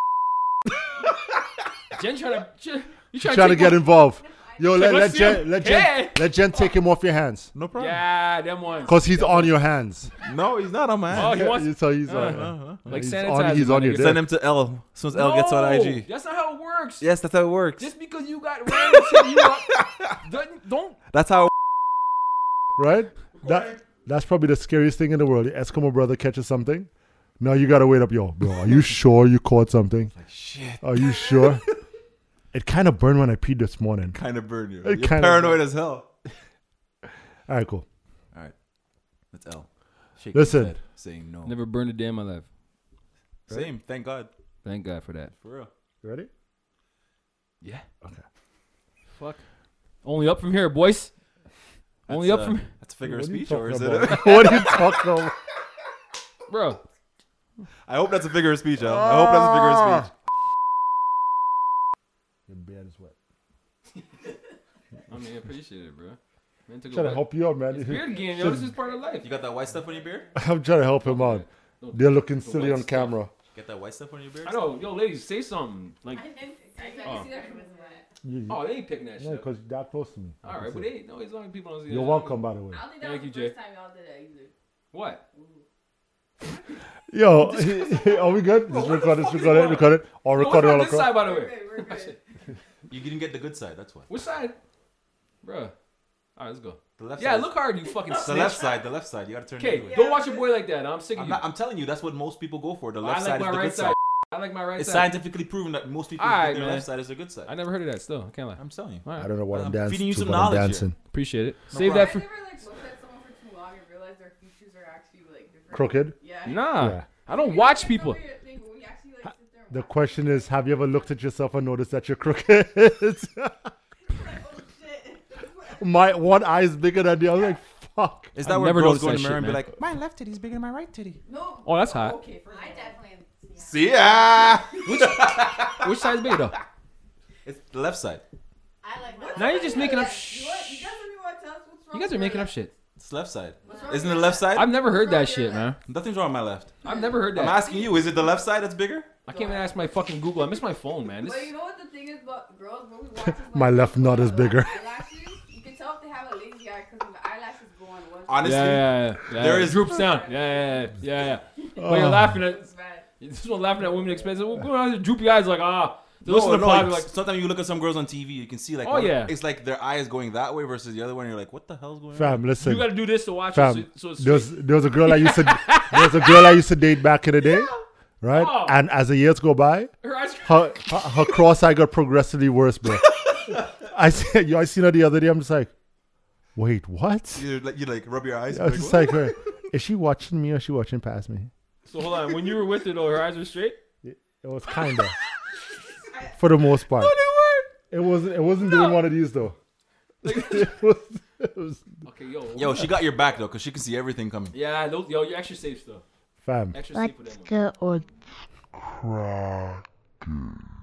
[SPEAKER 1] Jen trying to, Jen- you
[SPEAKER 5] Try
[SPEAKER 1] trying,
[SPEAKER 5] to
[SPEAKER 1] take
[SPEAKER 5] get
[SPEAKER 1] over-
[SPEAKER 5] involved. Yo,
[SPEAKER 1] Like,
[SPEAKER 5] let, let
[SPEAKER 1] let's see
[SPEAKER 5] Jen,
[SPEAKER 1] him.
[SPEAKER 5] let Jen,
[SPEAKER 1] Hey.
[SPEAKER 5] let Jen take him off your hands.
[SPEAKER 6] No problem.
[SPEAKER 1] Yeah, them ones.
[SPEAKER 5] Cause he's on your hands.
[SPEAKER 6] No, he's not on my
[SPEAKER 1] Oh, he wants-
[SPEAKER 5] so he's
[SPEAKER 1] Uh,
[SPEAKER 5] on.
[SPEAKER 1] uh, uh. Like
[SPEAKER 5] he's
[SPEAKER 1] sanitizer,
[SPEAKER 5] on, he's
[SPEAKER 1] my
[SPEAKER 5] on your
[SPEAKER 1] nigga.
[SPEAKER 5] dick.
[SPEAKER 6] Send him to L. As soon as L gets on
[SPEAKER 1] No,
[SPEAKER 6] IG.
[SPEAKER 1] That's not how it works.
[SPEAKER 6] Yes, that's how it works.
[SPEAKER 1] Just because you got random shit you up, don't, don't
[SPEAKER 6] That's how.
[SPEAKER 5] right? That that's probably the scariest thing in the world. Your Eskimo brother catches something. Now you gotta wait up, yo, bro. Are you sure you caught something?
[SPEAKER 6] shit.
[SPEAKER 5] Are you sure? it kind of burned when I peed this morning.
[SPEAKER 6] Kind of burn you.
[SPEAKER 5] It
[SPEAKER 6] You're
[SPEAKER 5] kinda
[SPEAKER 6] paranoid
[SPEAKER 5] burned.
[SPEAKER 6] as hell.
[SPEAKER 5] All right, cool.
[SPEAKER 6] All right, that's L. Shaking his
[SPEAKER 5] Listen.
[SPEAKER 6] head, saying no.
[SPEAKER 1] never burned a day in my life.
[SPEAKER 6] Same. Thank God.
[SPEAKER 1] Thank God for that.
[SPEAKER 6] For real.
[SPEAKER 5] You ready?
[SPEAKER 1] Yeah.
[SPEAKER 5] Okay.
[SPEAKER 1] Fuck. Only up from here, boys. Only
[SPEAKER 6] That's,
[SPEAKER 1] up
[SPEAKER 6] uh,
[SPEAKER 1] from
[SPEAKER 6] That's a figure of
[SPEAKER 5] What are you
[SPEAKER 6] speech, or is
[SPEAKER 5] talking
[SPEAKER 6] it?
[SPEAKER 5] about? what are you talking about?
[SPEAKER 1] bro.
[SPEAKER 6] I hope that's a figure of speech, Al. I hope that's a figure
[SPEAKER 5] Ah.
[SPEAKER 6] of speech.
[SPEAKER 5] Your beard is wet.
[SPEAKER 1] I mean, I appreciate it, bro. Man, took
[SPEAKER 5] Trying
[SPEAKER 1] a
[SPEAKER 5] to
[SPEAKER 1] wet-
[SPEAKER 5] help you out,
[SPEAKER 1] It's
[SPEAKER 5] man.
[SPEAKER 1] beard game, yo. This is part of life.
[SPEAKER 6] You got that white stuff on your beard?
[SPEAKER 5] I'm trying to help him out. They're looking silly
[SPEAKER 6] white
[SPEAKER 5] on
[SPEAKER 6] stuff.
[SPEAKER 5] camera.
[SPEAKER 6] Get that white stuff on your beard?
[SPEAKER 1] I know, yo, ladies, say something. Like, oh,
[SPEAKER 5] You, you,
[SPEAKER 1] oh, they ain't picking
[SPEAKER 5] no,
[SPEAKER 1] that shit. up.
[SPEAKER 5] because you're that close to me.
[SPEAKER 1] All right, but they no, as long as people don't see
[SPEAKER 5] You're
[SPEAKER 1] that.
[SPEAKER 5] welcome, by the way.
[SPEAKER 1] Thank you, Jay. What?
[SPEAKER 5] Yo, are we good? Just record it, record it, record it, or
[SPEAKER 1] What's
[SPEAKER 5] record it
[SPEAKER 1] on
[SPEAKER 5] all
[SPEAKER 1] this
[SPEAKER 5] across.
[SPEAKER 1] side, by the way?
[SPEAKER 6] You didn't get the good side, that's why.
[SPEAKER 1] Which side, bro? All right, let's go.
[SPEAKER 6] The left
[SPEAKER 1] Yeah,
[SPEAKER 6] side.
[SPEAKER 1] look hard, you fucking
[SPEAKER 6] The
[SPEAKER 1] snitch.
[SPEAKER 6] left side, the left side. You gotta turn the
[SPEAKER 1] Okay,
[SPEAKER 6] other way.
[SPEAKER 1] don't watch your boy like that. I'm sick of
[SPEAKER 6] I'm,
[SPEAKER 1] you.
[SPEAKER 6] not, I'm telling you, that's what most people go for. The
[SPEAKER 1] I
[SPEAKER 6] left
[SPEAKER 1] like
[SPEAKER 6] side is
[SPEAKER 1] my
[SPEAKER 6] the
[SPEAKER 1] right
[SPEAKER 6] good
[SPEAKER 1] side.
[SPEAKER 6] side.
[SPEAKER 1] I like my right
[SPEAKER 6] It's
[SPEAKER 1] side.
[SPEAKER 6] scientifically proven that most people
[SPEAKER 1] All right,
[SPEAKER 6] think their
[SPEAKER 1] man.
[SPEAKER 6] left side is the good side.
[SPEAKER 1] I never heard of that. Still, I can't lie.
[SPEAKER 6] I'm telling you.
[SPEAKER 1] All right.
[SPEAKER 5] I don't know what I'm
[SPEAKER 6] I'm
[SPEAKER 5] dancing.
[SPEAKER 6] feeding you
[SPEAKER 5] to,
[SPEAKER 6] some
[SPEAKER 5] but I'm
[SPEAKER 6] knowledge here.
[SPEAKER 5] dancing.
[SPEAKER 1] Appreciate it.
[SPEAKER 6] No
[SPEAKER 1] Save
[SPEAKER 6] problem.
[SPEAKER 1] that for.
[SPEAKER 5] Crooked.
[SPEAKER 1] Nah,
[SPEAKER 5] Yeah.
[SPEAKER 1] I don't watch people.
[SPEAKER 5] The question is, have you ever looked at yourself and noticed that you're crooked? my one eye is bigger than the other. Like fuck.
[SPEAKER 6] Is
[SPEAKER 1] I
[SPEAKER 6] that where
[SPEAKER 1] never
[SPEAKER 6] girls
[SPEAKER 1] noticed
[SPEAKER 6] go in
[SPEAKER 1] that
[SPEAKER 6] the mirror and
[SPEAKER 1] shit,
[SPEAKER 6] be
[SPEAKER 1] man.
[SPEAKER 6] like, my left titty's bigger than my right titty?
[SPEAKER 1] Oh, that's hot.
[SPEAKER 6] See ya!
[SPEAKER 1] Which side's bigger though?
[SPEAKER 6] It's the left side.
[SPEAKER 1] Now you're just making up. Sh- you guys are making up shit.
[SPEAKER 6] It's the left side. Isn't it the left side?
[SPEAKER 1] I've never heard that shit, man.
[SPEAKER 6] Nothing's wrong with my left.
[SPEAKER 1] I've never heard
[SPEAKER 6] I'm
[SPEAKER 1] that.
[SPEAKER 6] asking you, is it the left side that's bigger?
[SPEAKER 1] I can't even ask my fucking Google. I miss my phone, man. This-
[SPEAKER 13] But you know what the thing is about girls when we watch is like,
[SPEAKER 5] My left nut is bigger.
[SPEAKER 13] eyelashes, you can tell if they have a lazy eye because the eyelashes go on one side.
[SPEAKER 6] Honestly,
[SPEAKER 1] yeah, yeah, yeah, yeah.
[SPEAKER 6] there is-
[SPEAKER 1] groups down. Yeah, yeah, yeah, yeah. yeah. But you're
[SPEAKER 5] Oh.
[SPEAKER 1] laughing at this one laughing at women expensive. What's going on? Droopy eyes, like ah. They
[SPEAKER 6] No,
[SPEAKER 1] listen to
[SPEAKER 6] no,
[SPEAKER 1] Pod,
[SPEAKER 6] like,
[SPEAKER 1] like
[SPEAKER 6] sometimes you look at some girls on TV, you can see like,
[SPEAKER 1] Oh,
[SPEAKER 6] one-
[SPEAKER 1] yeah.
[SPEAKER 6] it's like their eye is going that way versus the other one. You're like, what the hell's going on?
[SPEAKER 5] Fam, listen.
[SPEAKER 1] you got to do this to watch
[SPEAKER 5] Fam,
[SPEAKER 1] it. So, so it's
[SPEAKER 5] there was, there was a girl I used to there was a girl I used to date back in the day, right?
[SPEAKER 1] Oh.
[SPEAKER 5] And as the years go by,
[SPEAKER 1] Her eyes-
[SPEAKER 5] her, her, her cross eye got progressively worse, bro. I see, yo, I seen her the other day. I'm just like, wait, what?
[SPEAKER 6] You like, you like rub your eyes.
[SPEAKER 5] I was
[SPEAKER 6] like,
[SPEAKER 5] just
[SPEAKER 6] "What?"
[SPEAKER 5] like, wait, is she watching me or is she watching past me?
[SPEAKER 1] so hold on. When you were with her, though, her eyes were straight.
[SPEAKER 5] It was kinda, for the most part. It wasn't. It wasn't doing one of these though. it was, it was,
[SPEAKER 1] Okay, yo.
[SPEAKER 6] yo, she got your back though, cause she can see everything coming.
[SPEAKER 1] Yeah, those, yo, you're extra safe though.
[SPEAKER 5] fam.
[SPEAKER 1] Extra safe with them.
[SPEAKER 11] Vodka or
[SPEAKER 12] Kraken.